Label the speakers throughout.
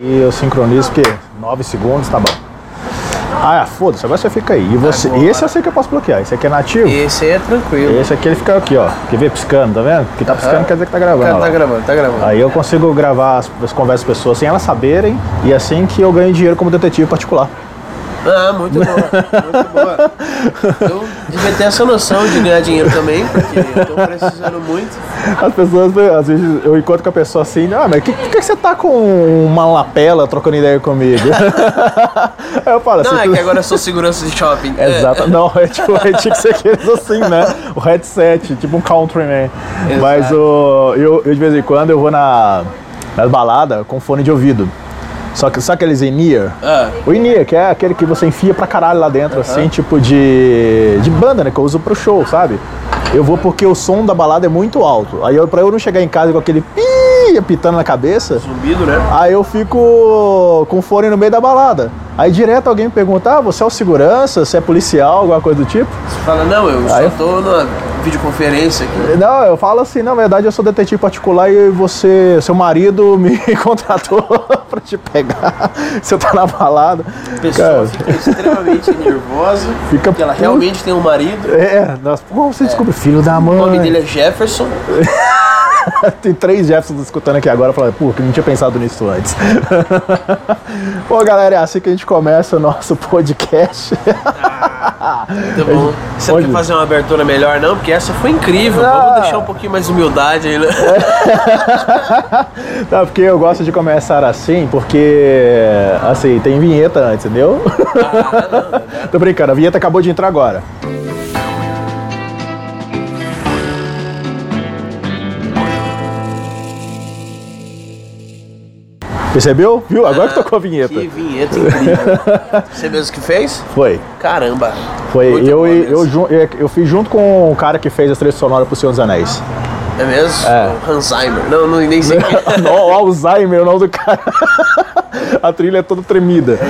Speaker 1: E eu sincronizo que 9 segundos, tá bom. Ah, foda-se, agora você fica aí. E você,
Speaker 2: Agora.
Speaker 1: esse eu sei que eu posso bloquear, esse aqui é nativo.
Speaker 2: Esse aí é tranquilo.
Speaker 1: Esse aqui ele fica aqui, ó. Quer ver? Piscando, tá vendo? Que tá piscando
Speaker 2: Aham.
Speaker 1: quer dizer que tá gravando.
Speaker 2: É. Tá,
Speaker 1: ó
Speaker 2: tá
Speaker 1: lá.
Speaker 2: gravando, tá gravando.
Speaker 1: Aí eu consigo gravar as, as conversas das pessoas sem elas saberem e assim que eu ganho dinheiro como detetive particular.
Speaker 2: Ah, muito boa, muito boa. Então, Eu devia ter essa noção de ganhar dinheiro também, porque eu tô precisando muito.
Speaker 1: As pessoas, né, às vezes, eu encontro com a pessoa assim, ah, mas por que, por que você tá com uma lapela trocando ideia comigo? Aí eu falo assim.
Speaker 2: Não, é
Speaker 1: tu-
Speaker 2: que agora eu sou segurança de shopping.
Speaker 1: Exato. Não, é tipo, é, tinha que ser aqueles assim, né? O headset, tipo um countryman.
Speaker 2: Exato.
Speaker 1: Mas o, eu, eu de vez em quando eu vou na, na balada com fone de ouvido. Só que sabe aqueles in-ear?
Speaker 2: Ah,
Speaker 1: O in-ear, que é aquele que você enfia pra caralho lá dentro, assim, tipo de, de banda, né? Que eu uso pro show, sabe? Eu vou porque o som da balada é muito alto. Aí eu, pra eu não chegar em casa com aquele pi pitando na cabeça,
Speaker 2: zumbido, né?
Speaker 1: Aí eu fico com fone no meio da balada. Aí direto alguém me pergunta: ah, você é o segurança? Você é policial? Alguma coisa do tipo?
Speaker 2: Você fala, não, eu
Speaker 1: Aí
Speaker 2: só
Speaker 1: eu-
Speaker 2: tô numa videoconferência aqui.
Speaker 1: Não, eu falo assim: na verdade eu sou detetive particular e você, seu marido me contratou pra te pegar. Você tá na balada.
Speaker 2: A pessoa
Speaker 1: Cara,
Speaker 2: fica extremamente nervosa,
Speaker 1: Fica
Speaker 2: porque ela
Speaker 1: puta.
Speaker 2: realmente tem um marido.
Speaker 1: É, nós, como você descobre? Filho da
Speaker 2: O nome
Speaker 1: mãe.
Speaker 2: dele é Jefferson.
Speaker 1: Tem três Jeffersons escutando aqui agora falando, pô, que não tinha pensado nisso antes. Bom, galera, é assim que a gente começa o nosso podcast.
Speaker 2: Muito bom. Então, Você não
Speaker 1: Pode.
Speaker 2: quer fazer uma abertura melhor, não? Porque essa foi incrível.
Speaker 1: Ah.
Speaker 2: Vamos deixar um pouquinho mais de humildade aí, né?
Speaker 1: Não, porque eu gosto de começar assim, porque assim, tem vinheta antes, entendeu? Tô brincando, a vinheta acabou de entrar agora. Percebeu? Viu? Agora que tocou a vinheta.
Speaker 2: Que vinheta incrível. Você mesmo que fez?
Speaker 1: Foi.
Speaker 2: Caramba.
Speaker 1: Foi.
Speaker 2: Muito né?
Speaker 1: eu,
Speaker 2: boa
Speaker 1: eu,
Speaker 2: mesmo.
Speaker 1: eu, ju- eu, eu fiz junto com o cara que fez a trilha sonora pro Senhor dos Anéis.
Speaker 2: É mesmo?
Speaker 1: É.
Speaker 2: O Alzheimer. Não, não, nem sei. é.
Speaker 1: Não, o Alzheimer, o nome do cara. A trilha é toda tremida.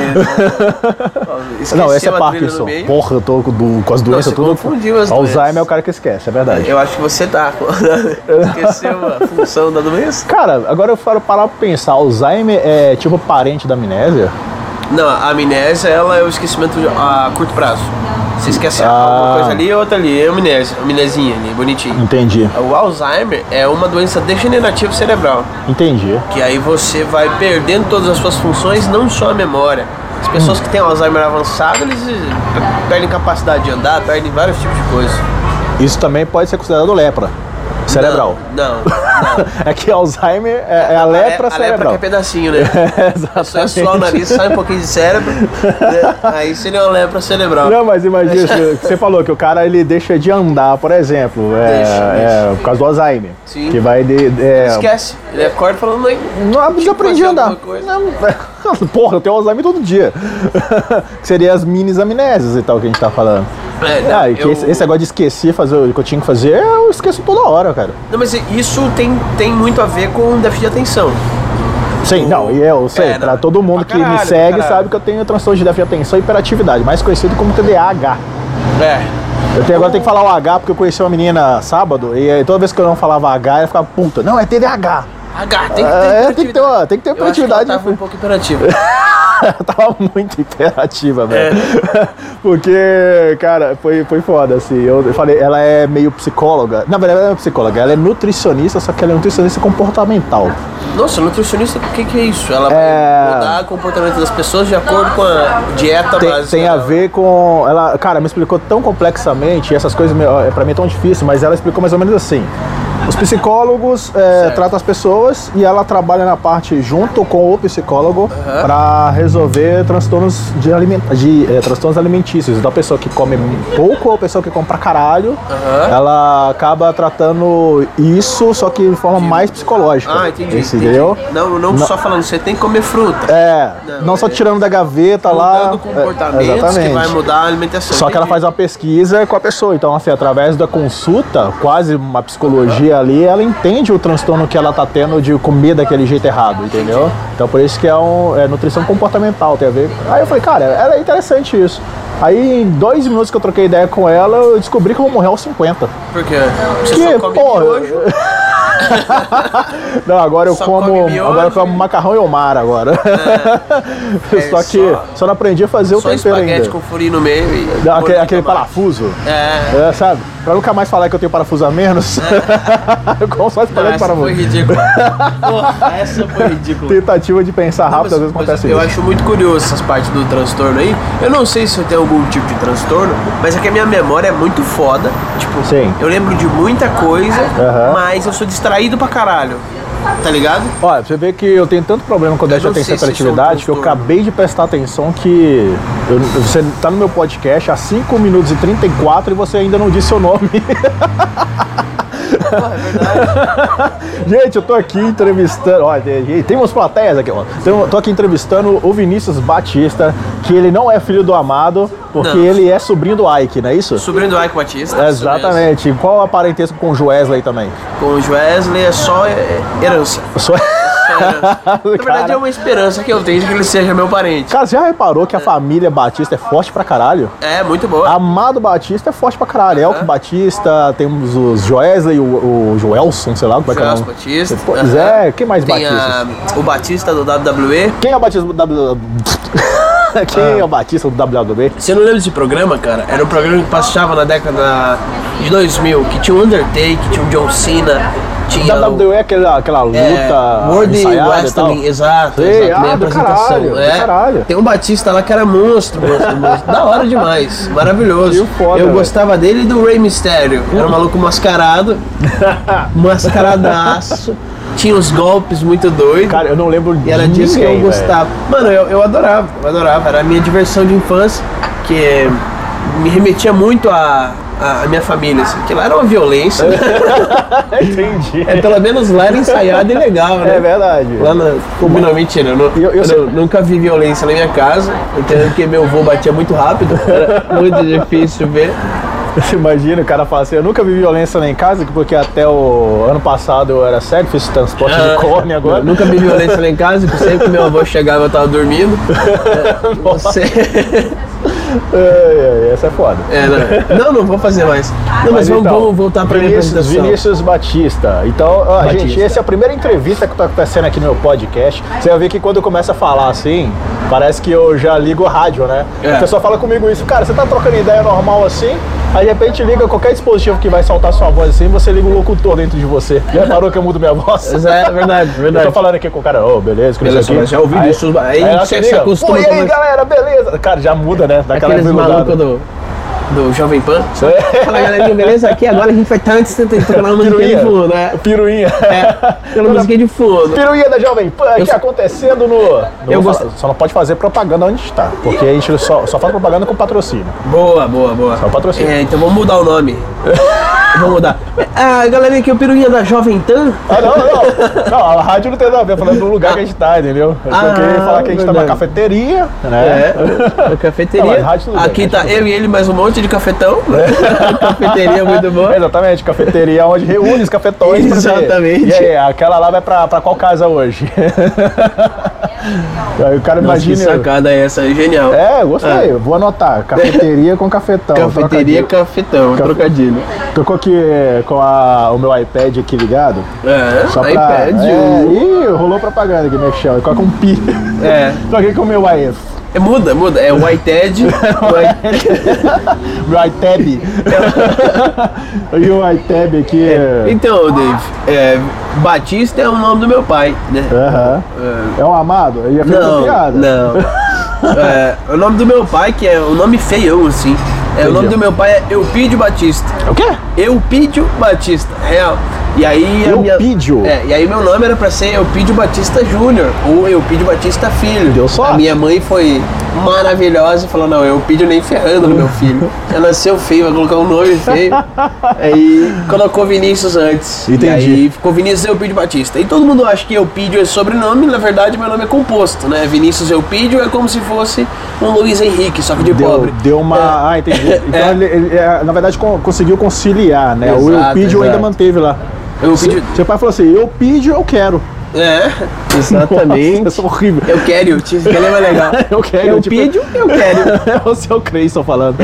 Speaker 2: Tá
Speaker 1: Não, esse é Parkinson. Porra, eu tô com, du- com as doenças
Speaker 2: você
Speaker 1: tudo.
Speaker 2: confundiu as
Speaker 1: Alzheimer
Speaker 2: doenças.
Speaker 1: é o cara que esquece, é verdade.
Speaker 2: Eu acho que você tá. com- Esqueceu a função da doença?
Speaker 1: Cara, agora eu falo parar pra pensar, Alzheimer é tipo parente da amnésia?
Speaker 2: Não, a amnésia ela é o esquecimento a curto prazo. Você esquece
Speaker 1: Ah.
Speaker 2: alguma coisa ali e outra ali. É amnésia. Amnesinha ali, bonitinho.
Speaker 1: Entendi,
Speaker 2: O Alzheimer é uma doença degenerativa cerebral.
Speaker 1: entendi.
Speaker 2: que aí você vai perdendo todas as suas funções, não só a memória. As pessoas que têm Alzheimer avançado, eles eh, perdem capacidade de andar, perdem vários tipos de coisas.
Speaker 1: Isso também pode ser considerado lepra cerebral.
Speaker 2: Não, não.
Speaker 1: É que Alzheimer é, é a lepra
Speaker 2: a, a lepra
Speaker 1: cerebral.
Speaker 2: que é pedacinho, né? Só é
Speaker 1: Exatamente.
Speaker 2: só o nariz, sai um pouquinho de cérebro, né? aí seria uma lepra cerebral.
Speaker 1: Não, mas imagina, você- você falou que o cara ele deixa de andar, por exemplo, é,
Speaker 2: Deixa,
Speaker 1: é,
Speaker 2: deixa.
Speaker 1: por causa do Alzheimer.
Speaker 2: Sim.
Speaker 1: Que vai de. é,
Speaker 2: Esquece, ele acorda falando, é, mãe,
Speaker 1: Não, eu já aprendi a andar.
Speaker 2: alguma coisa.
Speaker 1: Não, Porra, eu tenho Alzheimer todo dia. que seria as minis amnésias e tal que a gente tá falando.
Speaker 2: É, não,
Speaker 1: ah, e que
Speaker 2: eu-
Speaker 1: esse, esse negócio de esquecer, fazer o que eu tinha que fazer, eu esqueço toda hora, cara.
Speaker 2: Não, mas isso tem, tem muito a ver com déficit de atenção.
Speaker 1: Sim, não, e eu sei,
Speaker 2: É, não,
Speaker 1: pra todo mundo
Speaker 2: pra
Speaker 1: que me
Speaker 2: caralho,
Speaker 1: segue
Speaker 2: pra caralho.
Speaker 1: sabe que eu tenho transtorno de déficit de atenção e hiperatividade, mais conhecido como TDAH.
Speaker 2: É.
Speaker 1: Eu tenho, agora tenho que falar o H porque eu conheci uma menina sábado e aí toda vez que eu não falava H, ela ficava puta. Não, é TDAH.
Speaker 2: H, tem que ter
Speaker 1: É, tem que ter,
Speaker 2: hiperatividade.
Speaker 1: uma, tem que ter
Speaker 2: Eu acho que ela
Speaker 1: hiperatividade. né,
Speaker 2: tava um pouco imperativa.
Speaker 1: Eu tava muito imperativa, velho. Porque, cara, foi, foi foda, assim. Eu falei, ela é meio psicóloga. Na verdade, ela não é psicóloga, ela é nutricionista, só que ela é nutricionista comportamental.
Speaker 2: Nossa, nutricionista, o que, que é isso? Ela
Speaker 1: É.
Speaker 2: vai mudar o comportamento das pessoas de acordo com a dieta
Speaker 1: Tem,
Speaker 2: básica.
Speaker 1: tem a
Speaker 2: dela.
Speaker 1: ver com. Ela, cara, me explicou tão complexamente, e essas coisas me- ó, pra mim é tão difícil, mas ela explicou mais ou menos assim. Os psicólogos é, tratam as pessoas e ela trabalha na parte junto com o psicólogo pra resolver transtornos de, aliment... de é, transtornos alimentícios. Da pessoa que come pouco ou pessoa que come pra caralho, ela acaba tratando isso, só que de forma mais psicológica.
Speaker 2: Ah, entendi.
Speaker 1: Esse,
Speaker 2: entendi.
Speaker 1: Entendeu?
Speaker 2: Não, não,
Speaker 1: Não.
Speaker 2: só falando, você tem que comer fruta.
Speaker 1: É, não,
Speaker 2: Não,
Speaker 1: só
Speaker 2: é-
Speaker 1: tirando da gaveta lá.
Speaker 2: Mudando comportamentos
Speaker 1: é,
Speaker 2: que
Speaker 1: exatamente.
Speaker 2: vai mudar a alimentação.
Speaker 1: Só que ela faz
Speaker 2: Entendi.
Speaker 1: uma pesquisa com a pessoa. Então, assim, através da consulta, quase uma psicologia ali, ela entende o transtorno que ela tá tendo de comer daquele jeito errado, entendeu? Então, por isso que é, um, é nutrição comportamental, tem a ver. Aí eu falei, cara, era interessante isso. Aí, em dois minutos que eu troquei ideia com ela, eu descobri que eu vou morrer aos 50.
Speaker 2: Por quê? Você
Speaker 1: Que,
Speaker 2: só come
Speaker 1: porra,
Speaker 2: miojo,
Speaker 1: Não, agora eu
Speaker 2: Só
Speaker 1: como.
Speaker 2: come miojo
Speaker 1: Agora eu como
Speaker 2: e-
Speaker 1: macarrão e omar agora.
Speaker 2: É,
Speaker 1: só que
Speaker 2: só-
Speaker 1: só, não aprendi a fazer o
Speaker 2: Só
Speaker 1: tempero
Speaker 2: espaguete
Speaker 1: ainda.
Speaker 2: com furinho no meio e.
Speaker 1: Não, aquele,
Speaker 2: molho de
Speaker 1: aquele
Speaker 2: tomate.
Speaker 1: parafuso.
Speaker 2: É.
Speaker 1: É, sabe? Pra nunca mais falar que eu tenho parafuso a menos, eu como só
Speaker 2: Não,
Speaker 1: espaguete
Speaker 2: essa foi
Speaker 1: parafuso.
Speaker 2: ridícula. Porra, essa foi ridícula.
Speaker 1: Tentativa de pensar rápido, às vezes
Speaker 2: Mas
Speaker 1: acontece
Speaker 2: eu
Speaker 1: isso.
Speaker 2: acho muito curioso essas partes do transtorno aí. Eu não sei se eu tenho algum tipo de transtorno, mas é que a minha memória é muito foda. Tipo,
Speaker 1: Sim.
Speaker 2: eu lembro de muita coisa,
Speaker 1: Aham.
Speaker 2: mas eu sou distraído pra caralho. Tá ligado?
Speaker 1: Olha, você vê que eu tenho tanto problema com déficit de
Speaker 2: não
Speaker 1: atenção
Speaker 2: sei
Speaker 1: e
Speaker 2: se isso é um
Speaker 1: seletividade que eu
Speaker 2: transtorno.
Speaker 1: acabei de prestar atenção que eu- você tá no meu podcast há 5 minutos e 34 e você ainda não disse seu nome.
Speaker 2: Porra, é verdade.
Speaker 1: Gente, eu tô aqui entrevistando. Olha, tem, tem umas plateias aqui, ó. Então, eu tô aqui entrevistando o Vinícius Batista, que ele não é filho do amado, porque
Speaker 2: Não.
Speaker 1: ele é sobrinho do Ike, não é isso?
Speaker 2: Sobrinho do Ike Batista. isso
Speaker 1: Exatamente. Qual a parentesco com o Joesley também?
Speaker 2: mesmo. Com o Wesley é só é, herança.
Speaker 1: Eu sou-
Speaker 2: Só herança. Na verdade,
Speaker 1: Cara.
Speaker 2: é uma esperança que eu tenho de que ele seja meu parente.
Speaker 1: Cara, você já reparou que a família Batista é forte pra caralho?
Speaker 2: É, muito
Speaker 1: Ah,
Speaker 2: boa.
Speaker 1: Amado Batista é forte pra caralho. Elke
Speaker 2: Aham.
Speaker 1: Batista, temos os Joesley, o, o Joelson, sei lá como é que é o
Speaker 2: Joelson
Speaker 1: nome.
Speaker 2: Batista.
Speaker 1: Pois
Speaker 2: Aham.
Speaker 1: é, quem mais
Speaker 2: Tem
Speaker 1: Batista?
Speaker 2: a, o Batista do WWE.
Speaker 1: Quem é o Batista do W... Quem
Speaker 2: Ah.
Speaker 1: é o Batista do WWE?
Speaker 2: Você não lembra desse programa, cara? Era um programa que passava na década de 2000, que tinha o Undertaker, tinha o John Cena, tinha o...
Speaker 1: WWE é aquela, aquela luta
Speaker 2: é, World
Speaker 1: ensaiada e tal.
Speaker 2: Wrestling, exato,
Speaker 1: Sei,
Speaker 2: exato,
Speaker 1: ah,
Speaker 2: meio
Speaker 1: do
Speaker 2: apresentação.
Speaker 1: caralho,
Speaker 2: é.
Speaker 1: do caralho.
Speaker 2: Tem um Batista lá que era monstro, monstro, monstro. da hora demais,
Speaker 1: Que
Speaker 2: maravilhoso.
Speaker 1: foda,
Speaker 2: Eu
Speaker 1: velho.
Speaker 2: gostava dele e do Rey Mysterio. Era um maluco mascarado, mascaradaço. Tinha uns golpes muito doidos.
Speaker 1: Cara, eu não lembro
Speaker 2: E era disso que é eu
Speaker 1: ninguém, velho.
Speaker 2: gostava. Mano, eu, eu adorava, eu adorava. Era a minha diversão de infância, que me remetia muito à à- à minha família, assim, que lá era uma violência.
Speaker 1: Entendi.
Speaker 2: é, pelo menos lá era ensaiado e legal, né?
Speaker 1: É verdade.
Speaker 2: Lá na. Não, mentira, né? eu, não-
Speaker 1: Eu- eu
Speaker 2: eu
Speaker 1: sempre-
Speaker 2: não- nunca vi violência na minha casa, entendeu? Porque meu avô batia muito rápido, era muito difícil ver.
Speaker 1: Você imagina o cara fala assim, eu nunca vi violência lá em casa, porque até o ano passado eu era cego, fiz transporte
Speaker 2: Ah.
Speaker 1: de córnea agora.
Speaker 2: Eu nunca vi violência lá em casa, porque sempre que meu avô chegava eu tava dormindo. É, Você.
Speaker 1: Ai, ai, essa é foda.
Speaker 2: É, não. não, não vou fazer mais. Não, mas, vamos,
Speaker 1: então,
Speaker 2: vamos voltar pra minha
Speaker 1: Vinícius,
Speaker 2: apresentação.
Speaker 1: Vinícius Batista. Então, ó,
Speaker 2: Batista.
Speaker 1: gente, essa é a primeira entrevista que tá acontecendo aqui no meu podcast. Você vai ver que quando eu começo a falar assim, parece que eu já ligo o rádio, né?
Speaker 2: É.
Speaker 1: A pessoa fala comigo isso, cara, você tá trocando ideia normal assim, aí de repente liga qualquer dispositivo que vai soltar sua voz assim, você liga o locutor dentro de você. Já reparou que eu mudo minha voz?
Speaker 2: Mas É verdade,
Speaker 1: Eu tô
Speaker 2: verdade.
Speaker 1: falando aqui com o cara, ô, beleza, que não sei o
Speaker 2: Beleza,
Speaker 1: quê.
Speaker 2: mas já ouvi
Speaker 1: Aí-
Speaker 2: isso, aí
Speaker 1: ela
Speaker 2: você
Speaker 1: te
Speaker 2: se
Speaker 1: liga,
Speaker 2: acostuma
Speaker 1: Pô, e aí,
Speaker 2: também.
Speaker 1: galera, beleza? Cara, já muda, né? Daquela
Speaker 2: Aqueles malucos
Speaker 1: belugada.
Speaker 2: do, do Jovem Pan.
Speaker 1: É.
Speaker 2: Fala galerinha, beleza? Aqui agora a gente vai estar antes de tocar uma musiquinha de
Speaker 1: Piruinha.
Speaker 2: fundo, né?
Speaker 1: Piruinha.
Speaker 2: É, pela musiquinha de fundo.
Speaker 1: Piruinha da Jovem Pan aqui
Speaker 2: Eu-
Speaker 1: acontecendo no.
Speaker 2: Eu
Speaker 1: Não vou
Speaker 2: gost-
Speaker 1: falar, Só não pode fazer propaganda onde está. Porque a gente só, só faz propaganda com patrocínio.
Speaker 2: Boa, boa, boa.
Speaker 1: Só patrocínio.
Speaker 2: É, então vamos mudar o nome. vamos mudar. Ah, galerinha, aqui é o Piruinha da Jovem Pan.
Speaker 1: Ah, não, não. Não, a rádio não tem nada a ver, falando do lugar que a gente tá, entendeu? Eu
Speaker 2: Ah,
Speaker 1: ah, falar que a gente tá numa
Speaker 2: verdade.
Speaker 1: cafeteria, né?
Speaker 2: É, a
Speaker 1: Não,
Speaker 2: cafeteria.
Speaker 1: mas rádio tudo bem, É.
Speaker 2: aqui
Speaker 1: rádio
Speaker 2: tá
Speaker 1: tudo
Speaker 2: eu e ele, mais um monte de cafetão. cafeteria muito boa.
Speaker 1: Exatamente, cafeteria onde reúne os cafetões. pra você-
Speaker 2: Exatamente.
Speaker 1: E aí, aquela lá vai pra, pra qual casa hoje? aí o cara
Speaker 2: Nossa, que
Speaker 1: imagina.
Speaker 2: sacada é essa, genial.
Speaker 1: É, um gostei. Vou anotar. Cafeteria com cafetão.
Speaker 2: Cafeteria Cafetão, um
Speaker 1: Caf-
Speaker 2: trocadilho.
Speaker 1: Tocou aqui eh, com a- o meu iPad aqui ligado.
Speaker 2: É,
Speaker 1: Só pra...
Speaker 2: iPad.
Speaker 1: É, ih, rolou propaganda aqui, Michel. Coloca um pi.
Speaker 2: É.
Speaker 1: Toquei com o meu IF.
Speaker 2: É, muda, muda. É o iTed.
Speaker 1: Meu iTab. e o iTab aqui é...
Speaker 2: Então, Dave, é, Batista é o nome do meu pai, né?
Speaker 1: Aham. É um amado? Ele ia fazer uma
Speaker 2: Não,
Speaker 1: piada.
Speaker 2: não. É, o nome do meu pai, que é um nome feião, assim. É, o
Speaker 1: Entendi.
Speaker 2: nome do meu pai é Eupídio Batista.
Speaker 1: O quê?
Speaker 2: Eupídio Batista, real. E aí a minha-
Speaker 1: Eupídio?
Speaker 2: É, e aí meu nome era pra ser Eupídio Batista Júnior ou Eupídio Batista Filho.
Speaker 1: Deu sorte.
Speaker 2: A minha mãe foi maravilhosa e falou: "Não, Eupídio nem ferrando no meu filho. Já nasceu feio, vai colocar um nome feio". aí colocou Vinícius antes. E
Speaker 1: Entendi.
Speaker 2: aí ficou Vinícius Eupídio Batista. E todo mundo acha que Eupídio é sobrenome, na verdade meu nome é composto, né? Vinícius Eupídio é como se fosse um Luiz Henrique, só que de
Speaker 1: Deu,
Speaker 2: pobre.
Speaker 1: deu uma. Ah, entendi. Então
Speaker 2: É.
Speaker 1: ele, ele, é, na verdade, con- conseguiu conciliar, né? o
Speaker 2: Exato,
Speaker 1: Eupídio
Speaker 2: exato.
Speaker 1: ainda manteve lá.
Speaker 2: Eupídio
Speaker 1: Seu pai falou assim: Eupídio eu quero.
Speaker 2: É, exatamente.
Speaker 1: Nossa, isso é horrível.
Speaker 2: Eu quero, eu te- que lembra legal.
Speaker 1: Eu quero,
Speaker 2: Eu
Speaker 1: tipo-
Speaker 2: pido, eu É. quero.
Speaker 1: é o seu Creyson falando.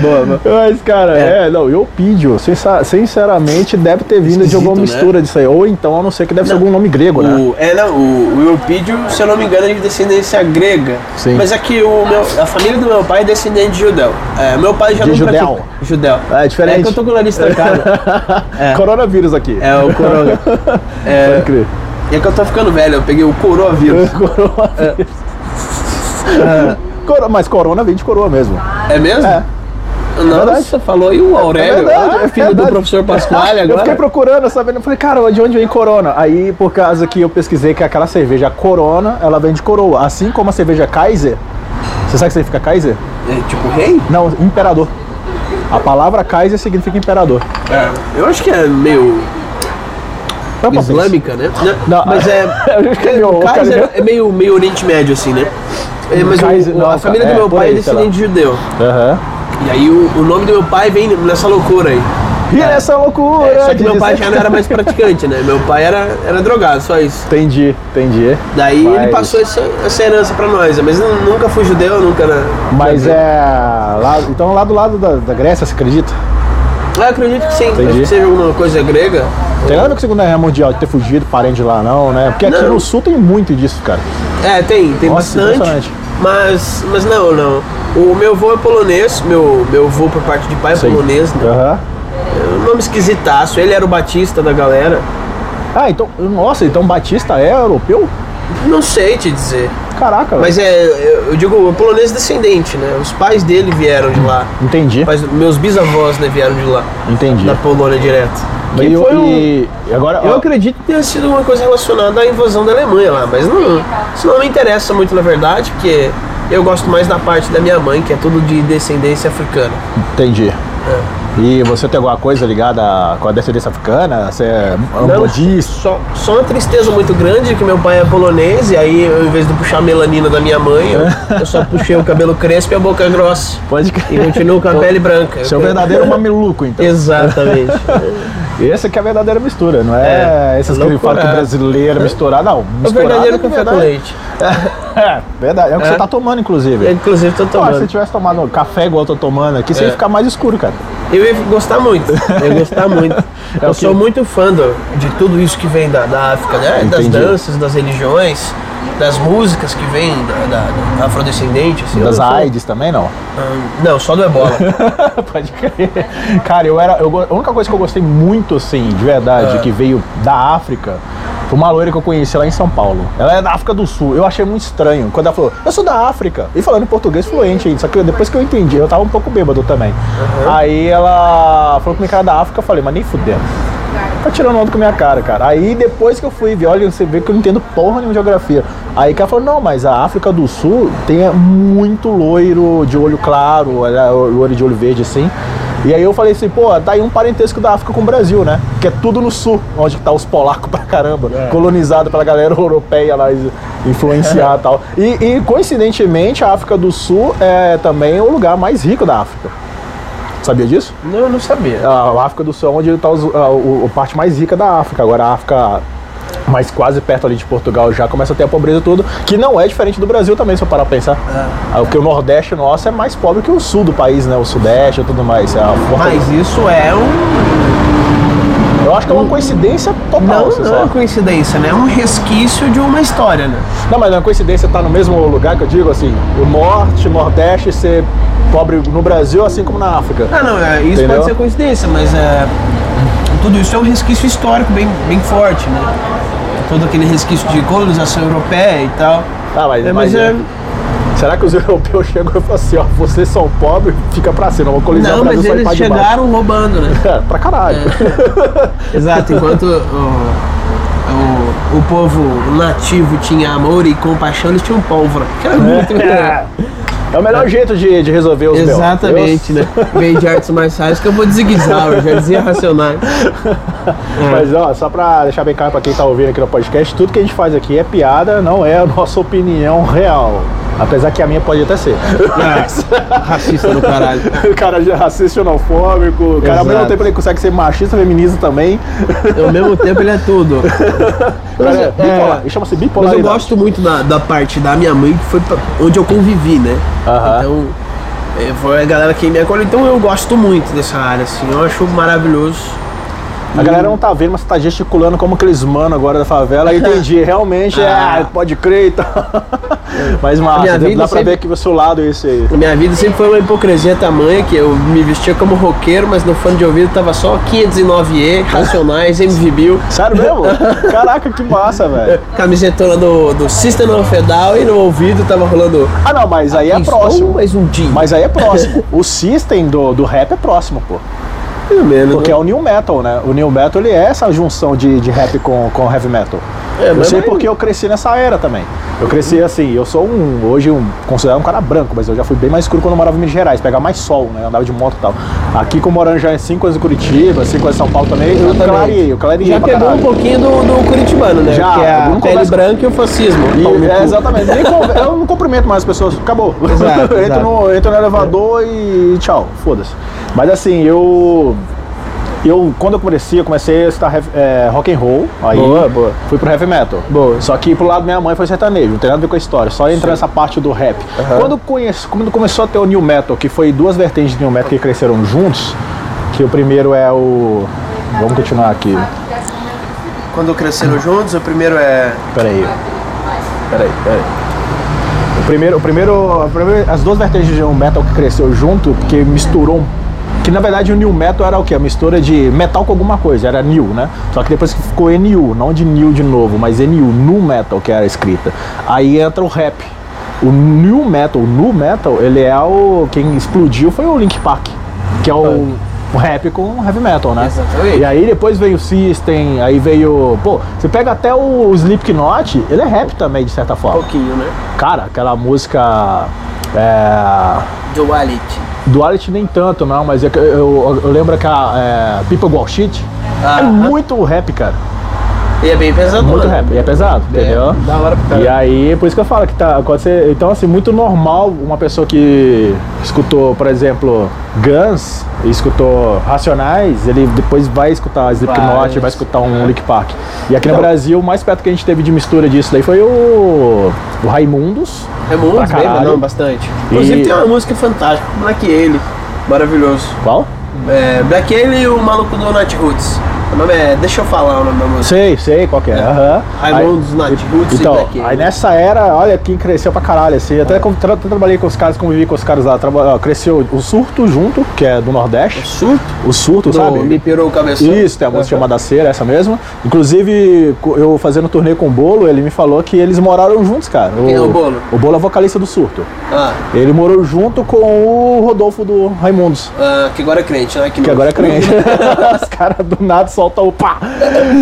Speaker 2: Boa, boa.
Speaker 1: Mas, cara, é, não, eu pidio, sincer- sinceramente, deve ter vindo de
Speaker 2: Esquisito,
Speaker 1: alguma
Speaker 2: né?
Speaker 1: mistura disso aí. Ou então, a não ser que deve ser
Speaker 2: Não.
Speaker 1: algum nome grego, né?
Speaker 2: O, é, não, o, o Eupídio, se eu não me engano, é de descendência grega.
Speaker 1: Sim.
Speaker 2: Mas é que o meu, a família do meu pai é descendente de judeu. É, meu pai já
Speaker 1: De
Speaker 2: não
Speaker 1: judeu?
Speaker 2: pratica- Judeu.
Speaker 1: É, diferente.
Speaker 2: É que eu tô com o nariz trancado. É.
Speaker 1: Coronavírus aqui.
Speaker 2: É, o corona.
Speaker 1: Pode
Speaker 2: É,
Speaker 1: crer.
Speaker 2: é que eu tô ficando velho, eu peguei o coronavírus. É.
Speaker 1: Coronavírus. Coro- Mas corona vem de coroa mesmo.
Speaker 2: É mesmo?
Speaker 1: É.
Speaker 2: Nossa,
Speaker 1: verdade.
Speaker 2: você falou e o Aurélio,
Speaker 1: verdade,
Speaker 2: ah,
Speaker 1: é
Speaker 2: filho
Speaker 1: verdade.
Speaker 2: do professor Pasquale
Speaker 1: Eu fiquei
Speaker 2: agora.
Speaker 1: procurando, sabendo, eu falei, cara, de onde vem corona? Aí, por causa que eu pesquisei que aquela cerveja a corona, ela vem de coroa. Assim como a cerveja Kaiser. Você sabe o que significa Kaiser?
Speaker 2: É, tipo rei?
Speaker 1: Não, imperador. A palavra Kaiser significa imperador.
Speaker 2: Eu acho que é meio
Speaker 1: Não é pra
Speaker 2: islâmica, né?
Speaker 1: Não,
Speaker 2: mas é.
Speaker 1: eu acho que é meu,
Speaker 2: o Kaiser
Speaker 1: cara.
Speaker 2: é meio, meio Oriente Médio, assim, né? É, mas o-
Speaker 1: Kaiser-
Speaker 2: o-
Speaker 1: não,
Speaker 2: a
Speaker 1: cara,
Speaker 2: família
Speaker 1: é,
Speaker 2: do meu
Speaker 1: por
Speaker 2: pai
Speaker 1: aí,
Speaker 2: é
Speaker 1: sei lá.
Speaker 2: descendente de judeu.
Speaker 1: Aham.
Speaker 2: E aí o, o nome do meu pai vem nessa loucura aí.
Speaker 1: E essa loucura!
Speaker 2: É, só que
Speaker 1: de
Speaker 2: meu pai
Speaker 1: dizer-
Speaker 2: já não era mais praticante, né? Meu pai era, era drogado, só isso.
Speaker 1: Entendi, entendi.
Speaker 2: Daí ele
Speaker 1: Mas-
Speaker 2: passou essa, essa herança pra nós, mas eu nunca fui judeu, nunca né? era.
Speaker 1: Mas é. Lá, então lá do lado da, da Grécia, você acredita?
Speaker 2: Eu acredito que sim,
Speaker 1: Entendi.
Speaker 2: acho que seja alguma coisa grega.
Speaker 1: Tem nada a ver com a Segunda Guerra Mundial, de ter fugido, parente de lá, não, né? Porque aqui
Speaker 2: Não.
Speaker 1: no sul tem muito disso, cara.
Speaker 2: É, tem, tem
Speaker 1: Nossa,
Speaker 2: bastante.
Speaker 1: impressionante.
Speaker 2: Mas, mas não, não. O meu avô é polonês, meu, meu avô por parte de pai é
Speaker 1: Sim. É.
Speaker 2: polonês, né?
Speaker 1: Aham.
Speaker 2: um nome esquisitaço, ele era o Batista da galera.
Speaker 1: Ah, então. Nossa, então Batista é europeu?
Speaker 2: Não sei te dizer.
Speaker 1: Caraca, velho.
Speaker 2: Mas é, eu eu digo, o polonês descendente, né? Os pais dele vieram de lá.
Speaker 1: Entendi,
Speaker 2: Mas meus bisavós, né, vieram de lá.
Speaker 1: entendi.
Speaker 2: Da Polônia direto. Que
Speaker 1: E,
Speaker 2: foi um-
Speaker 1: e- e agora.
Speaker 2: Eu
Speaker 1: ó,
Speaker 2: acredito que tenha sido uma coisa relacionada à invasão da Alemanha lá, mas não, isso não me interessa muito na verdade, porque eu gosto mais da parte da minha mãe, que é tudo de descendência africana.
Speaker 1: Entendi.
Speaker 2: É.
Speaker 1: E você tem alguma coisa ligada com a descendência africana? Você é
Speaker 2: Não,
Speaker 1: budista?
Speaker 2: só, só uma tristeza muito grande que meu pai é polonês, e aí eu, em vez de puxar a melanina da minha mãe, eu, eu só puxei o cabelo crespo e a boca grossa.
Speaker 1: Pode
Speaker 2: E continuo com a pele branca.
Speaker 1: Você é o verdadeiro mameluco, então.
Speaker 2: Exatamente.
Speaker 1: Esse que é a verdadeira mistura, não é,
Speaker 2: É,
Speaker 1: esses que ele fala que
Speaker 2: loucura. É.
Speaker 1: brasileiro misturar, não.
Speaker 2: O
Speaker 1: Misturar
Speaker 2: verdadeiro
Speaker 1: é de
Speaker 2: café com
Speaker 1: verdade.
Speaker 2: leite.
Speaker 1: É, verdade. É o que
Speaker 2: É.
Speaker 1: você tá tomando, inclusive.
Speaker 2: Eu, É, inclusive, tô
Speaker 1: Pô, se
Speaker 2: tomando.
Speaker 1: você tivesse tomado café igual eu tô tomando aqui, você
Speaker 2: É.
Speaker 1: ia ficar mais escuro, cara.
Speaker 2: Eu ia gostar muito, eu ia gostar muito. eu
Speaker 1: tipo- É o
Speaker 2: sou
Speaker 1: quê?
Speaker 2: muito fã do- de tudo isso que vem da, da África, né? Das
Speaker 1: Entendi.
Speaker 2: danças, das religiões, das músicas que vêm da, da, da afrodescendente. assim. Eu
Speaker 1: Das
Speaker 2: não sou-
Speaker 1: AIDS também, não.
Speaker 2: Ah, Não, só do ebola.
Speaker 1: Pode crer. Cara, eu era. eu go- a única coisa que eu gostei muito, assim, de verdade,
Speaker 2: É.
Speaker 1: que veio da África, foi uma loira que eu conheci lá em São Paulo. Ela é da África do Sul. Eu achei muito estranho. Quando ela falou, eu sou da África. E falando em português fluente ainda. Só que depois que eu entendi, eu tava um pouco bêbado também. Aí ela falou comigo que era da África, eu falei, mas nem fudendo. Tá tirando onda com a minha cara, cara. Aí depois que eu fui ver, olha, você vê que eu não entendo porra nenhuma de geografia. Aí que ela falou, não, mas a África do Sul tem é, muito loiro de olho claro, olha, loiro de olho verde assim. E aí eu falei assim, pô, tá aí um parentesco da África com o Brasil, né? Que é tudo no sul, onde que tá os polacos pra caramba, colonizado pela galera europeia lá, e- influenciar e tal. E, e, coincidentemente a África do Sul é também o lugar mais rico da África. Sabia disso?
Speaker 2: não, eu não sabia.
Speaker 1: a África do Sul é onde está a, parte mais rica da África. Agora a África mais quase perto ali de Portugal já começa a ter a pobreza tudo, que não é diferente do Brasil também, se eu parar pra pensar.
Speaker 2: É.
Speaker 1: Ah, Porque o Nordeste nosso é mais pobre que o sul do país, né? O Sudeste e tudo mais. É a forta-
Speaker 2: Mas isso é um.
Speaker 1: eu acho que é uma coincidência total.
Speaker 2: Não,
Speaker 1: assim,
Speaker 2: não é
Speaker 1: só.
Speaker 2: uma coincidência, né? É um resquício de uma história, né?
Speaker 1: Não, mas é uma coincidência estar no mesmo lugar que eu digo, assim, o Norte, Nordeste ser pobre no Brasil, assim como na África.
Speaker 2: Ah, não, é, isso
Speaker 1: Entendeu?
Speaker 2: pode ser coincidência, mas é, tudo isso é um resquício histórico bem, bem forte, né? Todo aquele resquício de colonização europeia e tal.
Speaker 1: Ah, mas,
Speaker 2: É,
Speaker 1: mas
Speaker 2: mas é-
Speaker 1: Será que os europeus chegam e falam assim, ó, vocês são pobres, fica pra cima, vou colonizar
Speaker 2: Não,
Speaker 1: o Brasil
Speaker 2: mas
Speaker 1: só ir pra
Speaker 2: eles
Speaker 1: de baixo.
Speaker 2: chegaram roubando, né?
Speaker 1: É, pra caralho.
Speaker 2: Exato, enquanto o, o, o povo nativo tinha amor e compaixão, eles tinham pólvora. Que era muito
Speaker 1: É, o melhor jeito de, de resolver os meus.
Speaker 2: Exatamente, né? Vem de artes marciais que eu vou de zigue-zague, já dizia Racionais.
Speaker 1: Eu- Mas ó, só pra deixar bem claro pra quem tá ouvindo aqui no podcast, tudo que a gente faz aqui é piada, não é a nossa opinião real. Apesar que a minha pode até ser.
Speaker 2: É,
Speaker 3: Ah, racista do caralho.
Speaker 1: o cara já é racista, xenofóbico. O cara, ao mesmo
Speaker 3: Exato.
Speaker 1: tempo, ele consegue ser machista, feminista também.
Speaker 3: Ao mesmo tempo ele é tudo.
Speaker 1: Cara, é,
Speaker 3: é-
Speaker 1: bipolar. Ele chama-se
Speaker 3: Mas
Speaker 1: bipolaridade.
Speaker 3: eu gosto muito da, da parte da minha mãe, que foi pra- onde eu convivi, né?
Speaker 1: Aham.
Speaker 3: Então,
Speaker 2: É, Foi a galera que me acolheu. Então eu gosto muito dessa área, assim. Eu acho maravilhoso.
Speaker 1: A galera não tá vendo, mas tá gesticulando como aqueles mano agora da favela. Eu entendi, realmente,
Speaker 2: Ah.
Speaker 1: é, pode crer e tal. Mas massa,
Speaker 2: minha
Speaker 1: dá,
Speaker 2: vida
Speaker 1: dá pra
Speaker 2: sempre-
Speaker 1: ver que o seu lado é esse aí.
Speaker 2: Na minha vida sempre foi uma hipocrisia tamanha que eu me vestia como roqueiro, mas no fone de ouvido tava só 509E, Racionais, MV Bill,
Speaker 1: Sério mesmo? Caraca, que massa, velho.
Speaker 2: camisetona do, do System of a Down e no ouvido tava rolando.
Speaker 1: Ah não, mas aí é
Speaker 2: "Isso,
Speaker 1: próximo.
Speaker 2: Mais um dia.
Speaker 1: Mas aí é próximo. O system do, do rap é próximo, pô.
Speaker 2: ou menos.
Speaker 1: Porque é
Speaker 2: né?
Speaker 1: o new metal, né? O new metal ele é essa junção de, de rap com, com heavy metal.
Speaker 2: É,
Speaker 1: eu
Speaker 2: mas-
Speaker 1: sei
Speaker 2: mas-
Speaker 1: porque eu cresci nessa era também. Eu cresci assim, eu sou um, hoje um, considerado um cara branco, mas eu já fui bem mais escuro quando eu morava em Minas Gerais, pegava mais sol, né? Eu andava de moto e tal. Aqui como eu moro já é 5 anos em Curitiba, 5 anos em São Paulo também, eu
Speaker 2: Exatamente.
Speaker 1: clareei, eu clareei
Speaker 2: Já
Speaker 1: pra
Speaker 2: pegou
Speaker 1: caralho.
Speaker 2: um pouquinho do, do curitibano, né?
Speaker 1: Já,
Speaker 2: que é
Speaker 1: eu
Speaker 2: a
Speaker 1: não
Speaker 2: pele
Speaker 1: converso-
Speaker 2: branca e o fascismo. Pau no
Speaker 1: E- é,
Speaker 2: cu.
Speaker 1: exatamente. Nem conver- eu não cumprimento mais as pessoas. Acabou.
Speaker 3: Exato,
Speaker 1: Eu entro,
Speaker 3: exato. É.
Speaker 1: no, entro no elevador e tchau. Foda-se. Mas assim, eu. Eu, quando eu comecei, eu comecei a estudar heavy- é, rock and roll. Aí
Speaker 3: Boa, boa.
Speaker 1: Fui pro heavy metal.
Speaker 3: Boa.
Speaker 1: Só que pro lado da minha mãe foi sertanejo. Não tem nada a ver com a história. Só entrar nessa parte do rap. Quando, conheço, quando começou a ter o new metal, que foi duas vertentes de new metal que cresceram juntos, que o primeiro é o... Vamos continuar aqui.
Speaker 2: Quando cresceram juntos, o primeiro é.
Speaker 1: Peraí. Peraí, peraí. O primeiro, o primeiro, a primeira- as duas vertentes de new metal que cresceu junto, porque misturou um que na verdade o new metal era o quê? A mistura de metal com alguma coisa, era new, né? Só que depois que ficou NU, não de new de novo, mas NU, nu metal que era escrita. Aí entra o rap. O new metal, o nu metal, ele é o quem explodiu foi o Link Park, que é o o rap com heavy metal, né?
Speaker 2: Exatamente.
Speaker 1: E aí depois veio o System, aí veio. Pô, você pega até o Slipknot, ele é rap também, de certa forma.
Speaker 2: Pouquinho, né?
Speaker 1: Cara, aquela música. É,
Speaker 2: Duality.
Speaker 1: Duality nem tanto, não, mas é que eu, eu- eu lembro que a é, People Go Shit é
Speaker 2: Ah,
Speaker 1: muito rap, cara.
Speaker 2: E é bem pesado.
Speaker 1: Muito rap, e é pesado, entendeu?
Speaker 2: Da hora pra
Speaker 1: E
Speaker 2: caralho.
Speaker 1: aí, por isso que eu falo que tá. Quando você, então, assim, muito normal uma pessoa que escutou, por exemplo, Guns, e escutou Racionais, ele depois vai escutar Slipknot,
Speaker 2: Vai.
Speaker 1: vai, escutar um Lick Park. E aqui no
Speaker 2: Então-
Speaker 1: Brasil, o mais perto que a gente teve de mistura disso daí foi o, o Raimundos.
Speaker 2: É
Speaker 1: pra
Speaker 2: muito bem,
Speaker 1: caralho.
Speaker 2: mas não, bastante.
Speaker 1: E-
Speaker 2: Inclusive tem uma música fantástica, Black Alien. Maravilhoso.
Speaker 1: Qual?
Speaker 2: É, Black Alien e o maluco do Nat Roots. O nome é. Deixa eu falar o nome da música.
Speaker 1: Sei, sei qual que é. aham.
Speaker 2: Raimundos,
Speaker 1: Aí-
Speaker 2: Nat Roots e
Speaker 1: Então,
Speaker 2: Black Alien.
Speaker 1: aí nessa era, olha quem cresceu pra caralho, assim.
Speaker 2: É.
Speaker 1: Até com- tra- trabalhei com os caras, convivi com os caras lá. traba- cresceu o Surto junto, que é do Nordeste.
Speaker 2: Surto?
Speaker 1: O Surto, sabe?
Speaker 2: Do Me Pirou o Cabeção.
Speaker 1: Isso, tem a música chamada Cera, essa mesma. Inclusive, co- eu fazendo turnê com o Bolo, ele me falou que eles moraram juntos, cara.
Speaker 2: Quem é o Bolo?
Speaker 1: O Bolo é vocalista do Surto.
Speaker 2: Ah,
Speaker 1: Ele morou junto com o Rodolfo do Raimundos.
Speaker 2: ah, que agora é crente, né?
Speaker 1: Que
Speaker 2: não.
Speaker 1: agora é crente. Os caras do nada soltam o pá.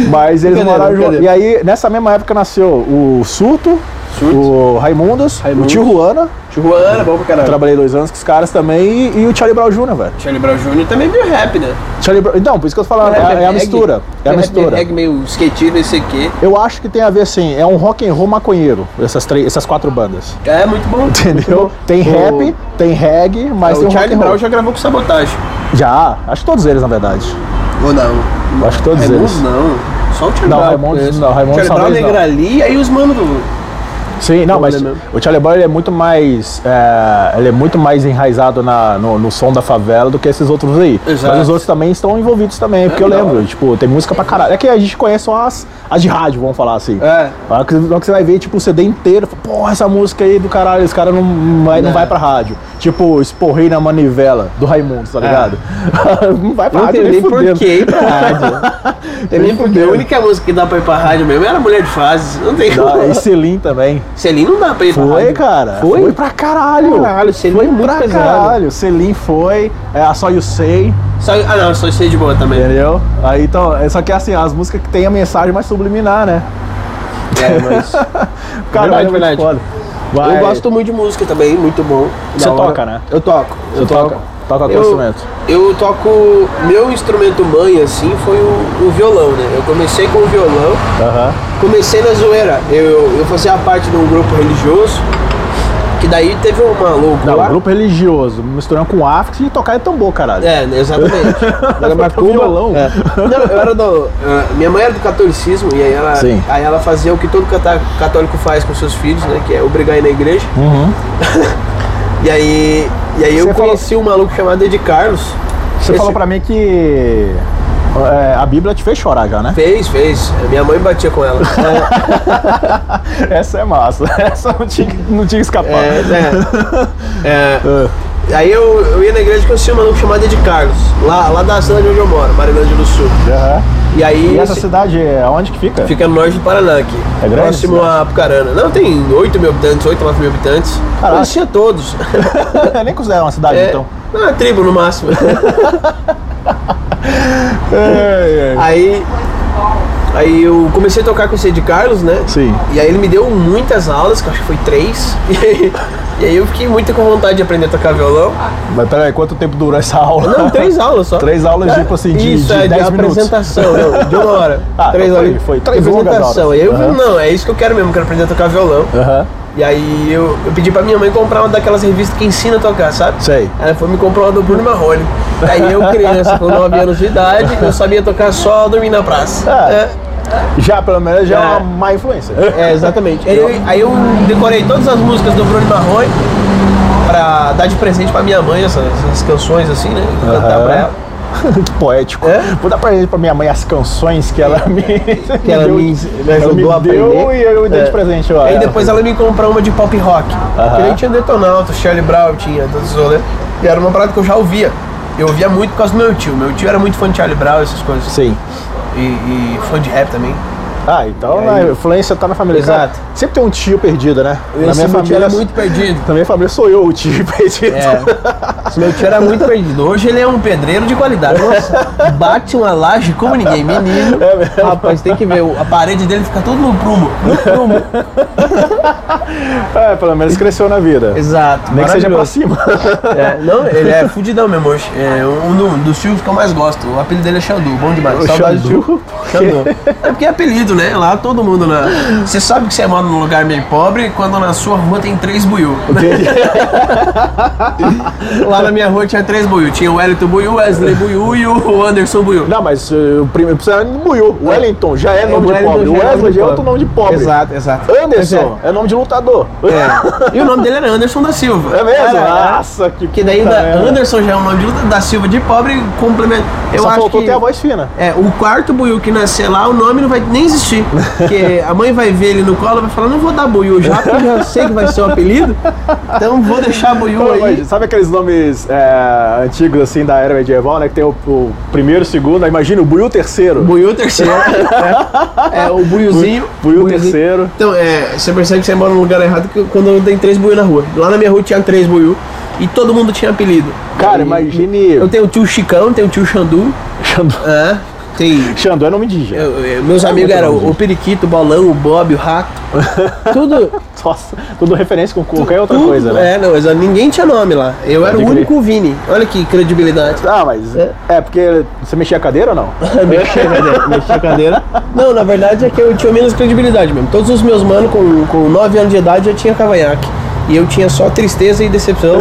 Speaker 1: Mas eles
Speaker 2: Brincadeira,
Speaker 1: moraram juntos.
Speaker 2: brincadeira.
Speaker 1: E aí, nessa mesma época, nasceu o Surto,
Speaker 2: Surto.
Speaker 1: o Raimundos,
Speaker 2: Raimundos. É.
Speaker 1: o Tijuana.
Speaker 2: Tijuana, bom pra caralho.
Speaker 1: Trabalhei dois anos com os caras também. E, e o Charlie Brown Jr., velho.
Speaker 2: Charlie Brown Jr. também meio rap, né?
Speaker 1: Charlie Brown- Então, por isso que eu tô falando, é, é a
Speaker 2: Reggae.
Speaker 1: mistura. É a
Speaker 2: Rap
Speaker 1: mistura.
Speaker 2: Reggae meio skatinho, esse aqui.
Speaker 1: Eu acho que tem a ver assim, é um rock and roll maconheiro, essas, três, essas quatro bandas.
Speaker 2: É, muito bom.
Speaker 1: Entendeu? Tem rap, tem reggae, mas tem
Speaker 2: o
Speaker 1: um rock
Speaker 2: Charlie
Speaker 1: and
Speaker 2: Brown
Speaker 1: roll.
Speaker 2: já gravou com sabotagem.
Speaker 1: Já, acho que todos eles, na verdade.
Speaker 2: Ou não?
Speaker 1: Eu acho que todos
Speaker 2: Raimundos
Speaker 1: eles.
Speaker 2: não. Só o Charlie
Speaker 1: Não,
Speaker 2: Brown.
Speaker 1: Raimundos
Speaker 2: conheço.
Speaker 1: não, Raimundos
Speaker 2: Charlie Brown,
Speaker 1: talvez não.
Speaker 2: Negra ali, aí os manos do...
Speaker 1: Sim, não, mas
Speaker 2: lembro.
Speaker 1: o Charlie Brown ele é muito mais, é, ele é muito mais enraizado na, no, no som da favela do que esses outros aí.
Speaker 2: Exato. É,
Speaker 1: Mas os outros também estão envolvidos também, porque eu
Speaker 2: não.
Speaker 1: lembro, tipo, tem música pra caralho. É que a gente conhece só as, as de rádio, vamos falar assim.
Speaker 2: É.
Speaker 1: Na hora que na hora que você vai ver, tipo, o CD inteiro, fala, pô, essa música aí do caralho, esse cara não, não, vai, não
Speaker 2: É.
Speaker 1: vai pra rádio. Tipo, esporrei na manivela do Raimundo, tá ligado? não vai pra
Speaker 2: É. Não
Speaker 1: rádio
Speaker 2: tem
Speaker 1: nem
Speaker 2: nem por
Speaker 1: fudendo. É.
Speaker 2: que ir pra rádio. Tem nem por que. A única música que dá pra ir pra rádio mesmo era Mulher de Fases. Não tem
Speaker 1: Dá,
Speaker 2: como.
Speaker 1: Ah, E Selim também.
Speaker 2: Selim não dá pra ir pra
Speaker 1: Foi,
Speaker 2: rádio.
Speaker 1: cara.
Speaker 2: Foi?
Speaker 1: pra caralho.
Speaker 2: Caralho, Selim
Speaker 1: foi
Speaker 2: é muito
Speaker 1: pra
Speaker 2: pesado.
Speaker 1: caralho. Selim foi, é, a Só You Sei,
Speaker 2: Só, ah, não, só sei de boa também.
Speaker 1: entendeu? Aí, então, é, só que assim, as músicas que tem a mensagem mais subliminar, né?
Speaker 2: É, mas.
Speaker 1: Caralho, é muito
Speaker 2: verdade.
Speaker 1: foda. Vai.
Speaker 2: Eu gosto muito de música também, muito bom.
Speaker 1: Você
Speaker 2: Da hora.
Speaker 1: toca, né?
Speaker 2: Eu toco.
Speaker 1: Você
Speaker 2: eu
Speaker 1: toca?
Speaker 2: toco.
Speaker 1: Toca qual é
Speaker 2: eu,
Speaker 1: instrumento?
Speaker 2: Eu toco. Meu instrumento mãe, assim, foi o, o violão, né? Eu comecei com o violão.
Speaker 1: Aham.
Speaker 2: Comecei na zoeira. Eu, eu fazia parte de um grupo religioso que Que daí teve um maluco.
Speaker 1: Não,
Speaker 2: lá-
Speaker 1: um grupo religioso, misturando com África e tocar tambor, caralho.
Speaker 2: É, exatamente. Era macumba.
Speaker 1: Violão.
Speaker 2: É. Não, eu era do. ah, minha mãe era do catolicismo e aí ela,
Speaker 1: Sim.
Speaker 2: aí ela fazia o que todo catá- católico faz com seus filhos, né? Que é obrigar a ir na igreja.
Speaker 1: Uhum.
Speaker 2: E aí, e aí eu
Speaker 1: Você falou-
Speaker 2: conheci um maluco chamado Ed Carlos.
Speaker 1: Você
Speaker 2: Esse-
Speaker 1: falou pra mim que é, a Bíblia te fez chorar já, né?
Speaker 2: Fez, fez. Minha mãe batia com ela.
Speaker 1: Essa é massa. Essa não tinha, não tinha escapado. né?
Speaker 2: É, é. É. Aí eu, eu ia na igreja e conheci um maluco chamado Ed Carlos, lá, lá da cidade onde eu moro, Marilândia do Sul.
Speaker 1: Aham.
Speaker 2: E aí
Speaker 1: E essa
Speaker 2: esse-
Speaker 1: cidade, é onde que fica?
Speaker 2: fica no norte do Paraná aqui.
Speaker 1: É grande
Speaker 2: Próximo
Speaker 1: cidade?
Speaker 2: a Apucarana. Não, tem 8 mil habitantes, 8, 9 mil habitantes.
Speaker 1: Caraca.
Speaker 2: Conhecia todos.
Speaker 1: Nem considera uma cidade,
Speaker 2: É,
Speaker 1: então.
Speaker 2: não, é tribo no máximo.
Speaker 1: É,
Speaker 2: aí. Aí eu comecei a tocar com esse Ed Carlos, né?
Speaker 1: Sim.
Speaker 2: E aí ele me deu muitas aulas, que eu acho que foi três. E aí, e aí eu fiquei muito com vontade de aprender a tocar violão.
Speaker 1: Mas peraí, quanto tempo durou essa aula?
Speaker 2: Não, três aulas só.
Speaker 1: Três aulas, tipo assim, de-
Speaker 2: Isso,
Speaker 1: de
Speaker 2: é,
Speaker 1: 10 minutos.
Speaker 2: apresentação, não, de uma hora.
Speaker 1: Ah,
Speaker 2: três
Speaker 1: então foi-
Speaker 2: aulas.
Speaker 1: foi três longas
Speaker 2: apresentação.
Speaker 1: aulas.
Speaker 2: E aí eu
Speaker 1: Aham.
Speaker 2: falei, não, é isso que eu quero mesmo, quero aprender a tocar violão.
Speaker 1: Aham.
Speaker 2: E aí eu, eu pedi pra minha mãe comprar uma daquelas revistas que ensina a tocar, sabe?
Speaker 1: Sei.
Speaker 2: Ela foi me comprar uma do Bruno Marrone. Aí eu, criança, com 9 anos de idade, eu sabia tocar só dormir na praça.
Speaker 1: Ah.
Speaker 2: É.
Speaker 1: Já, pelo menos, já é
Speaker 2: É.
Speaker 1: uma má influência.
Speaker 2: É, exatamente. Aí eu, aí eu decorei todas as músicas do Bruno Marrone pra dar de presente pra minha mãe, essas, essas canções assim, né? Cantar pra ela.
Speaker 1: que poético.
Speaker 2: É?
Speaker 1: Vou dar pra, pra minha mãe as canções que ela me. Que
Speaker 2: ela me
Speaker 1: ela me
Speaker 2: ajudou a
Speaker 1: deu
Speaker 2: aprender.
Speaker 1: e eu dei
Speaker 2: É.
Speaker 1: de presente, ó.
Speaker 2: Aí depois ela me comprou uma de pop rock.
Speaker 1: Aham.
Speaker 2: Porque nem tinha Detonauta, Charlie Brown, tinha todos os rolês. E era uma parada que eu já ouvia. Eu ouvia muito por causa do meu tio. Meu tio era muito fã de Charlie Brown, essas coisas.
Speaker 1: Sim.
Speaker 2: E, e fã de rap também.
Speaker 1: Ah, então
Speaker 2: E aí?
Speaker 1: a influência tá na família.
Speaker 2: Exato.
Speaker 1: Cara, sempre tem um tio perdido, né? na minha
Speaker 2: meu tio
Speaker 1: família.
Speaker 2: era é muito perdido.
Speaker 1: Na minha família sou eu o tio perdido.
Speaker 2: É. Esse meu tio era muito perdido. Hoje ele é um pedreiro de qualidade. Nossa, bate uma laje como ninguém. Menino,
Speaker 1: É mesmo?
Speaker 2: rapaz, tem que ver. o- A parede dele fica tudo no prumo. No prumo.
Speaker 1: É, pelo menos cresceu na vida.
Speaker 2: Exato.
Speaker 1: Nem que seja pra
Speaker 2: maravilhoso.
Speaker 1: cima.
Speaker 2: É, não, ele é fudidão mesmo hoje. É um do- dos filmes que eu mais gosto. O apelido dele é Xandu, bom demais.
Speaker 1: O
Speaker 2: Saudade
Speaker 1: Xandu.
Speaker 2: do- Xandu. É porque é apelido, né? Lá todo mundo na. Você sabe que você mora num lugar meio pobre quando na sua rua tem três buiu. Lá na minha rua tinha três buiu. Tinha o Wellington buiu, o Wesley buiu e o Anderson buiu.
Speaker 1: Não, mas eh, o primeiro precisa de Buiu. Wellington já é nome de
Speaker 2: Wellington
Speaker 1: pobre.
Speaker 2: já é nome
Speaker 1: Wesley
Speaker 2: de
Speaker 1: já é
Speaker 2: pobre.
Speaker 1: outro nome de pobre.
Speaker 2: Exato, exato.
Speaker 1: Anderson é nome de lutador.
Speaker 2: É. E o nome dele era Anderson da Silva.
Speaker 1: É mesmo?
Speaker 2: Era, era.
Speaker 1: Nossa, que.
Speaker 2: Que daí o
Speaker 1: puta
Speaker 2: da
Speaker 1: merda.
Speaker 2: Anderson já é um nome de luta, da Silva de pobre complementa. Eu
Speaker 1: Só
Speaker 2: acho
Speaker 1: faltou
Speaker 2: que
Speaker 1: ter a voz fina.
Speaker 2: É, o quarto buiu que nascer lá, o nome não vai nem existir. Porque a mãe vai ver ele no colo e vai falar, não vou dar buiu já, porque eu já sei que vai ser o apelido. Então vou deixar buiu
Speaker 1: Pô, mas
Speaker 2: aí.
Speaker 1: Sabe aqueles nomes é, antigos assim da era medieval, né? Que tem o, o primeiro, o segundo, aí imagina o Buiu terceiro.
Speaker 2: Buiu terceiro. É, é, o buiuzinho.
Speaker 1: Buiu
Speaker 2: buiuzinho.
Speaker 1: terceiro.
Speaker 2: Então, é, você percebe que você mora num lugar errado que quando tem três buiu na rua. Lá na minha rua tinha três buiu e todo mundo tinha apelido.
Speaker 1: Cara,
Speaker 2: E- Eu
Speaker 1: imagine.
Speaker 2: tenho o tio Chicão, tenho o tio Xandu.
Speaker 1: Xandu.
Speaker 2: É, tem
Speaker 1: Xandu é nome de gênero.
Speaker 2: Eu- eu- meus amigos
Speaker 1: muito
Speaker 2: eram
Speaker 1: bom,
Speaker 2: o Periquito, o Balão, o Bob, o Rato. Tudo.
Speaker 1: Nossa, tudo referência com qualquer outra
Speaker 2: tudo-
Speaker 1: coisa, né?
Speaker 2: É, não, mas ninguém tinha nome lá. Eu era o
Speaker 1: crer.
Speaker 2: único Vini. Olha que credibilidade.
Speaker 1: Ah, mas. É.
Speaker 2: É.
Speaker 1: porque você mexia a cadeira ou não?
Speaker 2: Mexer a cadeira, mexer a cadeira. Não, na verdade é que eu tinha menos credibilidade mesmo. Todos os meus manos com, com 9 anos de idade já tinha cavanhaque. E eu tinha só tristeza e decepção.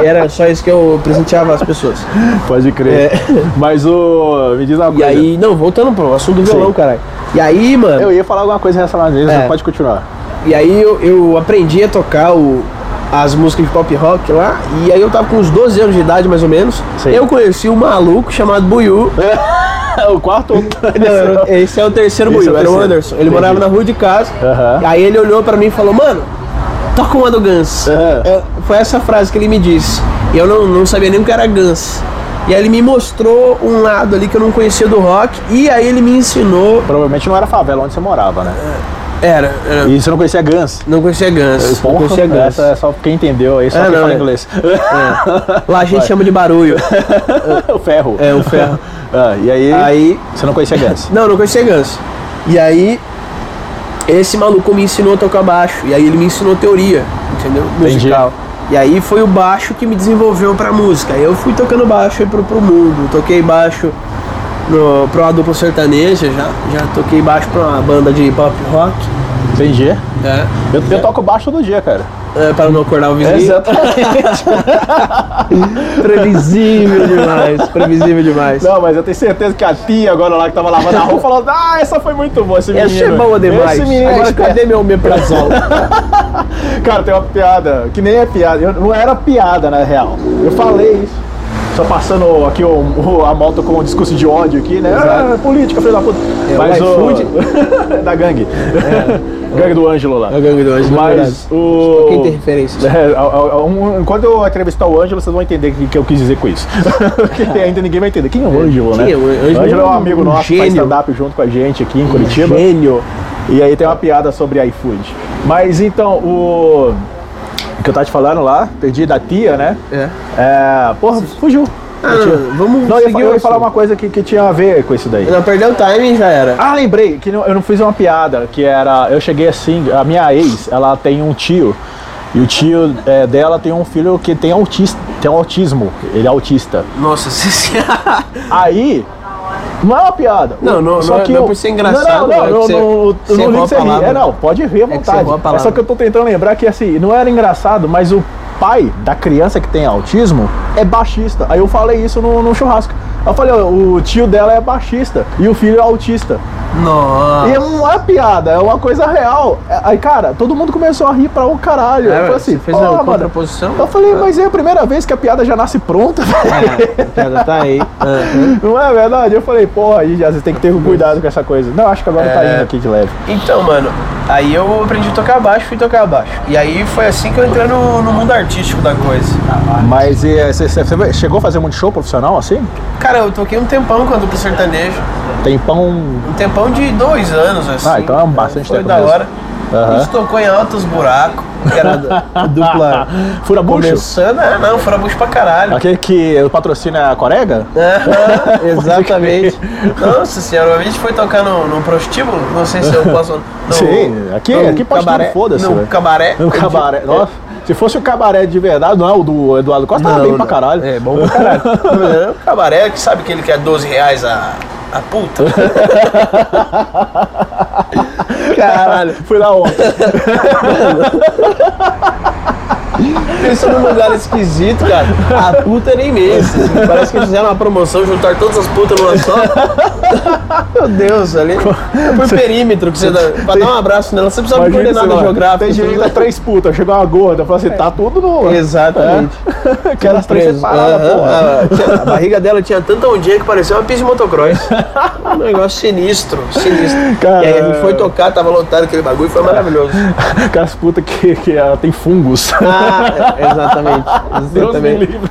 Speaker 2: e era só isso que eu presenteava as pessoas.
Speaker 1: Pode crer.
Speaker 2: É.
Speaker 1: Mas o. Me diz uma
Speaker 2: E
Speaker 1: coisa.
Speaker 2: aí, não, voltando pro assunto do
Speaker 1: é.
Speaker 2: violão,
Speaker 1: Sim.
Speaker 2: caralho. E aí, mano.
Speaker 1: Eu ia falar alguma coisa relacionada a isso,
Speaker 2: É.
Speaker 1: mas pode continuar.
Speaker 2: E aí eu, eu aprendi a tocar o- as músicas de pop rock lá, e aí eu tava com uns 12 anos de idade, mais ou menos.
Speaker 1: Sim.
Speaker 2: Eu conheci um maluco chamado Buiu.
Speaker 1: o quarto.
Speaker 2: Não, era- esse é o terceiro
Speaker 1: Esse é o
Speaker 2: Buiu, era o
Speaker 1: terceiro.
Speaker 2: Anderson. Ele
Speaker 1: Entendi.
Speaker 2: morava na rua de casa.
Speaker 1: Aham.
Speaker 2: Aí ele olhou pra mim e falou, mano, toca uma do Guns.
Speaker 1: Aham.
Speaker 2: É, foi essa frase que ele me disse. E eu não, não sabia nem o que era Guns. E aí ele me mostrou um lado ali que eu não conhecia do rock, e aí ele me ensinou.
Speaker 1: Provavelmente não era favela onde você morava, né?
Speaker 2: Era, era
Speaker 1: E você não conhecia Guns.
Speaker 2: não conhecia Guns. Não
Speaker 1: Porra,
Speaker 2: conhecia Guns.
Speaker 1: essa é só quem entendeu aí, só
Speaker 2: É,
Speaker 1: quem
Speaker 2: não,
Speaker 1: fala
Speaker 2: é.
Speaker 1: inglês.
Speaker 2: Lá a gente chama de barulho.
Speaker 1: o ferro.
Speaker 2: É, o ferro.
Speaker 1: Ah, e aí,
Speaker 2: Aí.
Speaker 1: você não conhecia Guns.
Speaker 2: Não, não conhecia Guns. E aí, esse maluco me ensinou a tocar baixo. E aí ele me ensinou teoria, entendeu? Musical. E aí foi o baixo que me desenvolveu pra música. Aí eu fui tocando baixo aí pro, pro mundo. Toquei baixo no, pra uma dupla sertaneja já. Já toquei baixo pra uma banda de pop rock.
Speaker 1: Entendi.
Speaker 2: É.
Speaker 1: Eu, eu toco baixo todo dia, cara.
Speaker 2: É, para não acordar o vizinho. Previsível demais, previsível demais.
Speaker 1: é Não, mas eu tenho certeza que a tia agora lá que tava lavando a roupa falou: Ah, essa foi muito boa, esse menino.
Speaker 2: Essa é boa demais.
Speaker 1: Esse menino
Speaker 2: Agora
Speaker 1: é esperto."
Speaker 2: cadê meu omeprazol?
Speaker 1: Cara, tem uma piada, que nem é piada, eu- não era piada na real. Eu falei isso. Só passando aqui o, o- a moto com um discurso de ódio aqui, né?
Speaker 2: Exato.
Speaker 1: Ah, política, filho da puta.
Speaker 2: É, o iFood.
Speaker 1: da gangue. gangue do Ângelo lá.
Speaker 2: É o gangue do Ângelo, é verdade.
Speaker 1: Mas o...
Speaker 2: Quem tem referência?
Speaker 1: É, a- a- a- um- quando eu entrevistar o Ângelo, vocês vão entender o que, que eu quis dizer com isso. Porque ainda ninguém vai entender. Quem é o Ângelo, né?
Speaker 2: Quem Ah. é o Ângelo?
Speaker 1: Ângelo é um amigo
Speaker 2: Um
Speaker 1: nosso que faz
Speaker 2: gênio. É um
Speaker 1: stand-up junto com a gente aqui em Curitiba.
Speaker 2: Gênio.
Speaker 1: E aí tem uma piada sobre iFood. Mas então, o. que eu tava te falando lá, perdi da tia, né?
Speaker 2: É.
Speaker 1: É. Porra, fugiu.
Speaker 2: Ah, não, vamos
Speaker 1: Não, eu ia, fa-
Speaker 2: seguir
Speaker 1: eu
Speaker 2: o
Speaker 1: ia falar
Speaker 2: assunto.
Speaker 1: uma coisa que, que tinha a ver com isso daí.
Speaker 2: Não, perdeu o timing já era.
Speaker 1: Ah, lembrei que não- eu não fiz uma piada, que era. Eu cheguei assim, a minha ex, ela tem um tio. E o tio é, dela tem um filho que tem autista, tem um autismo. Ele é autista.
Speaker 2: Nossa, você...
Speaker 1: Aí. Não é uma piada.
Speaker 2: Não, não,
Speaker 1: só
Speaker 2: não é-
Speaker 1: que
Speaker 2: não é
Speaker 1: eu-
Speaker 2: por ser engraçado,
Speaker 1: Não, não,
Speaker 2: é que
Speaker 1: não,
Speaker 2: você-
Speaker 1: não, eu
Speaker 2: você
Speaker 1: não ligo
Speaker 2: errou a
Speaker 1: você rir.
Speaker 2: palavra.
Speaker 1: É, não, pode rir à
Speaker 2: você
Speaker 1: vontade.
Speaker 2: errou a
Speaker 1: É,
Speaker 2: palavra.
Speaker 1: só que eu tô tentando lembrar que assim, não era engraçado, mas o pai da criança que tem autismo é baixista. Aí eu falei isso no, no churrasco. Eu falei, ó, o tio dela é baixista e o filho é autista.
Speaker 2: Nossa.
Speaker 1: E não é piada, é uma coisa real. É, Aí, cara, todo mundo começou a rir pra um caralho. eu
Speaker 2: É,
Speaker 1: falei
Speaker 2: ué,
Speaker 1: assim,
Speaker 2: você fez
Speaker 1: "Pô,
Speaker 2: uma
Speaker 1: mano."
Speaker 2: contraposição?
Speaker 1: Eu falei, mas é a primeira vez que a piada já nasce pronta,
Speaker 2: É, a piada tá aí. Aham.
Speaker 1: Não é verdade? Eu falei, porra, aí já, você tem que ter cuidado com essa coisa. Não, acho que agora tá
Speaker 2: É.
Speaker 1: indo aqui de leve.
Speaker 2: Então, mano, aí eu aprendi a tocar baixo, fui tocar baixo. E aí foi assim que eu entrei no, no mundo artístico da coisa.
Speaker 1: Mas e, é, você, você- você chegou a fazer muito show profissional assim?
Speaker 2: Cara, eu toquei um tempão com a dupla sertanejo.
Speaker 1: Tem pão.
Speaker 2: Um tempão de dois anos, assim.
Speaker 1: Ah, então é bastante
Speaker 2: Foi
Speaker 1: tempo
Speaker 2: da
Speaker 1: mesmo.
Speaker 2: hora. A
Speaker 1: Aham.
Speaker 2: gente tocou em altos buracos, que era a dupla
Speaker 1: Fura é, bucho?
Speaker 2: começando. Ah, não, fora bucho pra caralho.
Speaker 1: Aquele que patrocina a Corega?
Speaker 2: Aham, exatamente. Nossa senhora, a gente foi tocar no, no prostíbulo, não sei se eu posso. No,
Speaker 1: Sim, aqui- aqui pode tudo, foda-se,
Speaker 2: No
Speaker 1: velho.
Speaker 2: cabaré.
Speaker 1: Um
Speaker 2: é.
Speaker 1: cabaré. Nossa, se fosse o cabaré de verdade, não é o do Eduardo Costa, tava bem pra caralho.
Speaker 2: É, bom pra caralho. É um cabaré que sabe que ele quer 12 reais a, a puta.
Speaker 1: Caralho, fui um lá ontem.
Speaker 2: Pensou num lugar esquisito, cara. A puta era imensa. assim, Parece que eles fizeram uma promoção, juntar todas as putas numa só. Meu Deus, ali. É por perímetro que você dá. Pra dar um abraço nela, você precisa de
Speaker 1: Imagina
Speaker 2: coordenada
Speaker 1: sei lá,
Speaker 2: geográfica.
Speaker 1: Tem tá
Speaker 2: você
Speaker 1: direito a
Speaker 2: precisa-
Speaker 1: três putas, chegou uma gorda, falou assim, tá tudo no.
Speaker 2: Exatamente.
Speaker 1: É. Aquelas três
Speaker 2: Preso.
Speaker 1: separadas,
Speaker 2: Aham,
Speaker 1: porra.
Speaker 2: ah, tinha- A barriga dela tinha tanta ondinha que parecia uma pista de motocross. Um negócio sinistro, sinistro.
Speaker 1: Cara.
Speaker 2: E aí a gente foi tocar, tava lotado aquele bagulho, foi maravilhoso.
Speaker 1: Aquelas putas que, que ela tem fungos.
Speaker 2: Ah, exatamente.
Speaker 1: Deus me
Speaker 2: Exatamente.
Speaker 1: livre.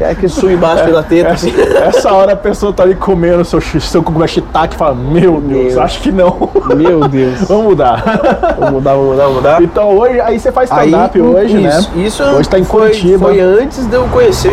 Speaker 1: É.
Speaker 2: É que sui embaixo pela teta,
Speaker 1: Essa,
Speaker 2: assim.
Speaker 1: essa hora a pessoa tá ali comendo seu, chi- seu cogumelo shiitake e fala, meu Deus,
Speaker 2: Deus.
Speaker 1: acho que não.
Speaker 2: Meu Deus.
Speaker 1: Vamos mudar.
Speaker 2: Vou mudar, vou mudar, vou mudar.
Speaker 1: Então hoje, aí você faz stand-up
Speaker 2: Aí, hum,
Speaker 1: hoje,
Speaker 2: isso,
Speaker 1: né?
Speaker 2: Isso
Speaker 1: Hoje tá em
Speaker 2: foi,
Speaker 1: Curitiba.
Speaker 2: Foi antes de eu conhecer o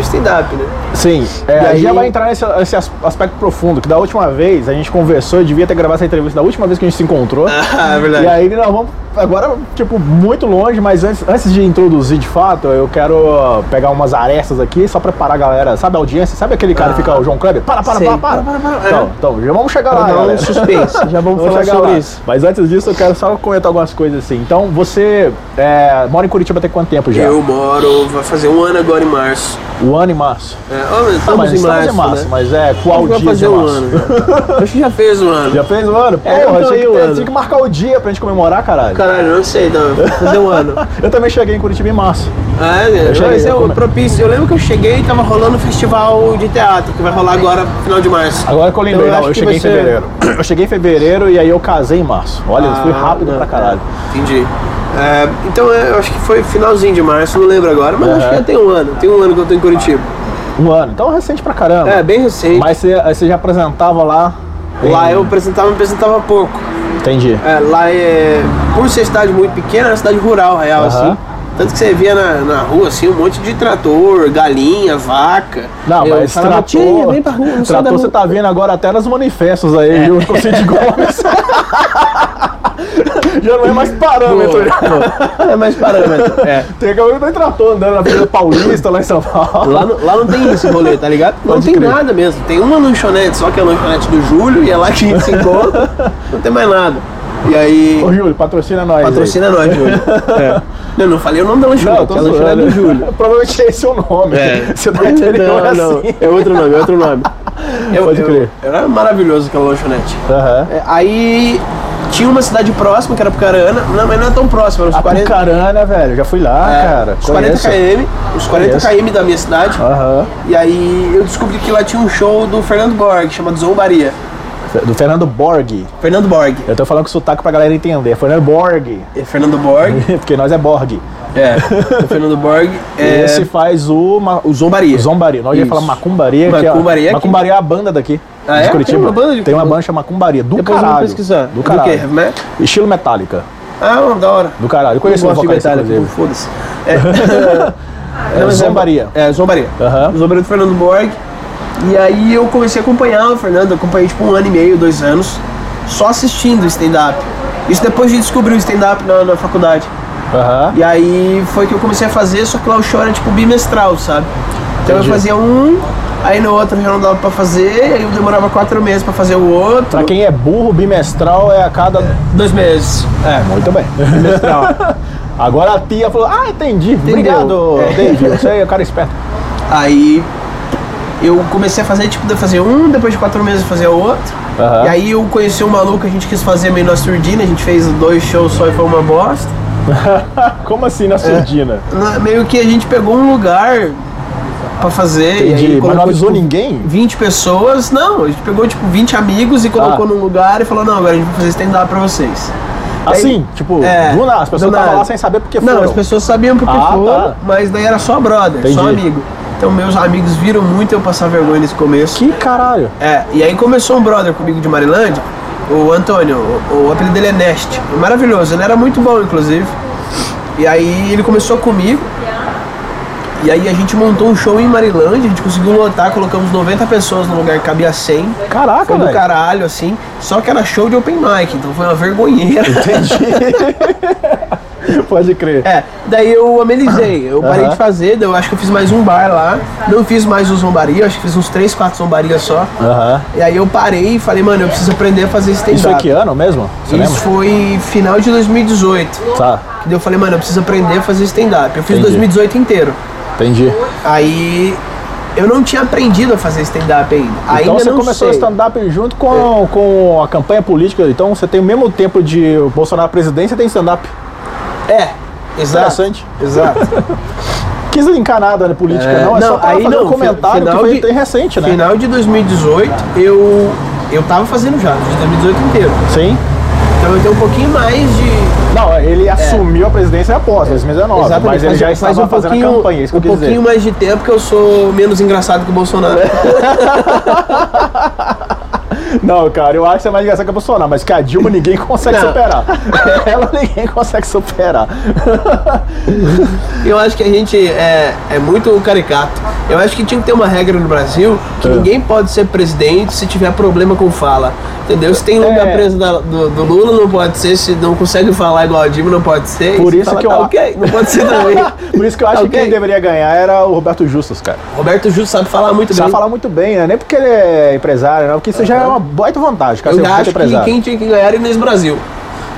Speaker 2: stand-up, né?
Speaker 1: Sim. É,
Speaker 2: E
Speaker 1: a gente
Speaker 2: aí-
Speaker 1: já vai entrar nesse, nesse as- aspecto profundo, que da última vez a gente conversou, eu devia ter gravado essa entrevista da última vez que a gente se encontrou.
Speaker 2: Ah, é verdade.
Speaker 1: E aí nós vamos agora, tipo, muito longe, mas antes, antes de introduzir de fato, eu quero pegar umas arestas aqui só pra parar a galera. Sabe a audiência? Sabe aquele cara que fica o João Kleber? Para, para,
Speaker 2: Ah, Sei.
Speaker 1: para, para,
Speaker 2: Para, É. para, para.
Speaker 1: Então, então, já vamos chegar lá,
Speaker 2: Pra dar um
Speaker 1: galera.
Speaker 2: suspense, já vamos falar
Speaker 1: chegar
Speaker 2: sobre
Speaker 1: lá.
Speaker 2: isso.
Speaker 1: Mas antes disso, eu quero só comentar algumas coisas assim. Então, você é, mora em Curitiba tem quanto tempo já?
Speaker 2: Eu moro, vai fazer um ano agora em março.
Speaker 1: O ano e março.
Speaker 2: É, oh,
Speaker 1: Ah,
Speaker 2: estamos
Speaker 1: mas
Speaker 2: em
Speaker 1: estamos
Speaker 2: março,
Speaker 1: em março,
Speaker 2: né?
Speaker 1: mas é qual
Speaker 2: Vai
Speaker 1: dia
Speaker 2: fazer
Speaker 1: de
Speaker 2: um
Speaker 1: março?
Speaker 2: ano. já. Acho que já fez um ano.
Speaker 1: Já fez o ano? Porra,
Speaker 2: É, então
Speaker 1: tinha,
Speaker 2: aí
Speaker 1: que
Speaker 2: o
Speaker 1: ter-
Speaker 2: ano.
Speaker 1: tinha que marcar o dia pra gente comemorar, caralho.
Speaker 2: Caralho, não sei, não. Vai fazer um ano.
Speaker 1: Eu também cheguei em Curitiba em março.
Speaker 2: Ah, é,
Speaker 1: cheguei,
Speaker 2: mas é
Speaker 1: eu
Speaker 2: o
Speaker 1: come-
Speaker 2: propício. Eu lembro que eu cheguei e tava rolando um festival de teatro, que vai rolar agora, final de março.
Speaker 1: Agora que eu lembrei,
Speaker 2: Então,
Speaker 1: não,
Speaker 2: acho
Speaker 1: eu
Speaker 2: que
Speaker 1: cheguei em
Speaker 2: você-
Speaker 1: fevereiro. Eu cheguei em fevereiro e aí eu casei em março. Olha, eu fui
Speaker 2: Ah,
Speaker 1: rápido
Speaker 2: não.
Speaker 1: pra caralho.
Speaker 2: Entendi. É, então é, eu acho que foi finalzinho de março, não lembro agora, mas acho que
Speaker 1: Aham.
Speaker 2: já tem um ano. Tem um ano que eu tô em Curitiba.
Speaker 1: Um ano, então é recente pra caramba.
Speaker 2: É, bem recente.
Speaker 1: Mas você, você já apresentava lá? em-
Speaker 2: Lá eu apresentava, me apresentava pouco.
Speaker 1: Entendi.
Speaker 2: É, lá é. Por ser cidade muito pequena, é uma cidade rural, real,
Speaker 1: Aham.
Speaker 2: assim. Tanto que você via na, na rua, assim, um monte de trator, galinha, vaca.
Speaker 1: Não,
Speaker 2: Eu
Speaker 1: mas
Speaker 2: falava, "Tia,
Speaker 1: trator,
Speaker 2: vem pra rua, não sai da
Speaker 1: trator
Speaker 2: rua." É.
Speaker 1: você tá vendo agora até nos manifestos aí, junto com o Cid Gomes. já não é mais parâmetro. já.
Speaker 2: Pô, pô. É mais parâmetro. É.
Speaker 1: Tem que eu trator andando na Avenida Paulista, lá em São Paulo.
Speaker 2: Lá, no- lá não tem esse rolê, tá ligado? não
Speaker 1: Pode
Speaker 2: tem
Speaker 1: crer.
Speaker 2: nada mesmo. Tem uma lanchonete, só que é a lanchonete do Júlio e é lá que a gente se encontra. Não tem mais nada. E aí.
Speaker 1: Ô, Júlio, patrocina nós.
Speaker 2: Patrocina nós, Júlio. Não, não falei o nome da lanchonete,
Speaker 1: tô
Speaker 2: a lanchonete é do
Speaker 1: zoando.
Speaker 2: Júlio.
Speaker 1: Provavelmente esse é o nome.
Speaker 2: É.
Speaker 1: Você tá entendendo
Speaker 2: Não, não,
Speaker 1: assim.
Speaker 2: é outro nome, é outro nome. Eu,
Speaker 1: Pode crer.
Speaker 2: Eu, era maravilhoso aquela lanchonete.
Speaker 1: Aham.
Speaker 2: É, Aí tinha uma cidade próxima, que era Pucarana, não, mas não é tão próxima, era uns
Speaker 1: A
Speaker 2: 40
Speaker 1: Pucarana, velho, já fui lá,
Speaker 2: é,
Speaker 1: cara.
Speaker 2: Os 40
Speaker 1: Conheço.
Speaker 2: km, os 40
Speaker 1: Conheço.
Speaker 2: km da minha cidade.
Speaker 1: Aham.
Speaker 2: E aí eu descobri que lá tinha um show do Fernando Borg, chamado Zombaria.
Speaker 1: Do Fernando Borg.
Speaker 2: Fernando Borg.
Speaker 1: Eu tô falando com sotaque pra galera entender. Fernando Borg.
Speaker 2: É Fernando Borg.
Speaker 1: Porque nós é Borg.
Speaker 2: É. o Fernando Borg é
Speaker 1: Esse faz o, ma-
Speaker 2: o Zombaria.
Speaker 1: Zombaria. Nós ia
Speaker 2: Isso.
Speaker 1: falar Macumbaria. que é a-
Speaker 2: Macumbaria é aqui.
Speaker 1: Macumbaria é a banda daqui.
Speaker 2: Ah,
Speaker 1: de
Speaker 2: é?
Speaker 1: Curitiba.
Speaker 2: Tem uma banda de-
Speaker 1: Tem uma banda chamada Macumbaria. Do
Speaker 2: Depois eu vou
Speaker 1: caralho.
Speaker 2: pesquisar.
Speaker 1: Do
Speaker 2: quê?
Speaker 1: caralho.
Speaker 2: Heavy metal?
Speaker 1: Estilo Metallica.
Speaker 2: Ah, da hora.
Speaker 1: Do caralho. Eu conheço
Speaker 2: Eu
Speaker 1: o
Speaker 2: gosto de
Speaker 1: vocalista,
Speaker 2: Metallica,
Speaker 1: inclusive.
Speaker 2: então foda-se. É.
Speaker 1: É,
Speaker 2: Não, mas é-
Speaker 1: Zombaria.
Speaker 2: É, Zombaria.
Speaker 1: Aham.
Speaker 2: Zombaria do Fernando Borg. E aí eu comecei a acompanhar o Fernando, eu acompanhei tipo um ano e meio, dois anos, só assistindo stand-up. Isso depois de descobrir o stand-up na, na faculdade.
Speaker 1: Aham.
Speaker 2: E aí foi que eu comecei a fazer, só que lá o show era tipo bimestral, sabe? Então
Speaker 1: Entendi.
Speaker 2: eu fazia um, aí no outro já não dava pra fazer, aí eu demorava quatro meses pra fazer o outro.
Speaker 1: Pra quem é burro, bimestral é a cada.
Speaker 2: Dois meses. É,
Speaker 1: Muito bem.
Speaker 2: bimestral.
Speaker 1: Agora a tia falou: Ah, entendi. Obrigado,
Speaker 2: É.
Speaker 1: David. Você é o cara esperto.
Speaker 2: Aí eu comecei a fazer, tipo, de fazer um, depois de quatro meses fazer outro.
Speaker 1: Aham.
Speaker 2: E aí eu conheci um maluco, a gente quis fazer meio na surdina, a gente fez dois shows só e foi uma bosta.
Speaker 1: Como assim
Speaker 2: É.
Speaker 1: na surdina?
Speaker 2: Na- Meio que a gente pegou um lugar pra fazer. E aí
Speaker 1: Entendi. Mas não
Speaker 2: colocou,
Speaker 1: avisou
Speaker 2: tipo,
Speaker 1: ninguém?
Speaker 2: 20 pessoas, não, a gente pegou tipo 20 amigos e colocou
Speaker 1: Ah.
Speaker 2: num lugar e falou, não, agora a gente vai fazer stand-up pra vocês.
Speaker 1: Assim, tipo,
Speaker 2: É,
Speaker 1: do nada, as pessoas
Speaker 2: do
Speaker 1: estavam
Speaker 2: nada.
Speaker 1: lá sem saber porque
Speaker 2: Não,
Speaker 1: foram.
Speaker 2: as pessoas sabiam porque
Speaker 1: Ah,
Speaker 2: foram,
Speaker 1: tá.
Speaker 2: mas daí era só brother, só
Speaker 1: Entendi.
Speaker 2: amigo. Então meus amigos viram muito eu passar vergonha nesse começo.
Speaker 1: Que caralho.
Speaker 2: É, e aí começou um brother comigo de Marilândia, o Antônio, o, o apelido dele é Nest. Maravilhoso, ele era muito bom, inclusive. E aí ele começou comigo. E aí a gente montou um show em Marilândia, a gente conseguiu lotar, colocamos 90 pessoas no lugar que cabia 100.
Speaker 1: Caraca,
Speaker 2: Foi do
Speaker 1: velho.
Speaker 2: caralho, assim. Só que era show de open mic, então foi uma vergonheira.
Speaker 1: Pode crer.
Speaker 2: É, daí eu amenizei, eu parei
Speaker 1: Aham.
Speaker 2: de fazer, daí eu acho que eu fiz mais um bar lá. Não fiz mais os zombarias, acho que fiz uns 3, 4 zombarias só.
Speaker 1: Aham.
Speaker 2: E aí eu parei e falei, mano, eu preciso aprender a fazer stand-up.
Speaker 1: Isso foi que ano mesmo? Você
Speaker 2: Isso
Speaker 1: lembra?
Speaker 2: foi final de 2018.
Speaker 1: Tá,
Speaker 2: Que daí eu falei, mano, eu preciso aprender a fazer stand-up. Eu fiz
Speaker 1: Entendi.
Speaker 2: 2018 inteiro.
Speaker 1: entendi.
Speaker 2: Aí eu não tinha aprendido a fazer stand-up ainda. ainda
Speaker 1: então você
Speaker 2: não
Speaker 1: começou o
Speaker 2: sei.
Speaker 1: stand-up junto com, com a campanha política. Então você tem o mesmo tempo de o Bolsonaro presidente, você tem stand-up.
Speaker 2: É, exato.
Speaker 1: Interessante.
Speaker 2: Exato.
Speaker 1: Quis linkar nada na política,
Speaker 2: É,
Speaker 1: não. É só
Speaker 2: não,
Speaker 1: pra
Speaker 2: aí
Speaker 1: fazer
Speaker 2: não,
Speaker 1: um
Speaker 2: fi-
Speaker 1: comentário que
Speaker 2: final
Speaker 1: foi
Speaker 2: de-
Speaker 1: bem recente, né?
Speaker 2: Final de 2018, eu. Eu tava fazendo já, de 2018 inteiro.
Speaker 1: Sim.
Speaker 2: Então eu tenho um pouquinho mais de.
Speaker 1: Não, ele
Speaker 2: É.
Speaker 1: assumiu a presidência após, 2019. Mas ele já estava fazendo a campanha, é isso que eu
Speaker 2: um
Speaker 1: quis
Speaker 2: pouquinho
Speaker 1: dizer.
Speaker 2: mais de tempo que eu sou menos engraçado que o Bolsonaro.
Speaker 1: Não, cara, eu acho que é mais engraçado que o Bolsonaro, mas que a Dilma ninguém consegue
Speaker 2: Não.
Speaker 1: superar. Ela ninguém consegue superar.
Speaker 2: Eu acho que a gente é, é muito caricato. Eu acho que tinha que ter uma regra no Brasil que
Speaker 1: É.
Speaker 2: ninguém pode ser presidente se tiver problema com fala. Entendeu? Se tem lugar
Speaker 1: É.
Speaker 2: preso da- do, do Lula, não pode ser. Se não consegue falar igual a Dilma, não pode ser. E
Speaker 1: Por
Speaker 2: se
Speaker 1: isso
Speaker 2: fala,
Speaker 1: que eu
Speaker 2: "Tá
Speaker 1: a-
Speaker 2: ok, não pode ser também.
Speaker 1: Por isso que eu acho que
Speaker 2: Ok.
Speaker 1: quem deveria ganhar era o Roberto Justus, cara.
Speaker 2: Roberto Justo sabe falar muito
Speaker 1: Você vai
Speaker 2: bem.
Speaker 1: falar muito bem, né? Nem porque ele é empresário, não. Porque isso já é uma baita vantagem, cara.
Speaker 2: eu
Speaker 1: Você
Speaker 2: ainda
Speaker 1: é
Speaker 2: acho que
Speaker 1: empresário.
Speaker 2: quem tinha que ganhar era Inês Brasil.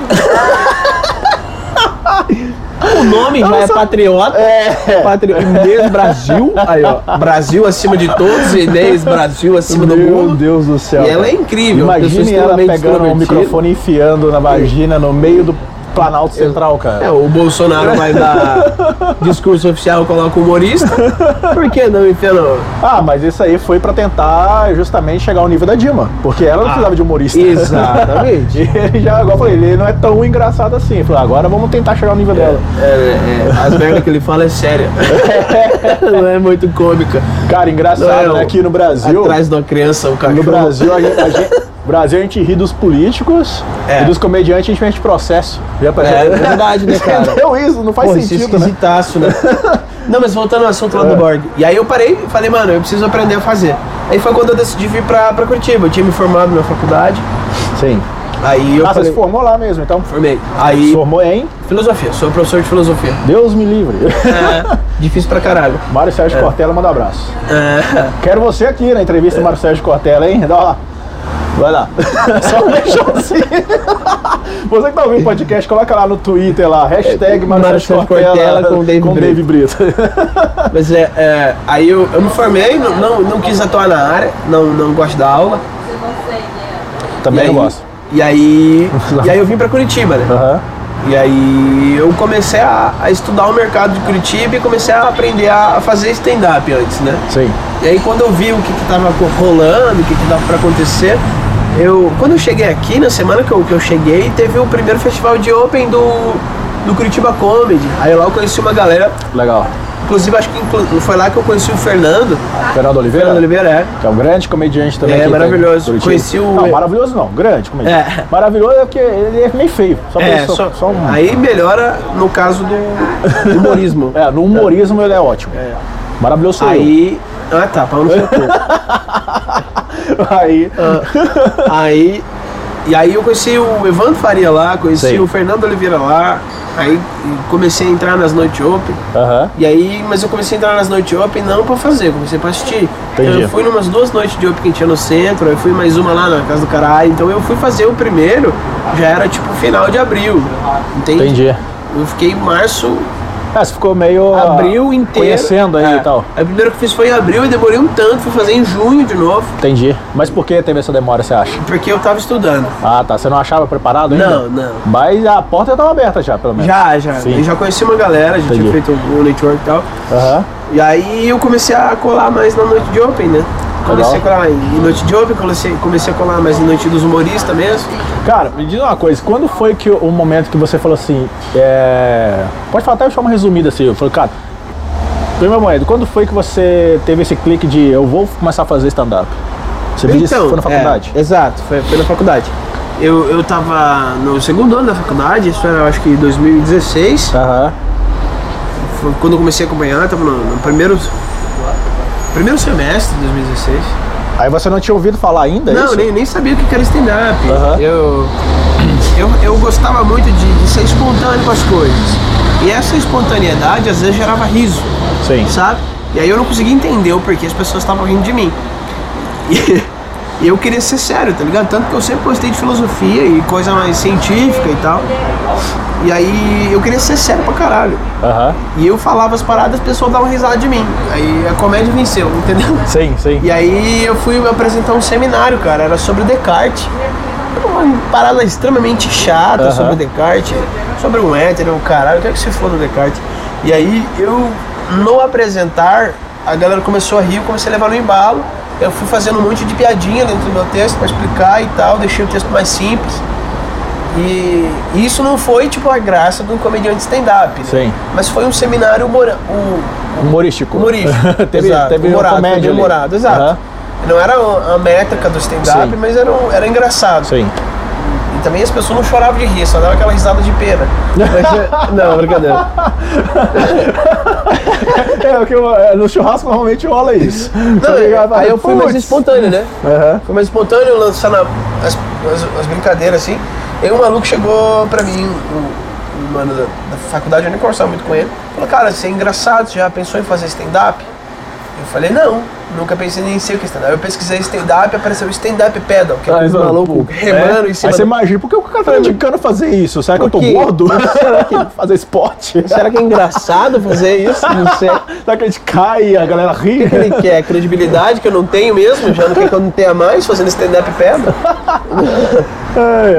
Speaker 2: o nome já é patriota.
Speaker 1: É.
Speaker 2: Patri... Inês Brasil. Aí, ó. Brasil acima de todos, Inês Brasil acima do
Speaker 1: Meu
Speaker 2: mundo.
Speaker 1: Deus do céu.
Speaker 2: E ela é
Speaker 1: cara.
Speaker 2: incrível, uma
Speaker 1: Imagine
Speaker 2: pessoa
Speaker 1: ela
Speaker 2: extremamente
Speaker 1: pegando o
Speaker 2: extrovertida.
Speaker 1: microfone e enfiando na vagina no meio do Planalto Central, cara.
Speaker 2: É, o Bolsonaro vai dar discurso oficial, coloca humorista. Por que não enfia não?
Speaker 1: Ah, mas isso aí foi pra tentar justamente chegar ao nível da Dilma. Porque ela não
Speaker 2: Ah,
Speaker 1: precisava de humorista.
Speaker 2: Exatamente.
Speaker 1: E ele já, igual eu falei, ele não é tão engraçado assim. Ele Falou, agora vamos tentar chegar ao nível dela.
Speaker 2: É, é, as merdas que ele fala é séria. não é muito cômica.
Speaker 1: Cara, engraçado,
Speaker 2: Não,
Speaker 1: né? Aqui no Brasil.
Speaker 2: Atrás de uma criança, o cachorro.
Speaker 1: No Brasil, a gente. a gente- Brasil a gente ri dos políticos
Speaker 2: É.
Speaker 1: e dos comediantes a gente mete processo. Já
Speaker 2: É, é verdade, né, cara?
Speaker 1: Entendeu isso? Não faz
Speaker 2: Pô, isso é
Speaker 1: sentido, né? É.
Speaker 2: esquisitaço, né? Não, mas voltando ao assunto lá do Borg. E aí eu parei e falei, mano, eu preciso aprender a fazer. Aí foi quando eu decidi vir pra, pra Curitiba. Eu tinha me formado na faculdade.
Speaker 1: Sim.
Speaker 2: Aí eu
Speaker 1: né? Ah, você
Speaker 2: falei,
Speaker 1: se formou lá mesmo, então.
Speaker 2: formei. Aí,
Speaker 1: Formou em
Speaker 2: filosofia. Sou professor de filosofia.
Speaker 1: Deus me livre.
Speaker 2: É, difícil pra caralho.
Speaker 1: Mário Sérgio Cortella, manda abraço.
Speaker 2: É,
Speaker 1: Quero você aqui na entrevista do Mário Sérgio Cortella, hein? Dá lá. Vai lá. Só um beijãozinho. Você que tá ouvindo o podcast, coloca lá no Twitter lá, hashtag Mário
Speaker 2: Mário
Speaker 1: Sérgio
Speaker 2: Sérgio Cortella com o David
Speaker 1: com o David Brito.
Speaker 2: Mas é, é, aí eu, eu me formei, não, não, não quis atuar na área, não, não gosto da aula.
Speaker 1: Também
Speaker 2: e
Speaker 1: eu
Speaker 2: aí,
Speaker 1: gosto. Ah.
Speaker 2: E aí, e aí eu vim pra Curitiba, né?
Speaker 1: Aham.
Speaker 2: E aí eu comecei a, a estudar o mercado de Curitiba e comecei a aprender a, a fazer stand-up antes, né?
Speaker 1: Sim.
Speaker 2: E aí quando eu vi o que, que tava co- rolando, o que, que dava pra acontecer, eu. Quando eu cheguei aqui, na semana que eu, que eu cheguei, teve o primeiro festival de Open do, do Curitiba Comedy. Aí lá eu conheci uma galera,
Speaker 1: Legal.
Speaker 2: inclusive acho que inclu- foi lá que eu conheci o Fernando.
Speaker 1: Fernando Oliveira?
Speaker 2: Fernando Oliveira é.
Speaker 1: Que é um grande comediante também.
Speaker 2: É,
Speaker 1: aqui em
Speaker 2: maravilhoso.
Speaker 1: Curitiba.
Speaker 2: Conheci o-
Speaker 1: Não, maravilhoso não, grande comediante.
Speaker 2: É.
Speaker 1: Maravilhoso é porque ele é meio feio. Só,
Speaker 2: É,
Speaker 1: por-
Speaker 2: só,
Speaker 1: um-
Speaker 2: Aí melhora no caso do humorismo.
Speaker 1: É, no humorismo ele é ótimo. Maravilhoso sou
Speaker 2: Aí. Ah tá, pau no seu cu.
Speaker 1: eu. Aí.
Speaker 2: Ah. Aí. E aí eu conheci o Evandro Faria lá, conheci
Speaker 1: Sei.
Speaker 2: o Fernando Oliveira lá, aí comecei a entrar nas Noite Open.
Speaker 1: Aham.
Speaker 2: E aí, mas eu comecei a entrar nas Noite Open não pra fazer, comecei pra assistir. Então
Speaker 1: Entendi.
Speaker 2: eu fui numas duas noites de Open que tinha no centro, aí fui mais uma lá na casa do caralho. Então eu fui fazer o primeiro, já era tipo final de abril. Entende?
Speaker 1: Entendi.
Speaker 2: Eu fiquei em março,
Speaker 1: Ah, você ficou meio. ah,
Speaker 2: abril inteiro.
Speaker 1: Conhecendo aí
Speaker 2: É.
Speaker 1: e tal.
Speaker 2: Aí o primeiro que fiz foi em abril e demorei um tanto, fui fazer em junho de novo,
Speaker 1: Entendi. Mas por que teve essa demora, você acha?
Speaker 2: porque eu tava estudando.
Speaker 1: Ah, tá. Você não achava preparado ainda?
Speaker 2: Não, não.
Speaker 1: Mas a porta já tava aberta já, pelo menos.
Speaker 2: Já, já.
Speaker 1: É. Sim.
Speaker 2: Eu já conheci uma galera, já
Speaker 1: Entendi.
Speaker 2: tinha feito um network e tal.
Speaker 1: Aham.
Speaker 2: E aí eu comecei a colar mais na noite de Open, né? Comecei a colar em noite de Open, comecei, comecei a colar mais na noite dos humoristas mesmo.
Speaker 1: Cara, me diz uma coisa, quando foi que o momento que você falou assim, é... pode falar até de forma resumida assim, eu falei, cara, primeiro momento, quando foi que você teve esse clique de eu vou começar a fazer stand-up? Você me disse que foi na faculdade?
Speaker 2: é, exato, foi, foi na faculdade. Eu, eu tava no segundo ano da faculdade, isso era eu acho que 2016,
Speaker 1: Aham,
Speaker 2: foi quando eu comecei a acompanhar, tava no, no primeiro, primeiro semestre de 2016.
Speaker 1: Aí você não tinha ouvido falar ainda? é
Speaker 2: Não,
Speaker 1: isso?
Speaker 2: nem, nem sabia o que que era stand-up.
Speaker 1: Aham.
Speaker 2: Eu, eu, eu gostava muito de, de ser espontâneo com as coisas. E essa espontaneidade às vezes gerava riso,
Speaker 1: Sim.
Speaker 2: sabe? E aí eu não conseguia entender o porquê as pessoas estavam rindo de mim. E, e eu queria ser sério, tá ligado? Tanto que eu sempre gostei de filosofia e coisa mais científica e tal. E aí eu queria ser sério pra caralho.
Speaker 1: Aham,
Speaker 2: E eu falava as paradas, as pessoas davam risada de mim. Aí a comédia venceu, entendeu?
Speaker 1: sim, sim.
Speaker 2: E aí eu fui apresentar um seminário, cara, era sobre o Descartes. Uma parada extremamente chata
Speaker 1: Aham.
Speaker 2: sobre o Descartes, sobre um hétero, um caralho, o que é que se for do Descartes? E aí eu, no apresentar, a galera começou a rir, eu comecei a levar no embalo. Eu fui fazendo um monte de piadinha dentro do meu texto pra explicar e tal, deixei o texto mais simples. E isso não foi tipo a graça de um comediante stand-up, né?
Speaker 1: Sim.
Speaker 2: mas foi um seminário humora- um-
Speaker 1: Humorístico.
Speaker 2: humorístico.
Speaker 1: teve
Speaker 2: exato.
Speaker 1: teve
Speaker 2: humorado,
Speaker 1: uma comédia
Speaker 2: foi
Speaker 1: ali.
Speaker 2: humorado, exato.
Speaker 1: Aham,
Speaker 2: Não era a métrica do stand-up,
Speaker 1: Sim.
Speaker 2: mas era, um- era engraçado.
Speaker 1: Sim.
Speaker 2: E também as pessoas não choravam de rir, só dava aquela risada de pena. Mas, não, brincadeira.
Speaker 1: É, o que eu- é, no churrasco normalmente rola isso.
Speaker 2: Não, eu- aí eu fui mais
Speaker 1: tá Putz.
Speaker 2: espontâneo, né?
Speaker 1: Aham,
Speaker 2: Foi mais espontâneo lançando a- as, as- as brincadeiras assim. E um maluco chegou pra mim, um, um mano da, da faculdade, eu nem conversava muito com ele. Falou, cara, você é engraçado, você já pensou em fazer stand-up? Eu falei, não, nunca pensei nem em ser o que é stand-up. Eu pesquisei stand-up, apareceu stand-up pedal, que é
Speaker 1: Ah,
Speaker 2: um
Speaker 1: exato.
Speaker 2: maluco remando em
Speaker 1: É?
Speaker 2: cima
Speaker 1: Aí você
Speaker 2: do-
Speaker 1: imagina, por que o cara tá indicando fazer isso? Será que eu tô
Speaker 2: Por quê?
Speaker 1: gordo? Será que fazer esporte?
Speaker 2: Será que é engraçado fazer isso? Não sei.
Speaker 1: Será que a gente cai e a galera ri?
Speaker 2: O que ele quer? Credibilidade que eu não tenho mesmo, já não quer que eu não tenha mais, fazendo stand-up pedra.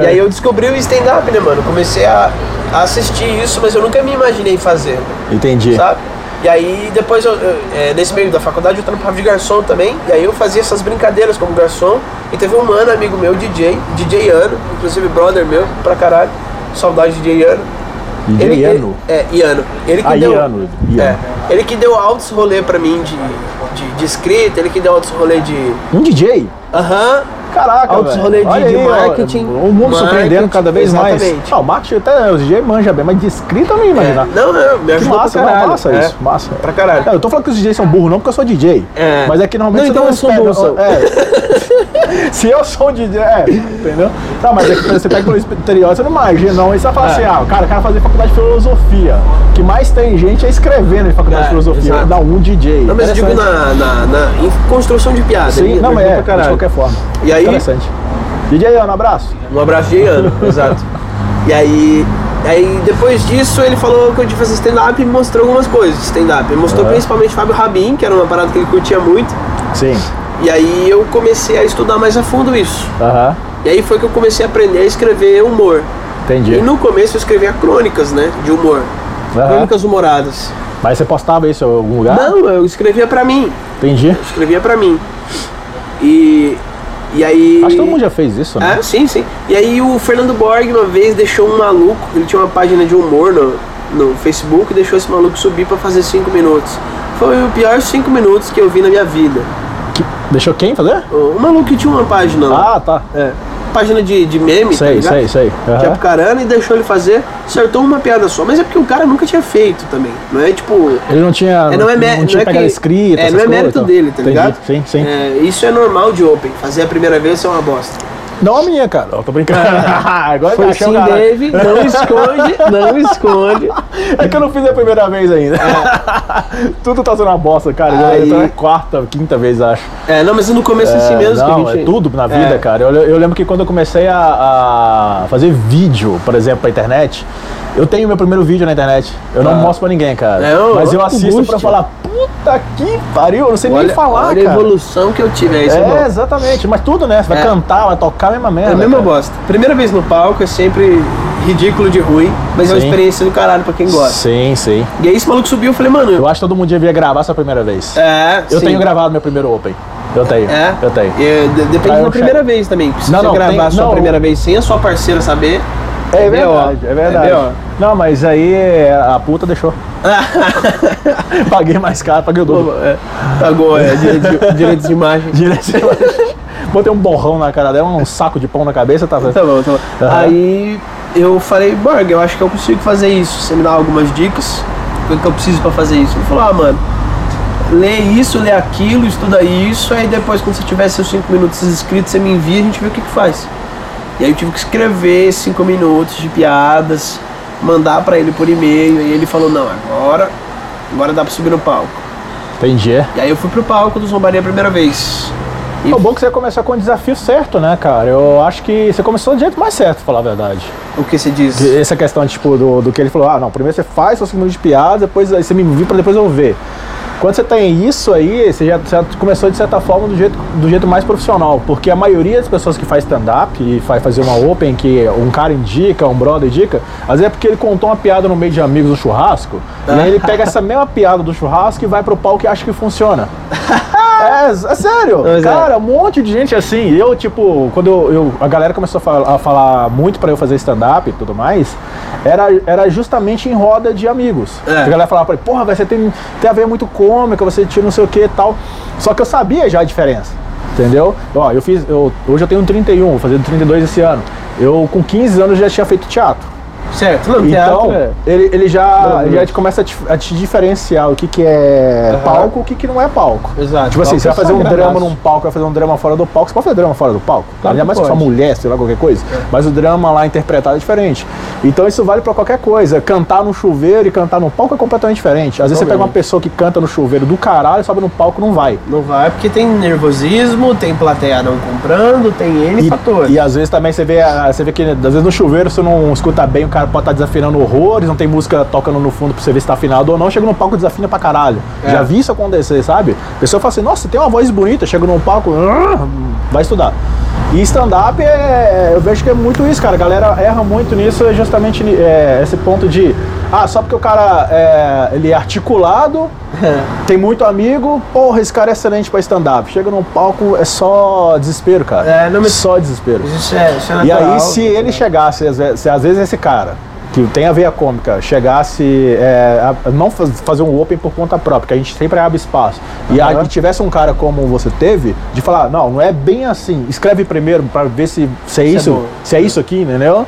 Speaker 2: E aí eu descobri o stand-up, né, mano? Comecei a, a assistir isso, mas eu nunca me imaginei fazer,
Speaker 1: Entendi.
Speaker 2: sabe? E aí depois, eu, eu- é, nesse meio da faculdade, eu trampava de garçom também, e aí eu fazia essas brincadeiras como garçom. E teve um mano, amigo meu, DJ, DJ Ano, inclusive brother meu, pra caralho, saudade de DJ Ano. Ele- ele-
Speaker 1: Iliano.
Speaker 2: é, Iano. Ele que
Speaker 1: Ah,
Speaker 2: deu,
Speaker 1: Iano, Iano.
Speaker 2: É, ele que deu altos rolê pra mim de, de, de escrita, ele que deu altos rolê de...
Speaker 1: Um DJ?
Speaker 2: Aham.
Speaker 1: Caraca,
Speaker 2: Altos
Speaker 1: velho.
Speaker 2: rolê de-
Speaker 1: Olha
Speaker 2: de
Speaker 1: aí, ó,
Speaker 2: marketing.
Speaker 1: O mundo surpreendendo
Speaker 2: Marketing,
Speaker 1: cada vez mais.
Speaker 2: exatamente.
Speaker 1: Ah, o marketing até os DJ manja bem, mas de escrita eu não ia
Speaker 2: É,
Speaker 1: imaginar.
Speaker 2: Não, não, me
Speaker 1: Que
Speaker 2: ajudou
Speaker 1: massa, né?
Speaker 2: pra caralho.
Speaker 1: massa
Speaker 2: é.
Speaker 1: isso, massa.
Speaker 2: Pra caralho.
Speaker 1: É, eu tô falando que os DJs são burros, não porque eu sou DJ.
Speaker 2: É.
Speaker 1: Mas é que normalmente
Speaker 2: Não,
Speaker 1: você
Speaker 2: então eu sou
Speaker 1: é. Se eu sou um DJ, é, entendeu? Tá, mas é que você pega pelo exterior, você não imagina, não. E você vai
Speaker 2: É.
Speaker 1: falar assim, ah, o cara, o cara fazer faculdade de filosofia. O que mais tem gente é escrevendo em faculdade de
Speaker 2: É,
Speaker 1: filosofia.
Speaker 2: exato.
Speaker 1: Dá um DJ.
Speaker 2: Não, mas eu digo
Speaker 1: Interessante.
Speaker 2: na, na, na- em construção de piada.
Speaker 1: Sim,
Speaker 2: ele me
Speaker 1: não, mas
Speaker 2: ajudou
Speaker 1: é,
Speaker 2: pra
Speaker 1: de
Speaker 2: caralho.
Speaker 1: qualquer forma.
Speaker 2: E aí-
Speaker 1: Interessante. DJ Ana, abraço.
Speaker 2: Um abraço de Iano, exato. E aí, aí depois disso ele falou que eu devia fazer stand-up e me mostrou algumas coisas de stand-up. Ele mostrou
Speaker 1: É.
Speaker 2: principalmente Fábio Rabin, que era uma parada que ele curtia muito.
Speaker 1: Sim.
Speaker 2: E aí eu comecei a estudar mais a fundo isso.
Speaker 1: Aham.
Speaker 2: E aí foi que eu comecei a aprender a escrever humor.
Speaker 1: Entendi.
Speaker 2: E no começo eu escrevia crônicas, né? De humor.
Speaker 1: Aham. Ah.
Speaker 2: Crônicas humoradas.
Speaker 1: Mas você postava isso em algum lugar?
Speaker 2: Não, eu escrevia pra mim.
Speaker 1: Entendi.
Speaker 2: Escrevia pra mim. E. E aí.
Speaker 1: Acho que todo mundo já fez isso, né?
Speaker 2: Ah, sim, sim. E aí o Fernando Borg uma vez deixou um maluco, ele tinha uma página de humor no, no Facebook e deixou esse maluco subir pra fazer 5 minutos. Foi o pior 5 minutos que eu vi na minha vida.
Speaker 1: Que- Deixou quem fazer?
Speaker 2: O, o maluco que tinha uma página lá.
Speaker 1: Ah, tá.
Speaker 2: É. Página de, de meme, tá
Speaker 1: Sei,
Speaker 2: ligado?
Speaker 1: sei, sei.
Speaker 2: Tinha
Speaker 1: Aham.
Speaker 2: é pro carana e deixou ele fazer, acertou uma piada só. Mas é porque o cara nunca tinha feito também. Não é tipo.
Speaker 1: Ele não tinha.
Speaker 2: É, não é mé-
Speaker 1: Ah, Não tinha
Speaker 2: não é
Speaker 1: pegado
Speaker 2: que-
Speaker 1: escrita.
Speaker 2: é,
Speaker 1: essas
Speaker 2: não é
Speaker 1: coisas,
Speaker 2: mérito
Speaker 1: então.
Speaker 2: dele, tá
Speaker 1: Entendi.
Speaker 2: ligado?
Speaker 1: Sim, sim.
Speaker 2: é, isso é normal de Open. Fazer a primeira vez é uma bosta.
Speaker 1: Não a minha, cara. Eu tô brincando. Agora
Speaker 2: Foi
Speaker 1: eu
Speaker 2: sim,
Speaker 1: achei o cara.
Speaker 2: Dave. Não esconde, não esconde.
Speaker 1: É que eu não fiz a primeira vez ainda. tudo tá sendo uma bosta, cara. Já-
Speaker 2: É. Aí-
Speaker 1: Então é quarta, quinta vez, acho.
Speaker 2: É, não, mas no começo é assim
Speaker 1: É,
Speaker 2: mesmo
Speaker 1: não,
Speaker 2: que a gente.
Speaker 1: é tudo na vida,
Speaker 2: É.
Speaker 1: cara. Eu, eu lembro que quando eu comecei a, a fazer vídeo, por exemplo, pra internet, eu tenho meu primeiro vídeo na internet. Eu
Speaker 2: Ah.
Speaker 1: não mostro pra ninguém, cara.
Speaker 2: Não,
Speaker 1: Mas eu
Speaker 2: É, que
Speaker 1: assisto
Speaker 2: angústia.
Speaker 1: pra falar, puta que pariu, eu não sei nem
Speaker 2: Olha,
Speaker 1: falar,
Speaker 2: olha a
Speaker 1: cara.
Speaker 2: evolução que eu tive, é isso é
Speaker 1: É,
Speaker 2: bom.
Speaker 1: exatamente. Mas tudo, né? Você vai
Speaker 2: É.
Speaker 1: cantar, vai tocar a mesma merda.
Speaker 2: É a mesma
Speaker 1: cara.
Speaker 2: bosta. Primeira vez no palco é sempre ridículo de ruim, mas é uma
Speaker 1: Sim.
Speaker 2: experiência do caralho pra quem gosta.
Speaker 1: Sim, sim.
Speaker 2: E aí esse maluco subiu, eu falei, mano.
Speaker 1: Eu acho que todo mundo devia gravar essa primeira vez.
Speaker 2: é,
Speaker 1: eu
Speaker 2: sim.
Speaker 1: tenho gravado meu primeiro Open. Eu tenho.
Speaker 2: É?
Speaker 1: Eu tenho.
Speaker 2: É, de-
Speaker 1: Pra
Speaker 2: depende
Speaker 1: eu
Speaker 2: da primeira
Speaker 1: checar.
Speaker 2: vez também. Se
Speaker 1: Não,
Speaker 2: você
Speaker 1: não,
Speaker 2: gravar
Speaker 1: tem-
Speaker 2: a sua
Speaker 1: não,
Speaker 2: primeira vez sem a sua parceira saber.
Speaker 1: É
Speaker 2: B.O.
Speaker 1: verdade, é verdade.
Speaker 2: B.O.
Speaker 1: não, mas aí a puta deixou. paguei mais caro, paguei o dobro.
Speaker 2: É, Pagou, é, dire- di- direitos de imagem.
Speaker 1: Direto. Botei um borrão na cara dela, um saco de pão na cabeça, tá?
Speaker 2: Tá bom, tá bom.
Speaker 1: Aham.
Speaker 2: Aí eu falei, Borg, eu acho que eu consigo fazer isso. Você me dá algumas dicas? O que eu preciso pra fazer isso? Ele falou, ah, mano, lê isso, lê aquilo, estuda isso. Aí depois, quando você tiver seus cinco minutos escritos, você me envia e a gente vê o que, que faz. E aí eu tive que escrever cinco minutos de piadas, mandar pra ele por e-mail. E ele falou, não, agora, agora dá pra subir no palco.
Speaker 1: Entendi. é.
Speaker 2: E aí eu fui pro palco do Zombaria a primeira vez. E
Speaker 1: O bom é que você começou com o desafio certo, né, cara? Eu acho que você começou do jeito mais certo, pra falar a verdade.
Speaker 2: o que você diz?
Speaker 1: Que Essa questão, tipo, do, do que ele falou, ah, não, primeiro você faz seus minutos de piada, depois aí você me viu pra depois eu ver. Quando você tem isso aí, você já, já começou de certa forma do jeito, do jeito mais profissional, porque a maioria das pessoas que faz stand-up e faz fazer uma open que um cara indica, um brother indica, às vezes é porque ele contou uma piada no meio de amigos no churrasco, e aí ele pega essa mesma piada do churrasco e vai pro palco e acha que funciona. É, é sério.
Speaker 2: Pois é.
Speaker 1: cara, um monte de gente assim. Eu, tipo, quando eu, eu- a galera começou a, fal- a falar muito pra eu fazer stand-up e tudo mais, era, era justamente em roda de amigos.
Speaker 2: É.
Speaker 1: A galera falava pra mim, porra, velho, você tem, tem a ver muito cômica, você tira não sei o que e tal. Só que eu sabia já a diferença. Entendeu? Ó, eu fiz. eu- hoje eu tenho 31, vou fazer 32 esse ano. Eu, com 15 anos, já tinha feito teatro.
Speaker 2: Certo, não,
Speaker 1: Então,
Speaker 2: teatro é-
Speaker 1: ele, ele já,
Speaker 2: Uhum.
Speaker 1: já te começa a te, a te diferenciar o que, que é palco e o que, que não é palco.
Speaker 2: Exato.
Speaker 1: Tipo assim,
Speaker 2: Palco
Speaker 1: você vai
Speaker 2: é
Speaker 1: fazer um
Speaker 2: sagradaço.
Speaker 1: drama num palco, vai fazer um drama fora do palco, você pode fazer drama fora do palco.
Speaker 2: Claro
Speaker 1: Ainda
Speaker 2: que
Speaker 1: mais se for
Speaker 2: pode. É.
Speaker 1: mulher, sei lá, qualquer coisa. Mas o drama lá interpretado é diferente. Então isso vale pra qualquer coisa. Cantar no chuveiro e cantar no palco é completamente diferente. Às vezes você pega uma pessoa que canta no chuveiro do caralho, sobe no palco não vai.
Speaker 2: Não vai porque tem nervosismo, tem plateia não comprando, tem N fatores.
Speaker 1: E, e às vezes também você vê, a- você vê que às vezes no chuveiro você não escuta bem, o cara pode estar desafinando horrores, não tem música tocando no fundo pra você ver se tá afinado ou não, chega no palco e desafina pra caralho.
Speaker 2: É.
Speaker 1: Já vi isso acontecer, sabe? A pessoa fala assim, nossa, tem uma voz bonita, chega num palco, "Ah", vai estudar. E stand-up, é, eu vejo que é muito isso, cara. A galera erra muito nisso, é justamente ni- é, esse ponto de, ah, só porque o cara é, ele é articulado, tem muito amigo, porra, esse cara é excelente pra stand-up. Chega num palco, é só desespero, cara.
Speaker 2: É, não, mas-
Speaker 1: Só desespero.
Speaker 2: Mas Isso é, isso é
Speaker 1: E
Speaker 2: natural.
Speaker 1: aí, se ele chegasse, às vezes- se às vezes esse cara, que tem a veia cômica, chegasse é, a não faz- fazer um open por conta própria, que a gente sempre abre espaço, e aí tivesse um cara como você teve, de falar, não, não é bem assim, escreve primeiro pra ver se, se é
Speaker 2: é
Speaker 1: isso,
Speaker 2: bom.
Speaker 1: se é isso aqui, entendeu?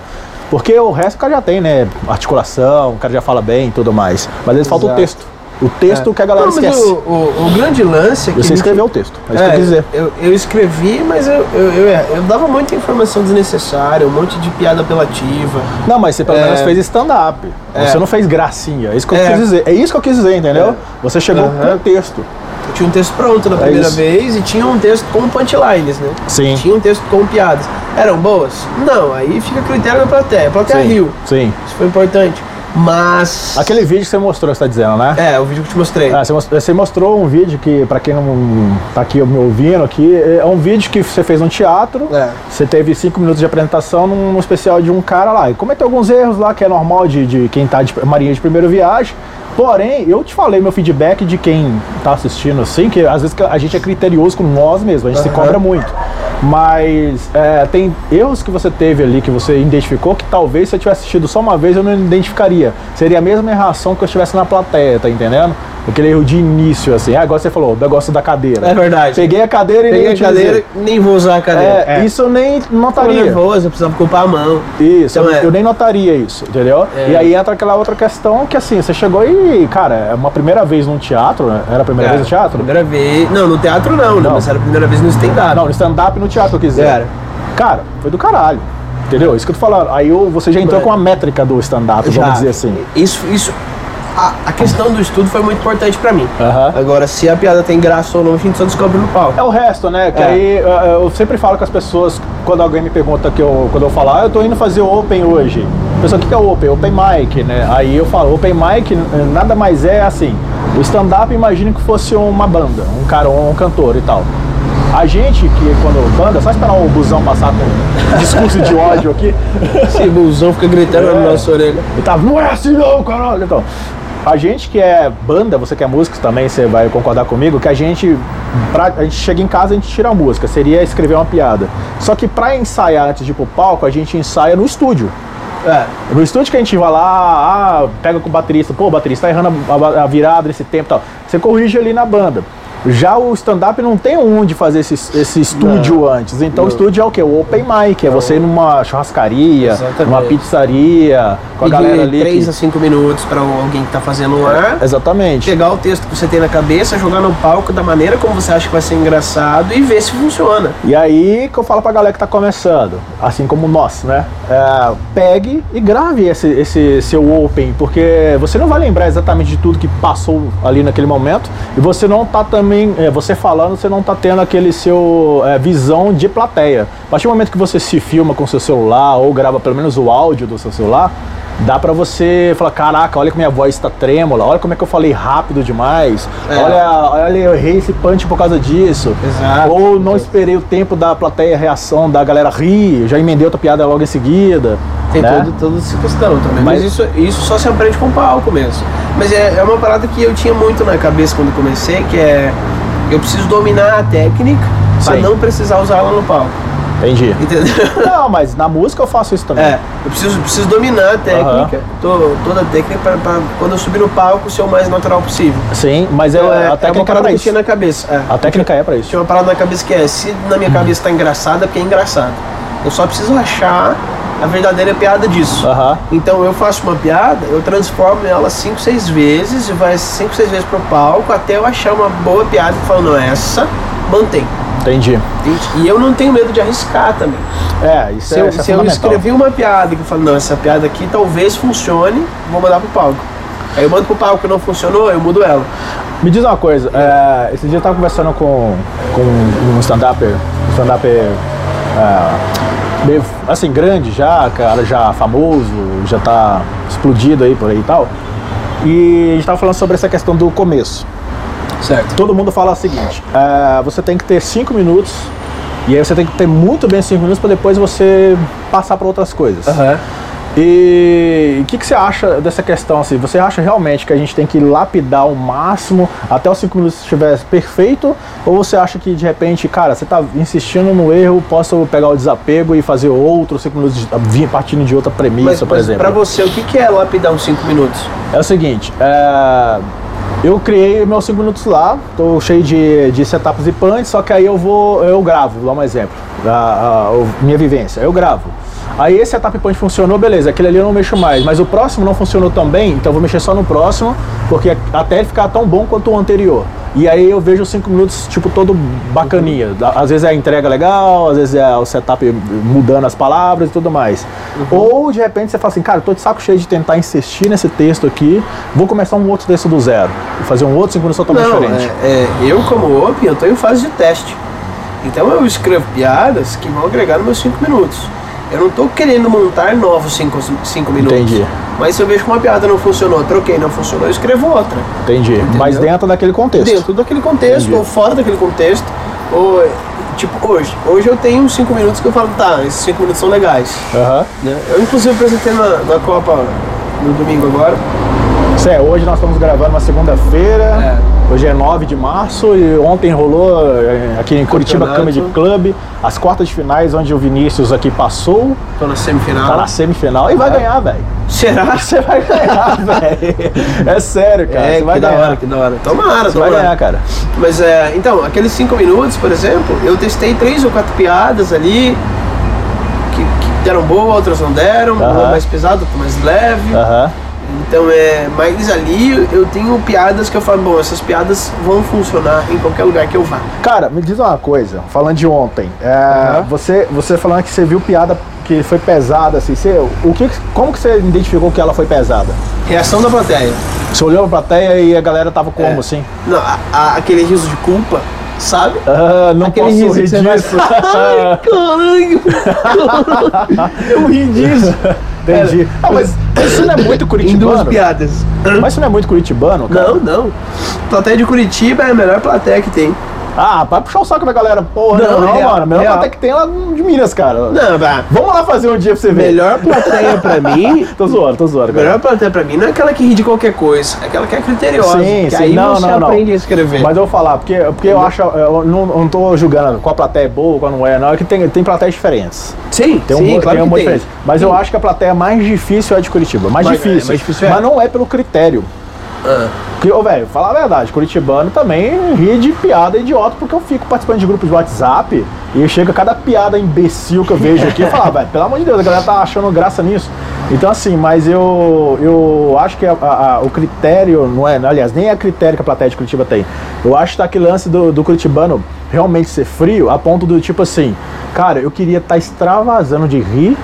Speaker 1: Porque o resto o cara já tem, né? Articulação, o cara já fala bem e tudo mais. Mas eles falta o
Speaker 2: Exato. É.
Speaker 1: texto. O texto que a galera
Speaker 2: Não, mas
Speaker 1: esquece.
Speaker 2: o, o, o grande lance é que.
Speaker 1: Você
Speaker 2: a gente-
Speaker 1: escreveu o texto, é isso que eu
Speaker 2: É,
Speaker 1: quis dizer.
Speaker 2: eu, eu escrevi, mas eu, eu, eu, eu dava muita informação desnecessária, um monte de piada apelativa.
Speaker 1: Não, mas você pelo
Speaker 2: É.
Speaker 1: menos fez stand-up.
Speaker 2: É.
Speaker 1: Você não fez gracinha. É isso que eu
Speaker 2: É.
Speaker 1: quis dizer. É isso que eu quis dizer, entendeu?
Speaker 2: É.
Speaker 1: Você chegou
Speaker 2: Aham.
Speaker 1: com o texto.
Speaker 2: Eu tinha um texto pronto na primeira
Speaker 1: É isso.
Speaker 2: vez e tinha um texto com punchlines, né?
Speaker 1: Sim.
Speaker 2: Tinha um texto com piadas. Eram boas? Não, aí fica a critério da plateia. A plateia
Speaker 1: sim,
Speaker 2: riu,
Speaker 1: Sim.
Speaker 2: isso foi importante. Mas.
Speaker 1: Aquele vídeo que você mostrou, que você tá dizendo, né?
Speaker 2: É, o vídeo que eu te mostrei.
Speaker 1: Ah, você mos- você mostrou um vídeo que, pra quem não tá aqui me ouvindo aqui, é um vídeo que você fez no teatro,
Speaker 2: É.
Speaker 1: você teve cinco minutos de apresentação num especial de um cara lá, e cometeu alguns erros lá, que é normal de, de quem tá de marinha de primeira viagem, porém, eu te falei meu feedback de quem tá assistindo assim, que às vezes a gente é criterioso com nós mesmos, a gente se
Speaker 2: Aham.
Speaker 1: cobra muito, mas é, tem erros que você teve ali, que você identificou, que talvez se eu tivesse assistido só uma vez eu não identificaria, seria a mesma erração que eu estivesse na plateia, tá entendendo? Aquele erro de início, assim. Ah, agora você falou, o negócio da cadeira.
Speaker 2: É verdade.
Speaker 1: Peguei a cadeira e
Speaker 2: Peguei
Speaker 1: nem
Speaker 2: a
Speaker 1: utilizei.
Speaker 2: cadeira, nem vou usar a cadeira.
Speaker 1: É, Isso eu nem
Speaker 2: Tava
Speaker 1: notaria.
Speaker 2: nervoso, eu precisava culpar a mão.
Speaker 1: Isso,
Speaker 2: Então,
Speaker 1: eu-
Speaker 2: é.
Speaker 1: eu nem notaria isso, entendeu?
Speaker 2: É.
Speaker 1: E aí entra aquela outra questão que assim, você chegou e, cara, é uma primeira vez num teatro, né? Era a primeira
Speaker 2: Cara,
Speaker 1: vez no teatro?
Speaker 2: É, Primeira vez. Não, no teatro não, né?
Speaker 1: Não.
Speaker 2: Mas era a primeira vez no stand-up.
Speaker 1: Não, no stand-up e no teatro eu quiser.
Speaker 2: Era.
Speaker 1: Cara, foi do caralho. Entendeu? Isso que eu tô falando. Aí eu- você já entrou com
Speaker 2: Mano.
Speaker 1: a métrica do stand-up,
Speaker 2: Já.
Speaker 1: vamos dizer assim.
Speaker 2: Isso, isso. A, a questão do estudo foi muito importante pra mim.
Speaker 1: Aham.
Speaker 2: Agora, se a piada tem graça ou não, a gente só descobre no palco.
Speaker 1: É o resto, né? Que
Speaker 2: É.
Speaker 1: aí eu, eu sempre falo com as pessoas, quando alguém me pergunta que eu, quando eu falar, ah, eu tô indo fazer open hoje. Pessoal, o que que é open? Open mic, né? Aí eu falo, open mic eh, nada mais é assim. O stand-up imagina que fosse uma banda, um cara, um cantor e tal. A gente que quando banda, só esperar o busão passar com um discurso de ódio aqui.
Speaker 2: Esse busão fica gritando
Speaker 1: É.
Speaker 2: na nossa orelha.
Speaker 1: E tava, não é assim não, caralho. Então, a gente que é banda, você que é músico também, você vai concordar comigo, que a gente, pra- a gente chega em casa a gente tira a música, seria escrever uma piada. Só que pra ensaiar antes de ir pro palco, a gente ensaia no estúdio.
Speaker 2: É.
Speaker 1: No estúdio que a gente vai lá, ah, pega com o baterista, pô, o baterista tá errando a, a- a virada nesse tempo e tal. Você corrige ali na banda. Já o stand-up não tem onde fazer esse, esse estúdio antes. Então o estúdio é o quê? O open mic. É você ir numa churrascaria,
Speaker 2: Exatamente.
Speaker 1: numa pizzaria, com a galera ali.
Speaker 2: De 3
Speaker 1: que- É.
Speaker 2: a 5 minutos pra alguém que tá fazendo o ar.
Speaker 1: Exatamente.
Speaker 2: Pegar o texto que você tem na cabeça, jogar no palco da maneira como você acha que vai ser engraçado e ver se funciona.
Speaker 1: E aí que eu falo pra galera que tá começando, assim como nós, né? É, pegue e grave esse, esse seu open, porque você não vai lembrar exatamente de tudo que passou ali naquele momento e você não tá também, é, você falando, você não tá tendo aquele seu é, visão de plateia. A partir do momento que você se filma com seu celular ou grava pelo menos o áudio do seu celular, Dá pra você falar, caraca, olha como minha voz tá trêmula, olha como é que eu falei rápido demais,
Speaker 2: É.
Speaker 1: olha, olha, eu errei esse punch por causa disso.
Speaker 2: Exato.
Speaker 1: Ou não esperei o tempo da plateia reação da galera rir, já emendei outra piada logo em seguida.
Speaker 2: Tem
Speaker 1: né?
Speaker 2: todo, toda essa questão também.
Speaker 1: Mas-
Speaker 2: Mas, isso, isso só se aprende com palco mesmo. Mas é, é uma parada que eu tinha muito na cabeça quando comecei, que é eu preciso dominar a técnica pra
Speaker 1: Sim.
Speaker 2: não precisar usá-la no palco.
Speaker 1: Entendi.
Speaker 2: Entendeu?
Speaker 1: não, mas na música eu faço isso também.
Speaker 2: É, eu preciso, preciso dominar a técnica, to- toda a técnica, pra, pra quando eu subir no palco ser o mais natural possível.
Speaker 1: Sim, mas é,
Speaker 2: Então,
Speaker 1: a
Speaker 2: é uma
Speaker 1: técnica é,
Speaker 2: parada
Speaker 1: pra
Speaker 2: que eu tinha
Speaker 1: isso.
Speaker 2: na cabeça. é.
Speaker 1: A técnica é pra isso.
Speaker 2: Tinha uma parada na cabeça que é, se na
Speaker 1: Uhum.
Speaker 2: minha cabeça tá engraçada, é porque é engraçado. Eu só preciso achar a verdadeira piada disso.
Speaker 1: Aham.
Speaker 2: Então eu faço uma piada, eu transformo ela 5, 6 vezes e vai 5, 6 vezes pro palco até eu achar uma boa piada que fala, não, essa mantém.
Speaker 1: Entendi.
Speaker 2: entende? E eu não tenho medo de arriscar também.
Speaker 1: É, isso
Speaker 2: Se
Speaker 1: é,
Speaker 2: eu,
Speaker 1: isso é
Speaker 2: se eu
Speaker 1: fundamental.
Speaker 2: escrevi uma piada que eu falo, não, essa piada aqui talvez funcione, vou mandar pro palco. Aí eu mando pro palco que não funcionou, eu mudo ela.
Speaker 1: Me diz uma coisa, é, esse dia eu tava conversando com, com um stand-up, stand-up é, meio, assim, grande já, cara já famoso, já tá explodido aí por aí e tal. E a gente tava falando sobre essa questão do começo.
Speaker 2: Certo.
Speaker 1: Todo mundo fala o seguinte, é, você tem que ter cinco minutos, e aí você tem que ter muito bem cinco minutos para depois você passar para outras coisas. E o que, que você acha dessa questão? Assim? Você acha realmente que a gente tem que lapidar o máximo até os 5 minutos estiver perfeito? Ou você acha que de repente, cara, você tá insistindo no erro, posso pegar o desapego e fazer outros 5 minutos de- vir partindo de outra premissa,
Speaker 2: Mas,
Speaker 1: por
Speaker 2: mas
Speaker 1: exemplo?
Speaker 2: pra você, o que, que é lapidar uns 5 minutos?
Speaker 1: É o seguinte, é, eu criei meus 5 minutos lá, tô cheio de, de setups e punch, só que aí eu vou, eu gravo, vou dar um exemplo, a, a- o- minha vivência, eu gravo. Aí esse setup e punch funcionou, beleza, aquele ali eu não mexo mais, mas o próximo não funcionou tão bem, então eu vou mexer só no próximo, porque até ele ficar tão bom quanto o anterior. E aí eu vejo os cinco minutos, tipo, todo bacaninha. Às vezes é a entrega legal, às vezes é o setup mudando as palavras e tudo mais.
Speaker 2: Uhum.
Speaker 1: Ou, de repente, você fala assim, cara, eu tô de saco cheio de tentar insistir nesse texto aqui, vou começar um outro texto do zero. E fazer um outro cinco minutos totalmente
Speaker 2: Não,
Speaker 1: diferente.
Speaker 2: é- é, eu como OP, eu estou em fase de teste. Então eu escrevo piadas que vão agregar nos meus 5 minutos. Eu não estou querendo montar novos 5 minutos.
Speaker 1: Entendi.
Speaker 2: Mas se eu vejo que uma piada não funcionou, troquei, não funcionou, eu escrevo outra.
Speaker 1: Entendi. Mas dentro daquele contexto.
Speaker 2: é. Dentro daquele contexto,
Speaker 1: Entendi.
Speaker 2: ou fora daquele contexto. Ou, tipo, hoje. Hoje eu tenho 5 minutos que eu falo, tá, esses 5 minutos são legais.
Speaker 1: Aham.
Speaker 2: né? Eu inclusive apresentei na, na Copa no domingo agora.
Speaker 1: Isso é, hoje nós estamos gravando uma segunda-feira. Hoje é 9 de março e ontem rolou eh, aqui em Curitiba Comedy
Speaker 2: Campeonato.
Speaker 1: Club as quartas de finais onde o Vinícius aqui passou,
Speaker 2: Tô na semifinal.
Speaker 1: tá na semifinal e vai ganhar, velho.
Speaker 2: Será?
Speaker 1: Você vai ganhar, velho. É sério, cara. Você vai
Speaker 2: que da
Speaker 1: ganhar.
Speaker 2: hora, que da hora. Tomara,
Speaker 1: Você vai
Speaker 2: tomara.
Speaker 1: ganhar, cara.
Speaker 2: Mas é, então, aqueles cinco minutos, por exemplo, eu testei três ou quatro piadas ali, que, que deram boa, outras não deram,
Speaker 1: Aham. Ah.
Speaker 2: uma mais pesada, outra mais leve.
Speaker 1: Aham.
Speaker 2: Então é, mas ali eu tenho piadas que eu falo, bom, essas piadas vão funcionar em qualquer lugar que eu vá.
Speaker 1: Cara, me diz uma coisa, falando de ontem. é,
Speaker 2: Aham.
Speaker 1: você, você falando que você viu piada que foi pesada, assim, você, o que, como que você identificou que ela foi pesada?
Speaker 2: Reação da plateia.
Speaker 1: Você olhou pra plateia e a galera tava como,
Speaker 2: É.
Speaker 1: assim?
Speaker 2: Não, a- a- aquele riso de culpa, sabe?
Speaker 1: Ah, não
Speaker 2: Aquele
Speaker 1: posso
Speaker 2: riso
Speaker 1: rir
Speaker 2: que você vai-
Speaker 1: disso.
Speaker 2: Ai, caralho!
Speaker 1: Eu ri disso. Entendi. Ah, mas isso não é muito
Speaker 2: Em duas
Speaker 1: curitibano?
Speaker 2: piadas.
Speaker 1: Mas isso não é muito curitibano, cara?
Speaker 2: Não, não. Plateia de Curitiba é a melhor plateia que tem.
Speaker 1: Ah, vai puxar o saco da galera. Porra, não,
Speaker 2: Não,
Speaker 1: não,
Speaker 2: real,
Speaker 1: mano. Melhor
Speaker 2: real.
Speaker 1: até que tem lá de Minas, cara.
Speaker 2: Não, vá.
Speaker 1: Vamos lá fazer um dia pra você ver.
Speaker 2: Melhor plateia pra mim.
Speaker 1: Tô zoando, tô zoando,
Speaker 2: A
Speaker 1: cara.
Speaker 2: melhor plateia pra mim não é aquela que ri de qualquer coisa, é aquela que é criteriosa.
Speaker 1: Sim,
Speaker 2: que
Speaker 1: sim.
Speaker 2: aí
Speaker 1: Não,
Speaker 2: você
Speaker 1: não, não.
Speaker 2: aprende a escrever.
Speaker 1: Mas eu vou falar, porque, porque eu acho. Eu não, eu não tô julgando qual plateia é boa, qual não é, não. É que tem, tem plateias diferentes.
Speaker 2: sim,
Speaker 1: Tem um,
Speaker 2: sim,
Speaker 1: mo-
Speaker 2: claro
Speaker 1: tem um
Speaker 2: que
Speaker 1: monte
Speaker 2: tem.
Speaker 1: diferente. Mas eu acho que a plateia mais difícil é a de Curitiba. Mais
Speaker 2: Mas-
Speaker 1: difícil.
Speaker 2: é, mais difícil é.
Speaker 1: Mas não é pelo critério.
Speaker 2: Ah,
Speaker 1: Porque, ô, velho, falar a verdade, curitibano também ri de piada idiota, porque eu fico participando de grupos de WhatsApp e chega cada piada imbecil que eu vejo aqui e falo, "Ah, velho, pelo amor de Deus, a galera tá achando graça nisso. Então, assim, mas eu, eu acho que a- a- a- o critério, não é, aliás, nem é critério que a plateia de Curitiba tem. Eu acho que tá aquele lance do, do curitibano realmente ser frio a ponto do tipo assim, cara, eu queria estar extravasando de rir.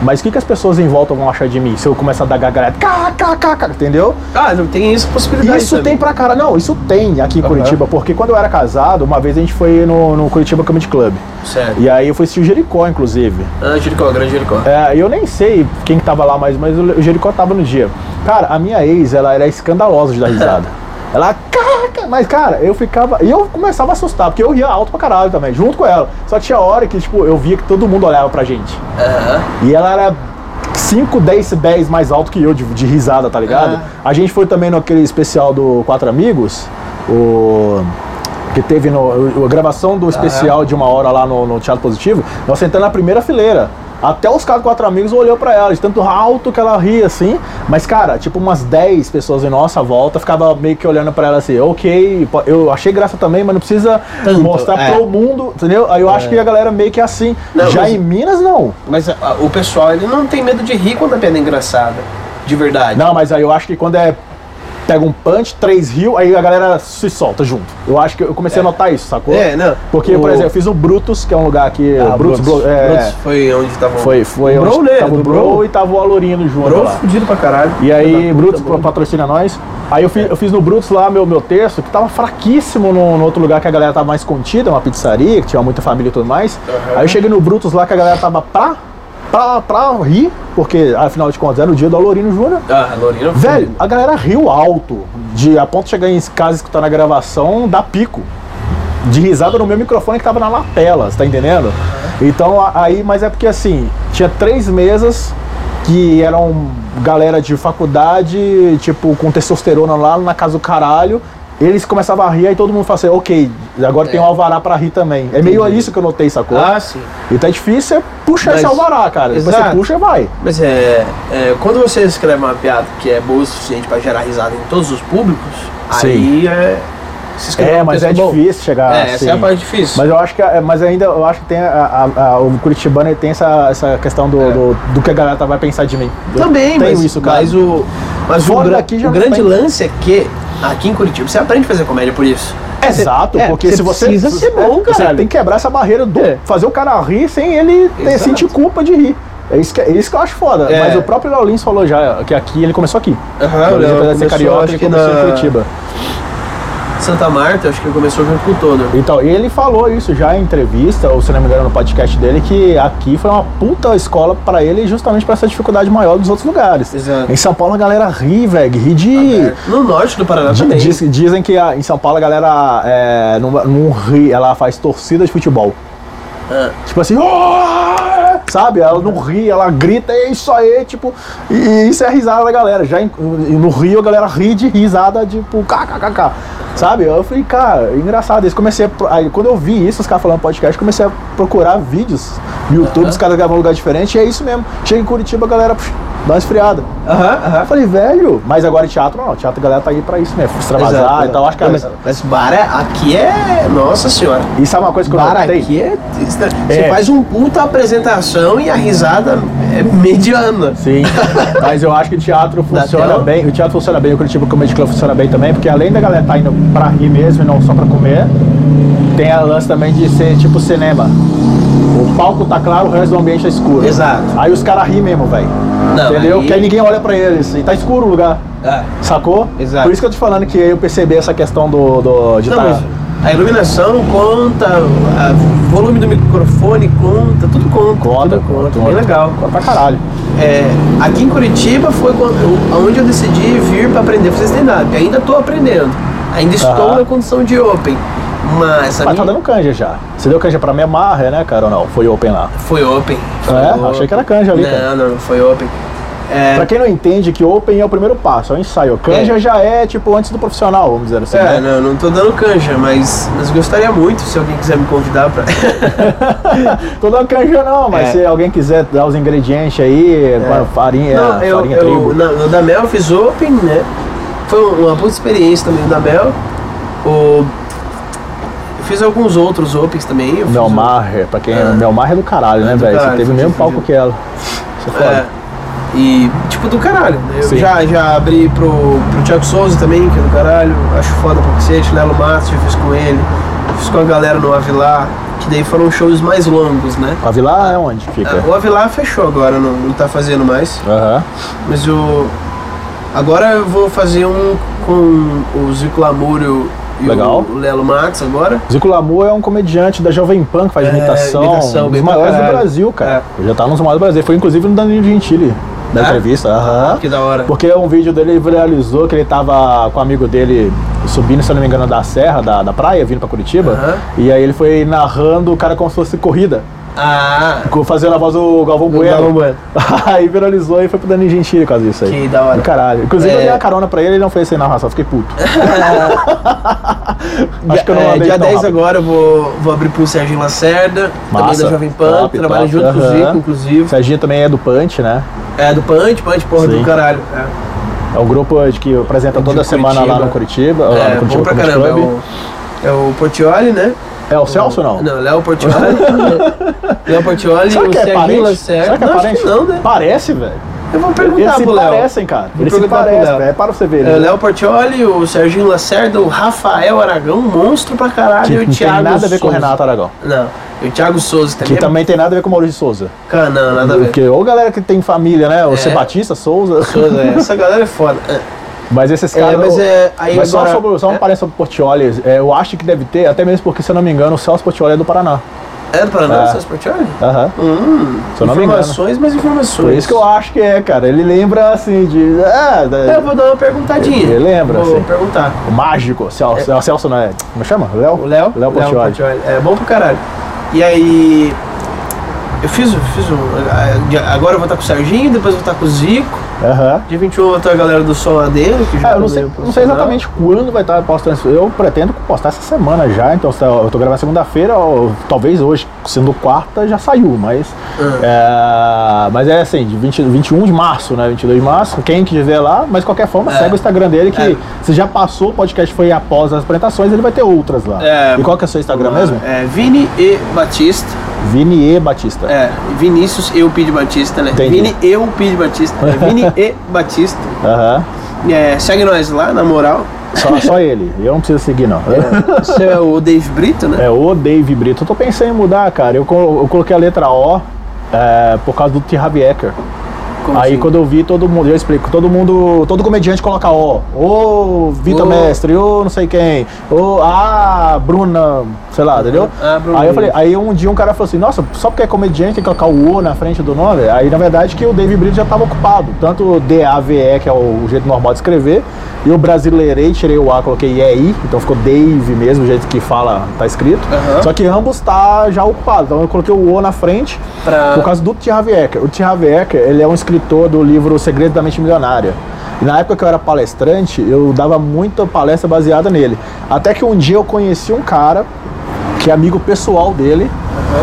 Speaker 1: Mas o que, que as pessoas em volta vão achar de mim se eu começar a dar gargalhada? Kkkkk, entendeu?
Speaker 2: ah, não tem isso possibilidade.
Speaker 1: Isso tem
Speaker 2: também.
Speaker 1: pra cara. Não, isso tem aqui em Curitiba, porque quando eu era casado, uma vez a gente foi no, no Curitiba Comedy Club.
Speaker 2: Sério.
Speaker 1: E aí eu fui assistir o Jericó, inclusive.
Speaker 2: Ah, Jericó, grande Jericó.
Speaker 1: É, eu nem sei quem que tava lá mais, mas o Jericó tava no dia. Cara, a minha ex, ela era escandalosa de dar risada. Ela, caraca, mas cara, eu ficava. E eu começava a assustar, porque eu ria alto pra caralho também, junto com ela. Só que tinha hora que, tipo, eu via que todo mundo olhava pra gente.
Speaker 2: Aham.
Speaker 1: E ela era 5, 10 10 mais alto que eu de, de risada, tá ligado?
Speaker 2: Ah.
Speaker 1: A gente foi também naquele especial do Quatro Amigos, o. Que teve no, o- a gravação do especial de uma hora lá no, no Teatro Positivo, nós sentamos na primeira fileira. Até os caras quatro amigos olhou pra ela, de tanto alto que ela ria assim. Mas, cara, tipo, umas 10 pessoas em nossa volta ficava meio que olhando pra ela assim, ok, po- eu achei graça também, mas não precisa
Speaker 2: Tanto,
Speaker 1: mostrar
Speaker 2: é.
Speaker 1: pro mundo, entendeu? Aí eu acho que a galera meio que é assim.
Speaker 2: Não,
Speaker 1: Já
Speaker 2: mas-
Speaker 1: em Minas, não.
Speaker 2: Mas ah, o pessoal, ele não tem medo de rir quando a piada é engraçada. De verdade.
Speaker 1: Não, mas aí eu acho que quando é. Pega um punch, três rio, aí a galera se solta junto. Eu acho que eu comecei a notar isso, sacou?
Speaker 2: É, não.
Speaker 1: Porque, por
Speaker 2: O-
Speaker 1: exemplo, eu fiz o Brutus, que é um lugar aqui.
Speaker 2: Ah,
Speaker 1: Brutus,
Speaker 2: Brutus,
Speaker 1: Bro- é,
Speaker 2: Brutus foi onde tava o-
Speaker 1: Foi, foi
Speaker 2: Bro,
Speaker 1: onde
Speaker 2: né?
Speaker 1: tava o
Speaker 2: Do
Speaker 1: Bro,
Speaker 2: Bro.
Speaker 1: e tava o Alorino junto
Speaker 2: Bro Tá
Speaker 1: lá.
Speaker 2: fudido pra caralho.
Speaker 1: E aí, Brutus
Speaker 2: puta, mano.
Speaker 1: patrocina nós. Aí eu fiz, eu fiz no Brutus lá meu, meu texto, que tava fraquíssimo no, no outro lugar que a galera tava mais contida, uma pizzaria, que tinha muita família e tudo mais. Aí eu cheguei no Brutus lá que a galera tava pra, pra, pra rir, porque afinal de contas era o dia do Alorino Júnior.
Speaker 2: Ah, Lorino.
Speaker 1: Velho, a galera riu alto, de a ponto de chegar em casa escutando a gravação, dá pico. De risada no meu microfone que tava na lapela, você tá entendendo? Então a- aí, mas é porque assim, tinha três mesas que eram galera de faculdade, tipo, com testosterona lá na casa do caralho. Eles começavam a rir, aí todo mundo fala assim, ok, agora tem um alvará pra rir também. É meio isso que eu notei, sacou?
Speaker 2: Ah, sim.
Speaker 1: E tá difícil você puxar
Speaker 2: Mas-
Speaker 1: esse alvará, cara. Depois Você
Speaker 2: Exato.
Speaker 1: puxa e vai.
Speaker 2: Mas é, é, Quando você escreve uma piada que é boa o suficiente pra gerar risada em todos os públicos,
Speaker 1: Sim.
Speaker 2: aí é. Se escrever
Speaker 1: É,
Speaker 2: um
Speaker 1: mas é
Speaker 2: texto bom.
Speaker 1: difícil chegar
Speaker 2: É, essa é a
Speaker 1: assim.
Speaker 2: parte difícil.
Speaker 1: Mas eu acho que, é, mas ainda eu acho que tem a- a- a- o curitibano ele tem essa, essa questão do, do, do que a galera tá- vai pensar de mim. Eu
Speaker 2: É. Também,
Speaker 1: tenho
Speaker 2: mas,
Speaker 1: isso, cara.
Speaker 2: mas o. Mas o,
Speaker 1: Fora
Speaker 2: gran-
Speaker 1: daqui já
Speaker 2: o
Speaker 1: não
Speaker 2: grande
Speaker 1: tem.
Speaker 2: lance é que aqui em Curitiba você aprende a fazer comédia por isso.
Speaker 1: Exato,
Speaker 2: é,
Speaker 1: porque
Speaker 2: você
Speaker 1: se você.
Speaker 2: precisa ser bom,
Speaker 1: você
Speaker 2: caralho.
Speaker 1: tem que quebrar essa barreira do. Fazer o cara rir sem ele ter-
Speaker 2: Exato.
Speaker 1: sentir culpa de rir. É isso que, é isso que eu acho foda.
Speaker 3: É.
Speaker 1: Mas o próprio Léo Lins falou já que aqui ele começou aqui.
Speaker 3: Aham,
Speaker 1: ele
Speaker 3: Léo
Speaker 1: apesar de ser
Speaker 3: começou,
Speaker 1: carioca,
Speaker 3: acho
Speaker 1: ele
Speaker 3: que
Speaker 1: começou
Speaker 3: na-
Speaker 1: em Curitiba.
Speaker 2: Santa Marta, acho que ele começou junto com o Toner.
Speaker 1: Então, ele falou isso já em entrevista, ou se não me engano, no podcast dele, que aqui foi uma puta escola pra ele justamente pra essa dificuldade maior dos outros lugares.
Speaker 3: Exato.
Speaker 1: Em São Paulo a galera ri, velho, ri de.
Speaker 2: É, No norte do Paraná
Speaker 1: Di-
Speaker 2: também.
Speaker 1: diz- dizem que a- em São Paulo a galera é, não, não ri, ela faz torcida de futebol.
Speaker 2: Ah.
Speaker 1: Tipo assim, "Ah!" sabe? Ela não ri, ela grita, é isso aí, tipo. E, e isso é a risada da galera. Já em- no Rio a galera ri de risada, tipo, kkkk. Sabe? Eu falei, cara, é engraçado isso. Comecei a pro- aí, quando eu vi isso, os caras falando podcast, comecei a procurar vídeos no YouTube,
Speaker 2: Aham.
Speaker 1: os caras gravam em lugar diferente, e é isso mesmo. Chega em Curitiba, a galera puf, dá uma esfriada.
Speaker 2: Aham,
Speaker 1: Eu
Speaker 2: aham.
Speaker 1: falei, velho, mas agora em teatro não, teatro a galera tá aí pra isso mesmo, extravasar
Speaker 2: Exato, é.
Speaker 1: e tal. Acho que é
Speaker 2: Não, mas, mas bar é, aqui é. Nossa senhora.
Speaker 1: isso é uma coisa que eu
Speaker 2: Bar
Speaker 1: notei.
Speaker 2: aqui é. Você
Speaker 1: É.
Speaker 2: faz um puta apresentação e a risada é mediana.
Speaker 1: Sim, mas eu acho que o teatro
Speaker 2: Dá
Speaker 1: funciona
Speaker 2: tela?
Speaker 1: bem. O teatro funciona bem, o Curitiba Comedy Club funciona bem também, porque além da galera tá indo pra rir mesmo e não só pra comer, tem a lance também de ser tipo cinema. O palco tá claro, o resto do ambiente é escuro.
Speaker 2: Exato.
Speaker 1: Aí os caras riem mesmo, velho.
Speaker 2: Não,
Speaker 1: Entendeu?
Speaker 2: aí-
Speaker 1: Porque aí ninguém olha pra eles. E tá escuro o lugar.
Speaker 2: Ah.
Speaker 1: Sacou?
Speaker 2: Exato.
Speaker 1: Por isso que eu tô falando que eu percebi essa questão do. do de
Speaker 2: Não,
Speaker 1: tá-
Speaker 2: mas a iluminação conta, a- o volume do microfone conta, tudo conta.
Speaker 1: Conta,
Speaker 2: tudo conta.
Speaker 1: conta.
Speaker 2: Bem legal.
Speaker 1: Conta pra caralho.
Speaker 2: É, aqui em Curitiba foi quando eu- onde eu decidi vir para aprender nada. Ainda estou aprendendo. Ainda estou
Speaker 1: Aham.
Speaker 2: na condição de open. Mas a
Speaker 1: Mas tá
Speaker 2: minha
Speaker 1: dando canja já. Você deu canja pra minha marra, né, cara? Ou não? Foi open lá.
Speaker 2: foi open. Foi
Speaker 1: É?
Speaker 2: open.
Speaker 1: Achei que era canja ali,
Speaker 2: Não,
Speaker 1: cara.
Speaker 2: não, não, foi open. É,
Speaker 1: Pra quem não entende que open é o primeiro passo, é o ensaio. Canja
Speaker 2: É.
Speaker 1: já é tipo antes do profissional, vamos dizer assim.
Speaker 2: É,
Speaker 1: né?
Speaker 2: não, não tô dando canja, mas, mas gostaria muito se alguém quiser me convidar para.
Speaker 1: Tô dando canja não, mas
Speaker 2: É.
Speaker 1: se alguém quiser dar os ingredientes aí, com é a farinha,
Speaker 2: Não, eu,
Speaker 1: farinha,
Speaker 2: eu
Speaker 1: trigo.
Speaker 2: na, no da Mel eu fiz open, né? Foi uma puta experiência também no da Mel. O, eu fiz alguns outros opens também. eu fiz um- o-
Speaker 1: Melmarre, pra quem. É. Melmarre é do caralho, né,
Speaker 2: do
Speaker 1: velho? Você
Speaker 2: caralho,
Speaker 1: teve o mesmo
Speaker 2: fudido.
Speaker 1: palco que ela. Você
Speaker 2: É,
Speaker 1: foda.
Speaker 2: e tipo do caralho. né?
Speaker 1: Sim.
Speaker 2: Eu já, já abri pro, pro Thiago Souza também, que é do caralho. Acho foda pra cacete. Lelo Matos, já fiz com ele. Fiz com a galera no Avilar. Que daí foram shows mais longos, né?
Speaker 1: A Vila é onde fica?
Speaker 2: Ah, O Avilar fechou agora, não, não tá fazendo mais.
Speaker 1: Aham.
Speaker 2: Mas o. Agora eu vou fazer um com o Zico Lamúrio e
Speaker 1: Legal.
Speaker 2: o Lelo Matos agora.
Speaker 1: Zico Lamu é um comediante da Jovem Pan que faz
Speaker 2: É,
Speaker 1: imitação.
Speaker 2: imitação,
Speaker 1: um dos
Speaker 2: bem pra
Speaker 1: maiores do
Speaker 2: caralho.
Speaker 1: Brasil, cara. Já tá nos maiores do Brasil. Foi inclusive no Danilo Gentili, na
Speaker 2: É?
Speaker 1: entrevista. Aham.
Speaker 2: Que da hora.
Speaker 1: Porque um vídeo dele viralizou que ele tava com um amigo dele subindo, se eu não me engano, da serra, da, da praia, vindo pra Curitiba.
Speaker 2: Aham.
Speaker 1: E aí ele foi narrando o cara como se fosse corrida,
Speaker 2: Ah,
Speaker 1: co- fazendo a voz do Galvão Bueno.
Speaker 2: Galvão Bueno.
Speaker 1: aí viralizou e foi pro Danilo Gentili com isso aí.
Speaker 2: Que da hora.
Speaker 1: Do caralho. Inclusive eu
Speaker 2: É.
Speaker 1: dei a carona pra ele e não foi sem narração, fiquei puto. Acho que eu não
Speaker 2: é,
Speaker 1: andei
Speaker 2: dia
Speaker 1: tão
Speaker 2: 10
Speaker 1: rápido.
Speaker 2: agora eu vou, vou abrir pro Serginho Lacerda, também
Speaker 1: Massa.
Speaker 2: da Jovem Pan,
Speaker 1: Top,
Speaker 2: trabalha
Speaker 1: top.
Speaker 2: junto com o
Speaker 1: Aham.
Speaker 2: Zico, inclusive.
Speaker 1: Serginho também é do Punch, né?
Speaker 2: É do Punch, Punch, porra
Speaker 1: Sim.
Speaker 2: do caralho. É,
Speaker 1: É o grupo de que apresenta
Speaker 2: De
Speaker 1: toda semana lá
Speaker 2: Curitiba.
Speaker 1: no Curitiba. lá
Speaker 2: é
Speaker 1: no Curitiba
Speaker 2: bom pra
Speaker 1: Comedy
Speaker 2: caramba. É
Speaker 1: Club.
Speaker 2: o, é o Portioli, né?
Speaker 1: É o Celso ou não?
Speaker 2: Não, Léo Portioli. Léo Portioli,
Speaker 1: Será
Speaker 2: o
Speaker 1: que é
Speaker 2: Serginho
Speaker 1: parente?
Speaker 2: Lacerda.
Speaker 1: Será que é
Speaker 2: não,
Speaker 1: parente?
Speaker 2: acho que não, né?
Speaker 1: Parece, velho.
Speaker 2: Eu vou perguntar
Speaker 1: Eles se
Speaker 2: pro Léo.
Speaker 1: parecem, cara.
Speaker 2: Vou
Speaker 1: Eles se
Speaker 2: perguntar pro
Speaker 1: parecem,
Speaker 2: Léo.
Speaker 1: velho. É para você ver.
Speaker 2: É, o
Speaker 1: né?
Speaker 2: Léo Portioli, o Serginho Lacerda, o Rafael Aragão, um monstro pra caralho,
Speaker 1: Que
Speaker 2: e o
Speaker 1: não tem
Speaker 2: Thiago
Speaker 1: nada a ver com o
Speaker 2: Souza.
Speaker 1: Renato Aragão.
Speaker 2: Não, e o Thiago Souza
Speaker 1: Que
Speaker 2: também. é
Speaker 1: também tem nada a ver com o Maurício de Souza.
Speaker 2: bacana, não, nada a ver.
Speaker 1: Porque, ou galera que tem família, né? O
Speaker 2: É.
Speaker 1: C. Batista, Souza.
Speaker 2: Souza, é, Essa galera é foda. É.
Speaker 1: Mas esses
Speaker 2: É,
Speaker 1: caras.
Speaker 2: mas é, aí
Speaker 1: mas só,
Speaker 2: agora-
Speaker 1: sobre, só um
Speaker 2: é.
Speaker 1: parênteses sobre o Portioli, é, eu acho que deve ter, até mesmo porque, se eu não me engano, o Celso Portioli é do Paraná.
Speaker 2: É do Paraná,
Speaker 1: É.
Speaker 2: Celso Portioli?
Speaker 1: Aham.
Speaker 2: Hum,
Speaker 1: Se eu não me engano.
Speaker 2: informações, mas informações.
Speaker 1: Por isso que eu acho que é, cara. Ele lembra assim de. É, da-
Speaker 2: É, Eu vou dar uma perguntadinha.
Speaker 1: Eu lembro,
Speaker 2: Vou
Speaker 1: assim.
Speaker 2: perguntar.
Speaker 1: o mágico. Celso, é. Celso, não é? Como chama? Léo?
Speaker 2: O Léo?
Speaker 1: Léo Portioli.
Speaker 2: É bom pro caralho. E aí. Eu fiz, eu fiz um. Agora eu vou estar com o Serginho, depois eu vou estar com o Zico.
Speaker 1: Aham.
Speaker 2: Dia 21 eu vou estar com a um, galera do Sol Ladeiro, que
Speaker 1: Ah,
Speaker 2: já
Speaker 1: eu não
Speaker 2: também
Speaker 1: sei,
Speaker 2: é um
Speaker 1: não sei
Speaker 2: profissional.
Speaker 1: exatamente quando vai estar postando isso. Eu pretendo postar essa semana já, então se eu tô gravando segunda-feira, ou talvez hoje, sendo quarta, já saiu, mas. É, mas é assim, de 20, 21 de março, né? 22 de março, quem quiser lá, mas de qualquer forma,
Speaker 2: É.
Speaker 1: segue o Instagram dele, que
Speaker 2: É.
Speaker 1: se já passou, o podcast foi após as apresentações, ele vai ter outras lá.
Speaker 2: É.
Speaker 1: E qual que é o seu Instagram mesmo?
Speaker 2: É Vini e Batista.
Speaker 1: Vini E Batista.
Speaker 2: É, Vinícius e o Pide Batista, né?
Speaker 1: Entendi.
Speaker 2: Vini e o Pide né? Batista. É Vini e Batista.
Speaker 1: Aham.
Speaker 2: É, segue nós lá, na moral.
Speaker 1: Só, só ele. Eu não preciso seguir, não.
Speaker 2: Você é o Dave Brito, né?
Speaker 1: É o Dave Brito. Eu tô pensando em mudar, cara. Eu, colo- eu coloquei a letra O é, por causa do T. Harv Eker.
Speaker 2: Como
Speaker 1: Aí
Speaker 2: assim?
Speaker 1: quando eu vi todo mundo, eu explico, todo mundo, todo comediante coloca O. Ô Vitor
Speaker 2: Ô.
Speaker 1: Mestre, ô não sei quem, ô ah, Bruna, sei lá, entendeu?
Speaker 2: Ah, Bruna
Speaker 1: aí eu falei,
Speaker 2: Menezes.
Speaker 1: aí um dia um cara falou assim, nossa, só porque é comediante tem que colocar o O na frente do nome? Aí na verdade que o David Brito já estava ocupado, tanto o D-A-V-E, que é o jeito normal de escrever, e o brasileirei, tirei o A, coloquei EI, então ficou Dave mesmo, o jeito que fala, tá escrito.
Speaker 2: Aham.
Speaker 1: Só que ambos tá já ocupado, então eu coloquei o O na frente,
Speaker 2: Pra-
Speaker 1: por causa caso do Tim Ecker. O Tim Ecker, ele é um escritor do livro O Segredo da Mente Milionária. E na época que eu era palestrante, eu dava muita palestra baseada nele. Até que um dia eu conheci um cara, que é amigo pessoal dele,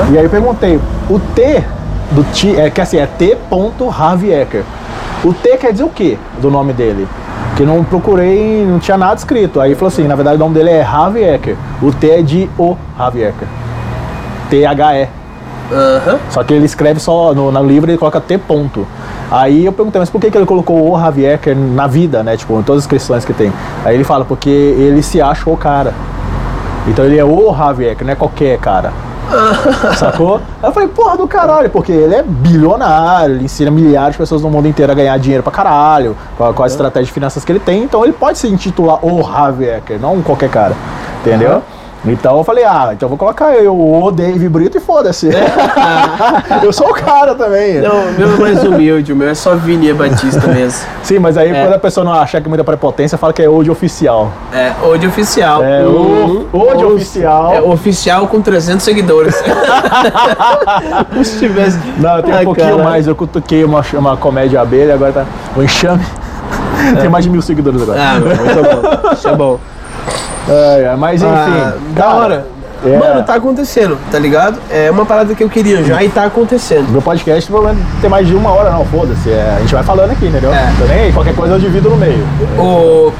Speaker 1: e aí eu perguntei, o T do T, é que assim, é T. Harvey Ecker. O T quer dizer o quê do nome dele? Que eu não procurei, não tinha nada escrito. Aí ele falou assim, na verdade o nome dele é Harvey Ecker. O T é de O Harvey Ecker. T-H-E.
Speaker 2: Aham.
Speaker 1: Só que ele escreve só no, no livro ele coloca T ponto. Aí eu perguntei, mas por que, que ele colocou o Javier que é na vida, né? Tipo, em todas as inscrições que tem. Aí ele fala, porque ele se acha o cara. Então ele é o Javier, que não é qualquer cara. Sacou? Aí eu falei, porra do caralho, porque ele é bilionário, ele ensina milhares de pessoas no mundo inteiro a ganhar dinheiro pra caralho, com a, com a
Speaker 2: É.
Speaker 1: estratégia de finanças que ele tem, então ele pode se intitular o Javier, que não qualquer cara. Entendeu? Então eu falei, ah, então eu vou colocar eu, o Dave Brito e foda-se. eu sou o cara também.
Speaker 2: Não, o meu é mais humilde, o meu é só Vini Batista mesmo.
Speaker 1: Sim, mas aí
Speaker 2: É.
Speaker 1: quando a pessoa não achar que muita prepotência, fala que é hoje oficial.
Speaker 2: É, Ode Oficial.
Speaker 1: É,
Speaker 2: Uhum.
Speaker 1: o, hoje
Speaker 2: Ou-
Speaker 1: oficial.
Speaker 2: É, oficial com 300 seguidores. Se tivesse.
Speaker 1: Não, tem um
Speaker 2: Ai,
Speaker 1: pouquinho
Speaker 2: caralho.
Speaker 1: mais. Eu cutuquei uma, uma comédia abelha, agora tá o enxame. tem mais de mil seguidores agora.
Speaker 2: Ah, meu, muito bom. Isso é bom.
Speaker 1: É, é, mas enfim.
Speaker 2: Ah, da
Speaker 1: cara,
Speaker 2: hora.
Speaker 1: é.
Speaker 2: Mano, tá acontecendo, tá ligado? É uma parada que eu queria já e tá acontecendo.
Speaker 1: Meu podcast não vai ter mais de uma hora, não, foda-se. É, a gente vai falando aqui, entendeu?
Speaker 2: É.
Speaker 1: Tô nem aí, qualquer coisa eu divido no meio.
Speaker 2: O,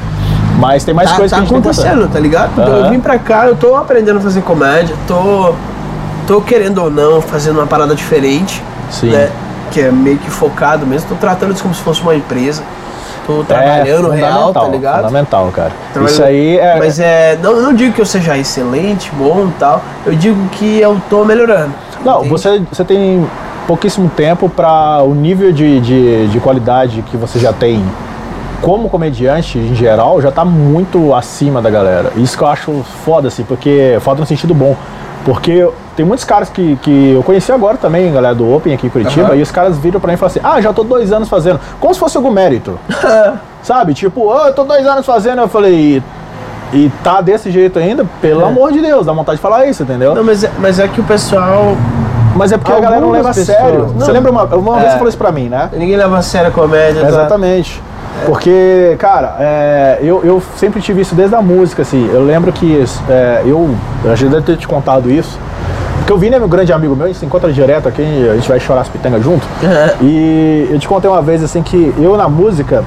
Speaker 1: Mas tem mais
Speaker 2: tá
Speaker 1: coisas
Speaker 2: tá
Speaker 1: que a gente tem que contar.
Speaker 2: acontecendo, tá ligado?
Speaker 1: Aham.
Speaker 2: Eu vim pra cá, eu tô aprendendo a fazer comédia, tô, tô querendo ou não fazendo uma parada diferente,
Speaker 1: Sim.
Speaker 2: né? Que é meio que focado mesmo, tô tratando isso como se fosse uma empresa. Tô trabalhando real, tá
Speaker 1: É, fundamental,
Speaker 2: ligado?
Speaker 1: Fundamental, cara.
Speaker 2: Trabalho-
Speaker 1: Isso aí é.
Speaker 2: Mas é. Não, eu não digo que eu seja excelente, bom e tal. Eu digo que eu tô melhorando.
Speaker 1: Não,
Speaker 2: entende?
Speaker 1: você, você tem pouquíssimo tempo para o nível de, de, de qualidade que você já tem como comediante em geral já tá muito acima da galera. Isso que eu acho foda, assim, porque foda no sentido bom. Porque tem muitos caras que, que eu conheci agora também, galera do Open aqui em Curitiba,
Speaker 2: Aham.
Speaker 1: e os caras viram pra mim e falaram assim: ah, já tô dois anos fazendo. Como se fosse algum mérito. Sabe? Tipo, "Ah, eu tô dois anos fazendo. Eu falei. E, e tá desse jeito ainda? Pelo
Speaker 2: É.
Speaker 1: amor de Deus, dá vontade de falar isso, entendeu?
Speaker 2: Não, mas é, mas é que o pessoal.
Speaker 1: Mas é porque a galera não leva a
Speaker 2: Algumas
Speaker 1: sério.
Speaker 2: pessoas-
Speaker 1: Você
Speaker 2: Não.
Speaker 1: lembra uma, uma vez
Speaker 2: É.
Speaker 1: você falou isso pra mim, né?
Speaker 2: Ninguém leva a sério a comédia. tá?
Speaker 1: Exatamente. Porque, cara, é, eu, eu sempre tive isso desde a música, assim. Eu lembro que é, eu, eu já deve ter te contado isso. Porque o Vini é um grande amigo meu, a gente se encontra direto aqui, a gente vai chorar as pitangas junto. E eu te contei uma vez, assim, que eu na música,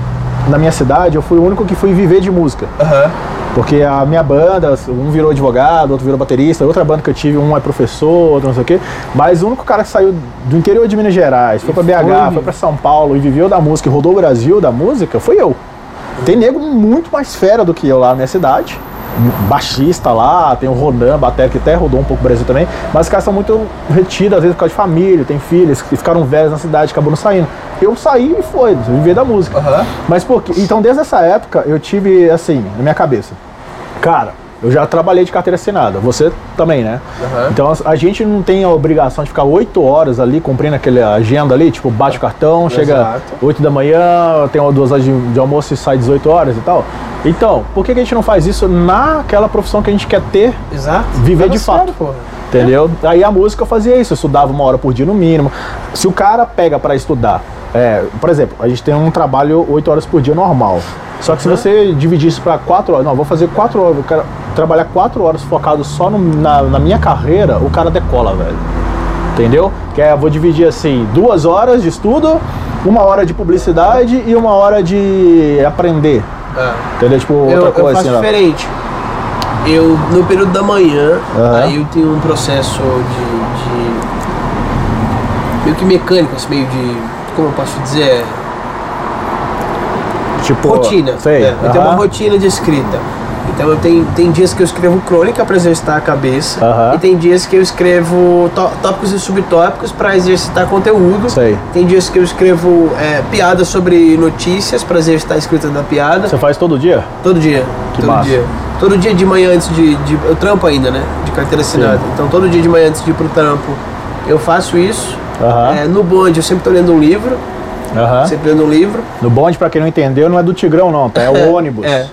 Speaker 1: na minha cidade, eu fui o único que fui viver de música.
Speaker 2: Aham.
Speaker 1: Porque a minha banda, um virou advogado, outro virou baterista, outra banda que eu tive, um é professor, outro não sei o quê. Mas o único cara que saiu do interior de Minas Gerais, foi pra BH, foi,
Speaker 2: foi.
Speaker 1: pra São Paulo e viveu da música e rodou o Brasil da música, fui eu. Tem nego muito mais fera do que eu lá na minha cidade. Baixista lá, tem o Ronan, batera que até rodou um pouco o Brasil também. Mas os caras são muito retidos, às vezes por causa de família, tem filhos, que ficaram velhos na cidade, acabou não saindo. Eu saí e foi, viver da música.
Speaker 2: Aham.
Speaker 1: Mas porque. Então, desde essa época, eu tive assim, na minha cabeça. Cara, eu já trabalhei de carteira assinada. Você também, né?
Speaker 2: Aham.
Speaker 1: Então a- a gente não tem a obrigação de ficar oito horas ali cumprindo aquela agenda ali, tipo, bate o cartão, chega
Speaker 2: Exato.
Speaker 1: 8 da manhã, tem uma- duas horas de, de almoço e sai 18 horas e tal. Então, por que, que a gente não faz isso naquela profissão que a gente quer ter
Speaker 2: Exato.
Speaker 1: Viver
Speaker 2: Leva
Speaker 1: de
Speaker 2: a sério,
Speaker 1: fato.
Speaker 2: porra.
Speaker 1: Entendeu? Aí a música eu fazia isso, eu estudava uma hora por dia no mínimo. Se o cara pega pra estudar, é, por exemplo, a gente tem um trabalho 8 horas por dia normal. Só que se você dividir isso pra 4 horas, não, vou fazer 4 horas, eu quero trabalhar 4 horas focado só no- na, na minha carreira, o cara decola, velho. Entendeu? Que é, eu vou dividir assim, duas horas de estudo, uma hora de publicidade e uma hora de aprender.
Speaker 2: É.
Speaker 1: Entendeu? Tipo,
Speaker 2: Eu,
Speaker 1: outra
Speaker 2: eu
Speaker 1: coisa
Speaker 2: faço
Speaker 1: assim, ó.
Speaker 2: diferente. Eu, no período da manhã,
Speaker 1: Aham.
Speaker 2: aí eu tenho um processo de, de- meio que mecânico, assim, meio de. Como eu posso dizer?
Speaker 1: Tipo,
Speaker 2: rotina.
Speaker 1: Sei.
Speaker 2: É, Eu tenho uma
Speaker 1: aham.
Speaker 2: rotina de escrita. Então eu tenho, tem dias que eu escrevo crônica para exercitar a cabeça
Speaker 1: Aham.
Speaker 2: e tem dias que eu escrevo tó- tópicos e subtópicos para exercitar conteúdo.
Speaker 1: Sei.
Speaker 2: Tem dias que eu escrevo é, piadas sobre notícias para exercitar a escrita da piada.
Speaker 1: Você faz todo dia?
Speaker 2: Todo dia.
Speaker 1: Que
Speaker 2: todo
Speaker 1: massa.
Speaker 2: dia. Todo dia de manhã antes de, de- Eu trampo ainda, né? De carteira assinada.
Speaker 1: Sim.
Speaker 2: Então todo dia de manhã antes de ir pro trampo eu faço isso.
Speaker 1: Aham.
Speaker 2: É, no bonde eu sempre tô lendo um livro.
Speaker 1: Aham.
Speaker 2: Sempre lendo um livro.
Speaker 1: No bonde, pra quem não entendeu, não é do Tigrão, não, tá? É o ônibus.
Speaker 2: É.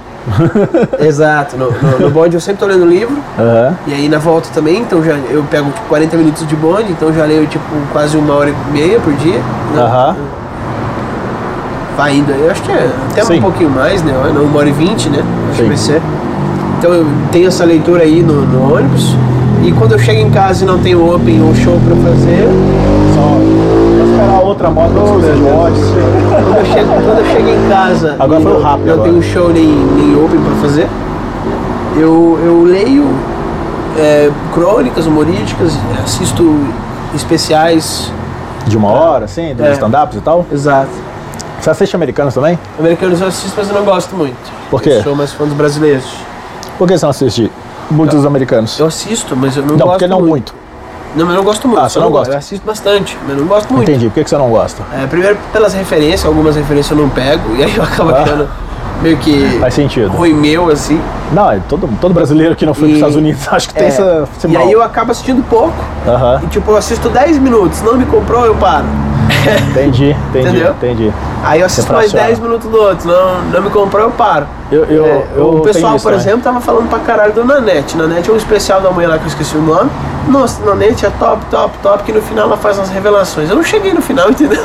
Speaker 2: Exato. No, no, no bonde eu sempre tô lendo um livro.
Speaker 1: Aham.
Speaker 2: E aí na volta também, então já eu pego tipo, 40 minutos de bonde, então já leio tipo quase uma hora e meia por dia. né?
Speaker 1: Aham.
Speaker 2: Vai indo, eu acho que é até
Speaker 1: Sim.
Speaker 2: um pouquinho mais, né? Não, Uma hora e vinte, né? Acho
Speaker 1: Sim.
Speaker 2: que vai ser. Então eu tenho essa leitura aí no, no ônibus. E quando eu chego em casa e não tenho open ou show pra fazer,
Speaker 1: Só esperar outra moto do
Speaker 2: quando eu chego, quando eu chego em casa
Speaker 1: Agora
Speaker 2: e
Speaker 1: foi o
Speaker 2: não,
Speaker 1: rap
Speaker 2: não
Speaker 1: agora.
Speaker 2: tenho um show nem, nem open pra fazer, eu, eu leio é, crônicas humorísticas, assisto especiais.
Speaker 1: De uma hora, assim, dos
Speaker 2: É.
Speaker 1: stand-ups e tal.
Speaker 2: Exato.
Speaker 1: Você assiste americanos também?
Speaker 2: Americanos eu assisto, mas eu não gosto muito.
Speaker 1: Por quê?
Speaker 2: Eu sou mais fã dos brasileiros.
Speaker 1: Por que você não assiste muitos americanos?
Speaker 2: Eu assisto, mas eu não,
Speaker 1: não,
Speaker 2: gosto
Speaker 1: porque não
Speaker 2: muito.
Speaker 1: muito.
Speaker 2: Não, mas eu não gosto muito.
Speaker 1: Ah, você
Speaker 2: eu
Speaker 1: não
Speaker 2: go-
Speaker 1: gosta.
Speaker 2: Eu assisto bastante, mas eu não gosto muito.
Speaker 1: Entendi. Por que que você não gosta?
Speaker 2: É, primeiro pelas referências, algumas referências eu não pego, e aí eu acabo
Speaker 1: Ah.
Speaker 2: achando meio que
Speaker 1: Faz sentido.
Speaker 2: ruim meu, assim.
Speaker 1: Não, é todo, todo brasileiro que não foi para os
Speaker 2: E-
Speaker 1: Estados Unidos acho que tem
Speaker 2: É,
Speaker 1: essa. esse
Speaker 2: e
Speaker 1: mal.
Speaker 2: aí eu acabo assistindo pouco,
Speaker 1: Aham,
Speaker 2: e tipo, eu assisto 10 minutos, não me comprou, eu paro.
Speaker 1: entendi, entendi,
Speaker 2: Entendeu?
Speaker 1: entendi.
Speaker 2: Aí eu assisto mais
Speaker 1: fraciona.
Speaker 2: 10 minutos do outro, não, não me comprou, eu paro.
Speaker 1: Eu, eu,
Speaker 2: É,
Speaker 1: eu
Speaker 2: o
Speaker 1: tenho
Speaker 2: pessoal,
Speaker 1: isso
Speaker 2: por
Speaker 1: também.
Speaker 2: exemplo, tava falando pra caralho do Nanete. Nanete é um especial da manhã lá que eu esqueci o nome. Nossa, Nanete é top, top, top, que no final ela faz umas revelações. Eu não cheguei no final, entendeu?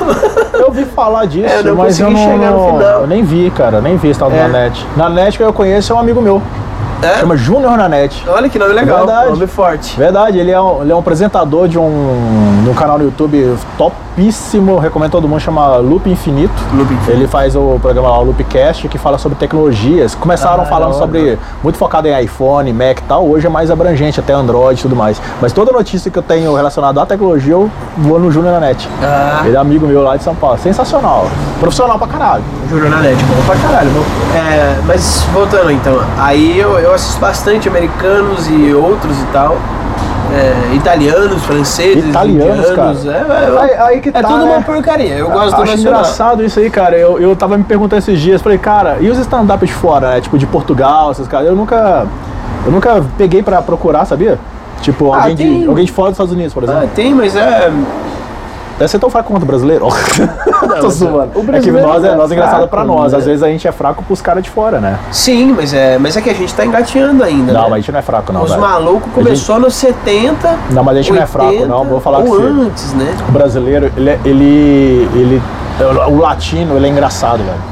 Speaker 1: Eu ouvi falar disso,
Speaker 2: É, eu não
Speaker 1: mas eu não,
Speaker 2: consegui chegar no final.
Speaker 1: eu nem vi, cara, nem vi esse tal do
Speaker 2: É.
Speaker 1: Nanete. Nanete que eu conheço é um amigo meu,
Speaker 2: É?
Speaker 1: chama Júnior Nanete.
Speaker 2: Olha que nome legal,
Speaker 1: Verdade.
Speaker 2: nome forte.
Speaker 1: Verdade, ele é, um, ele é um apresentador de um, de um canal no YouTube topíssimo, recomendo todo mundo, chama Loop Infinito.
Speaker 2: Loop Infinito.
Speaker 1: Ele faz o programa lá, o Loopcast, que fala sobre tecnologias. Começaram
Speaker 2: Ah,
Speaker 1: falando
Speaker 2: da hora.
Speaker 1: sobre, muito focado em iPhone, Mac e tal, hoje é mais abrangente, até Android e tudo mais. Mas toda notícia que eu tenho relacionada à tecnologia, eu vou no Júnior na net.
Speaker 2: Ah.
Speaker 1: Ele é amigo meu lá de São Paulo, sensacional, profissional pra caralho.
Speaker 2: Juro na net, bom pra caralho. Bom. É, mas voltando então, aí eu, eu assisto bastante americanos e outros e tal. É, italianos, franceses,
Speaker 1: Italianos,
Speaker 2: indianos,
Speaker 1: cara.
Speaker 2: É, é,
Speaker 1: Aí- aí que
Speaker 2: é
Speaker 1: tá,
Speaker 2: tudo
Speaker 1: né?
Speaker 2: uma porcaria. Eu gosto do
Speaker 1: Acho
Speaker 2: nacional.
Speaker 1: engraçado isso aí, cara. Eu, eu tava me perguntando esses dias, falei, cara, e os stand-ups de fora, né? Tipo, de Portugal, esses caras. Eu nunca. Eu nunca peguei pra procurar, sabia? Tipo,
Speaker 2: Ah,
Speaker 1: alguém, de,
Speaker 2: tem-
Speaker 1: alguém de fora dos Estados Unidos, por
Speaker 2: Ah,
Speaker 1: exemplo.
Speaker 2: tem, mas é.
Speaker 1: Deve ser tão fraco quanto o brasileiro. Tô
Speaker 2: Ah. mas
Speaker 1: zoando.
Speaker 2: o
Speaker 1: É que
Speaker 2: brasileiro
Speaker 1: nós é,
Speaker 2: é
Speaker 1: nós é engraçado
Speaker 2: fraco,
Speaker 1: pra nós.
Speaker 2: né?
Speaker 1: Às vezes a gente é fraco pros caras de fora, né?
Speaker 2: Sim, mas é, mas é que a gente tá engateando ainda.
Speaker 1: Não,
Speaker 2: né?
Speaker 1: mas a gente não é fraco, não.
Speaker 2: Os
Speaker 1: velho.
Speaker 2: malucos começou nos 70.
Speaker 1: Não, mas a gente não é fraco, não. Vou falar com
Speaker 2: ou
Speaker 1: você.
Speaker 2: antes, né?
Speaker 1: O brasileiro, ele, é- ele, ele. O latino, ele é engraçado, velho.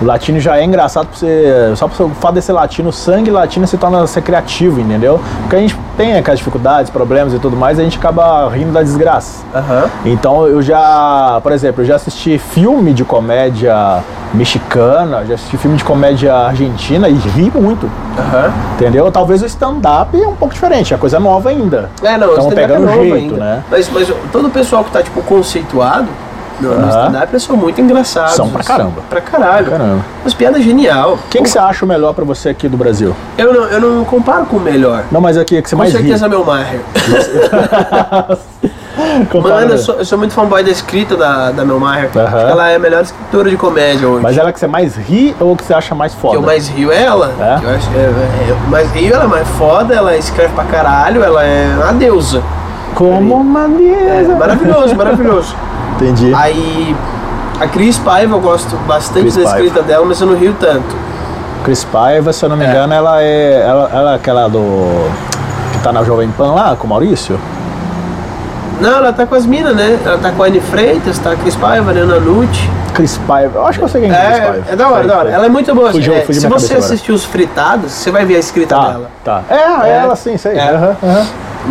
Speaker 1: O latino já é engraçado pra você. Só pro fato de ser latino, o sangue latino se torna ser criativo, entendeu? Porque a gente tem aquelas dificuldades, problemas e tudo mais, a gente acaba rindo da desgraça.
Speaker 2: Aham.
Speaker 1: Então eu já, por exemplo, eu já assisti filme de comédia mexicana, já assisti filme de comédia argentina e ri muito,
Speaker 2: Aham.
Speaker 1: entendeu? Talvez o stand-up é um pouco diferente, é coisa nova ainda.
Speaker 2: É, não,
Speaker 1: Tamo
Speaker 2: o stand-up é
Speaker 1: pegando o
Speaker 2: novo
Speaker 1: jeito,
Speaker 2: ainda.
Speaker 1: né?
Speaker 2: Mas, mas todo o pessoal que tá, tipo, conceituado no, no
Speaker 1: Aham.
Speaker 2: stand-up, eles são muito engraçados.
Speaker 1: São pra
Speaker 2: assim,
Speaker 1: caramba.
Speaker 2: Pra caralho.
Speaker 1: Caramba.
Speaker 2: Mas piada genial.
Speaker 1: Quem que você acha o melhor pra você aqui do Brasil?
Speaker 2: Eu não, eu não comparo com o melhor.
Speaker 1: Não, mas aqui é que você
Speaker 2: Com
Speaker 1: mais ri.
Speaker 2: certeza, meu Maher.
Speaker 1: Compara-
Speaker 2: Mano, eu sou, eu sou muito fanboy da escrita da, da Mel Maher.
Speaker 1: Aham.
Speaker 2: Acho que Ela é a melhor escritora de comédia hoje.
Speaker 1: Mas ela que você mais ri ou que você acha mais
Speaker 2: que
Speaker 1: foda?
Speaker 2: eu mais rio é ela.
Speaker 1: É?
Speaker 2: Que Eu acho, é, é, eu mais rio, ela é mais foda, ela escreve pra caralho, ela é uma deusa.
Speaker 1: Como uma
Speaker 2: É,
Speaker 1: deusa.
Speaker 2: maravilhoso, maravilhoso.
Speaker 1: Entendi.
Speaker 2: Aí a Cris Paiva eu gosto bastante
Speaker 1: Cris
Speaker 2: da
Speaker 1: Paiva.
Speaker 2: escrita dela, mas eu não rio tanto.
Speaker 1: Cris Paiva, se eu não me engano, ela é. Ela, ela é aquela do. que tá na Jovem Pan lá, com o Maurício?
Speaker 2: Não, ela tá com as minas, né? Ela tá com a Anne Freitas, tá a Cris Paiva, a Ana Nucci.
Speaker 1: Cris Paiva. Eu acho que eu sei quem é, Cris Paiva.
Speaker 2: É, é da hora,
Speaker 1: Sei,
Speaker 2: da hora.
Speaker 1: sei.
Speaker 2: Ela é muito boa.
Speaker 1: Fugiu-
Speaker 2: é,
Speaker 1: fugiu
Speaker 2: se
Speaker 1: minha
Speaker 2: você
Speaker 1: cabeça
Speaker 2: assistir os fritados, você vai ver a escrita dela.
Speaker 1: Tá, tá. É, é
Speaker 2: É.
Speaker 1: ela sim, sei.
Speaker 2: É.
Speaker 1: Aham, aham.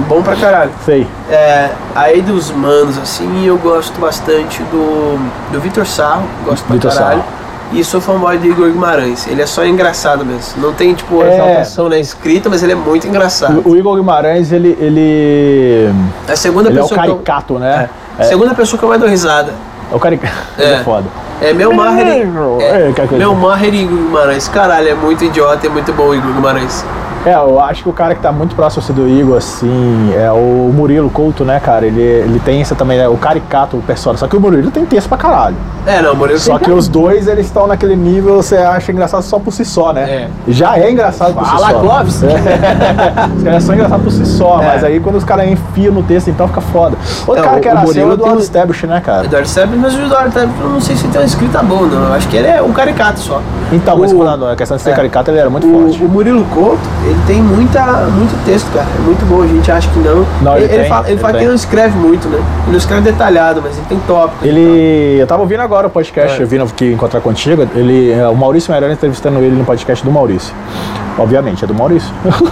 Speaker 2: Bom pra caralho.
Speaker 1: Sei.
Speaker 2: É, aí dos manos, assim, eu gosto bastante do, do Vitor Sarro, gosto pra
Speaker 1: Vitor
Speaker 2: caralho.
Speaker 1: Sarro.
Speaker 2: E sou fanboy do Igor Guimarães. Ele é só engraçado mesmo. Não tem, tipo,
Speaker 1: É.
Speaker 2: exaltação na escrita, mas ele é muito engraçado.
Speaker 1: O, o Igor Guimarães, ele. ele.
Speaker 2: É a segunda
Speaker 1: ele é o
Speaker 2: pessoa que eu-
Speaker 1: caricato, né?
Speaker 2: Segunda pessoa que eu mais dou risada.
Speaker 1: É o caricato.
Speaker 2: É.
Speaker 1: É foda.
Speaker 2: É meu Maher.
Speaker 1: É,
Speaker 2: É,
Speaker 1: que coisa.
Speaker 2: meu Maher e Igor Guimarães. Caralho, é muito idiota, é muito bom o Igor Guimarães.
Speaker 1: É, eu acho que o cara que tá muito próximo assim, do Igor, assim, é o Murilo Couto, né, cara? Ele, ele tem essa também, né, o caricato, o persona. Só que o Murilo tem texto pra caralho.
Speaker 2: É, não, Moreira
Speaker 1: Só que os dois, eles estão naquele nível, você acha engraçado só por si só, né? Já é engraçado por si
Speaker 2: Fala,
Speaker 1: só.
Speaker 2: Clóvis.
Speaker 1: É. Os caras são engraçados por si só,
Speaker 2: É.
Speaker 1: mas aí quando os caras enfiam no texto, então fica foda. Outro
Speaker 2: É,
Speaker 1: cara
Speaker 2: o-
Speaker 1: que
Speaker 2: o
Speaker 1: era assim é o
Speaker 2: Murilo
Speaker 1: Eduardo
Speaker 2: tem-
Speaker 1: Stablish, né, cara?
Speaker 2: Eduardo Sebre, mas o Eduardo Sebre, eu não sei se ele tem uma escrita boa, não. Eu acho que ele é um caricato só.
Speaker 1: Então, mas
Speaker 2: O-
Speaker 1: quando a questão de ser
Speaker 2: É.
Speaker 1: caricato, ele era muito forte.
Speaker 2: O, o Murilo Couto, ele tem muita, muito texto, cara. É muito bom, a gente acha que não.
Speaker 1: Não, ele tem,
Speaker 2: fala, ele
Speaker 1: ele
Speaker 2: fala que
Speaker 1: tem.
Speaker 2: ele não escreve muito, né? Ele não escreve detalhado, mas ele tem tópico.
Speaker 1: Ele. Eu tava ouvindo agora o podcast,
Speaker 2: É.
Speaker 1: eu vindo aqui encontrar contigo. Ele, é, o Maurício Meirelles entrevistando ele no podcast do Maurício. Obviamente, é do Maurício.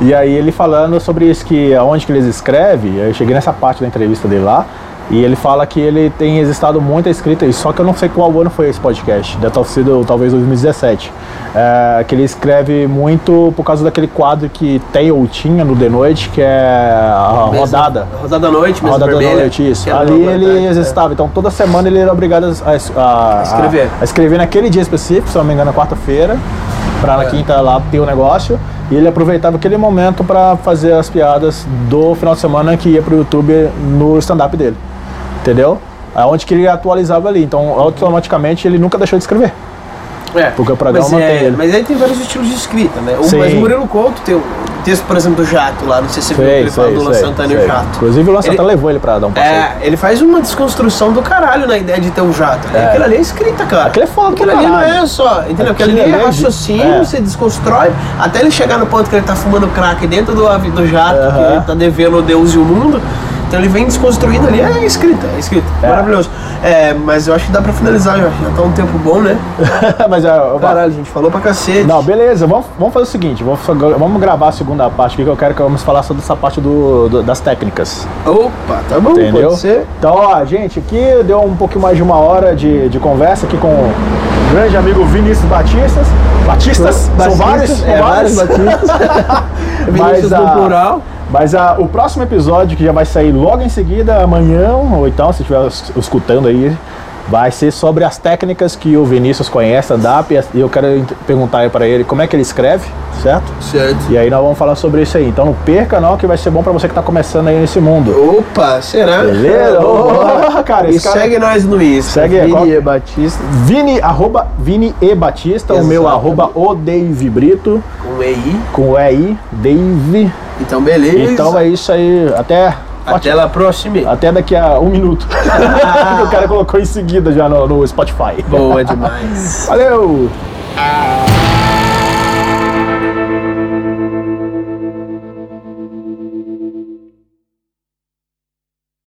Speaker 1: E aí ele falando sobre isso que aonde que eles escrevem, eu cheguei nessa parte da entrevista dele lá. E ele fala que ele tem resistado muito à escrita, e só que eu não sei qual ano foi esse podcast, deve ter sido talvez 2017. É, que ele escreve muito por causa daquele quadro que tem ou tinha no The Noite, que é a
Speaker 2: Mesa-
Speaker 1: rodada.
Speaker 2: Rodada à noite, mesa
Speaker 1: Roda da
Speaker 2: vermelha.
Speaker 1: noite, isso.
Speaker 2: que é
Speaker 1: Ali
Speaker 2: uma
Speaker 1: ele
Speaker 2: verdade, é.
Speaker 1: estava. Então toda semana ele era obrigado a, a- a-
Speaker 2: Escrever.
Speaker 1: a escrever naquele dia específico, se não me engano, na quarta-feira, pra
Speaker 2: É.
Speaker 1: na quinta lá ter o negócio. E ele aproveitava aquele momento pra fazer as piadas do final de semana que ia pro YouTube no stand-up dele. Entendeu? Aonde que ele atualizava ali. Então, automaticamente, ele nunca deixou de escrever.
Speaker 2: É,
Speaker 1: Porque o programa
Speaker 2: mas,
Speaker 1: mantém
Speaker 2: é,
Speaker 1: ele.
Speaker 2: mas aí tem vários estilos de escrita, né? O,
Speaker 1: Sim.
Speaker 2: mas o Murilo Couto tem o texto, por exemplo, do Jato lá, não sei se você viu que
Speaker 1: Sei,
Speaker 2: ele fala
Speaker 1: sei,
Speaker 2: do Luan
Speaker 1: sei,
Speaker 2: Santana e o
Speaker 1: sei.
Speaker 2: Jato.
Speaker 1: Inclusive, o Luan Santana
Speaker 2: Ele-
Speaker 1: levou ele pra dar um passeio.
Speaker 2: É, ele faz uma desconstrução do caralho na ideia de ter um jato. né?
Speaker 1: É.
Speaker 2: Aquilo ali é escrita, cara.
Speaker 1: Aquilo é foda
Speaker 2: Aquilo
Speaker 1: pra
Speaker 2: ali não
Speaker 1: caralho.
Speaker 2: é só. Entendeu?
Speaker 1: Aquilo
Speaker 2: Aquilo, ali é
Speaker 1: ali é de-
Speaker 2: raciocínio,
Speaker 1: é.
Speaker 2: você desconstrói até ele chegar no ponto que ele tá fumando crack dentro do, avi- do jato, que
Speaker 1: Aham.
Speaker 2: ele tá devendo o Deus e o mundo. Então ele vem desconstruindo ali. É escrita, é escrita.
Speaker 1: É.
Speaker 2: Maravilhoso. É, mas eu acho que dá pra finalizar, já, já tá um tempo bom, né?
Speaker 1: mas é, eu-
Speaker 2: Caralho, gente falou pra cacete.
Speaker 1: Não, beleza, vamos, vamos fazer o seguinte, vamos, fa- vamos gravar a segunda parte aqui que eu quero que vamos falar sobre essa parte do, do- das técnicas,
Speaker 2: Opa, tá bom,
Speaker 1: entendeu?
Speaker 2: pode ser.
Speaker 1: Então, ó, gente, aqui deu um pouquinho mais de uma hora de, de conversa aqui com o grande amigo Vinícius Batistas. Batistas? São vários?
Speaker 2: Batistas,
Speaker 1: São
Speaker 2: é,
Speaker 1: vários?
Speaker 2: vários batistas.
Speaker 1: Mas,
Speaker 2: Vinícius
Speaker 1: ah,
Speaker 2: do plural.
Speaker 1: Mas ah, o próximo episódio, que já vai sair logo em seguida, amanhã, ou então, se estiver es- escutando aí, vai ser sobre as técnicas que o Vinícius conhece, a DAP, e eu quero ent- perguntar para ele como é que ele escreve, certo?
Speaker 2: Certo.
Speaker 1: E aí nós vamos falar sobre isso aí. Então não perca não, que vai ser bom pra você que tá começando aí nesse mundo.
Speaker 2: Opa, será?
Speaker 1: Beleza?
Speaker 2: Opa.
Speaker 1: Ô, cara,
Speaker 2: E
Speaker 1: esse cara-
Speaker 2: segue nós no Insta.
Speaker 1: Segue,
Speaker 2: Vini
Speaker 1: qual-
Speaker 2: E. Batista
Speaker 1: Vini, arroba Vini E Batista, o meu
Speaker 2: Exatamente.
Speaker 1: arroba o Dave Brito,
Speaker 2: com EI.
Speaker 1: com EI, Dave.
Speaker 2: Então, beleza.
Speaker 1: Então é isso aí, até,
Speaker 2: Até lá próxima.
Speaker 1: até daqui a um minuto. Porque o cara colocou em seguida já no, no Spotify.
Speaker 2: Boa demais.
Speaker 1: Valeu!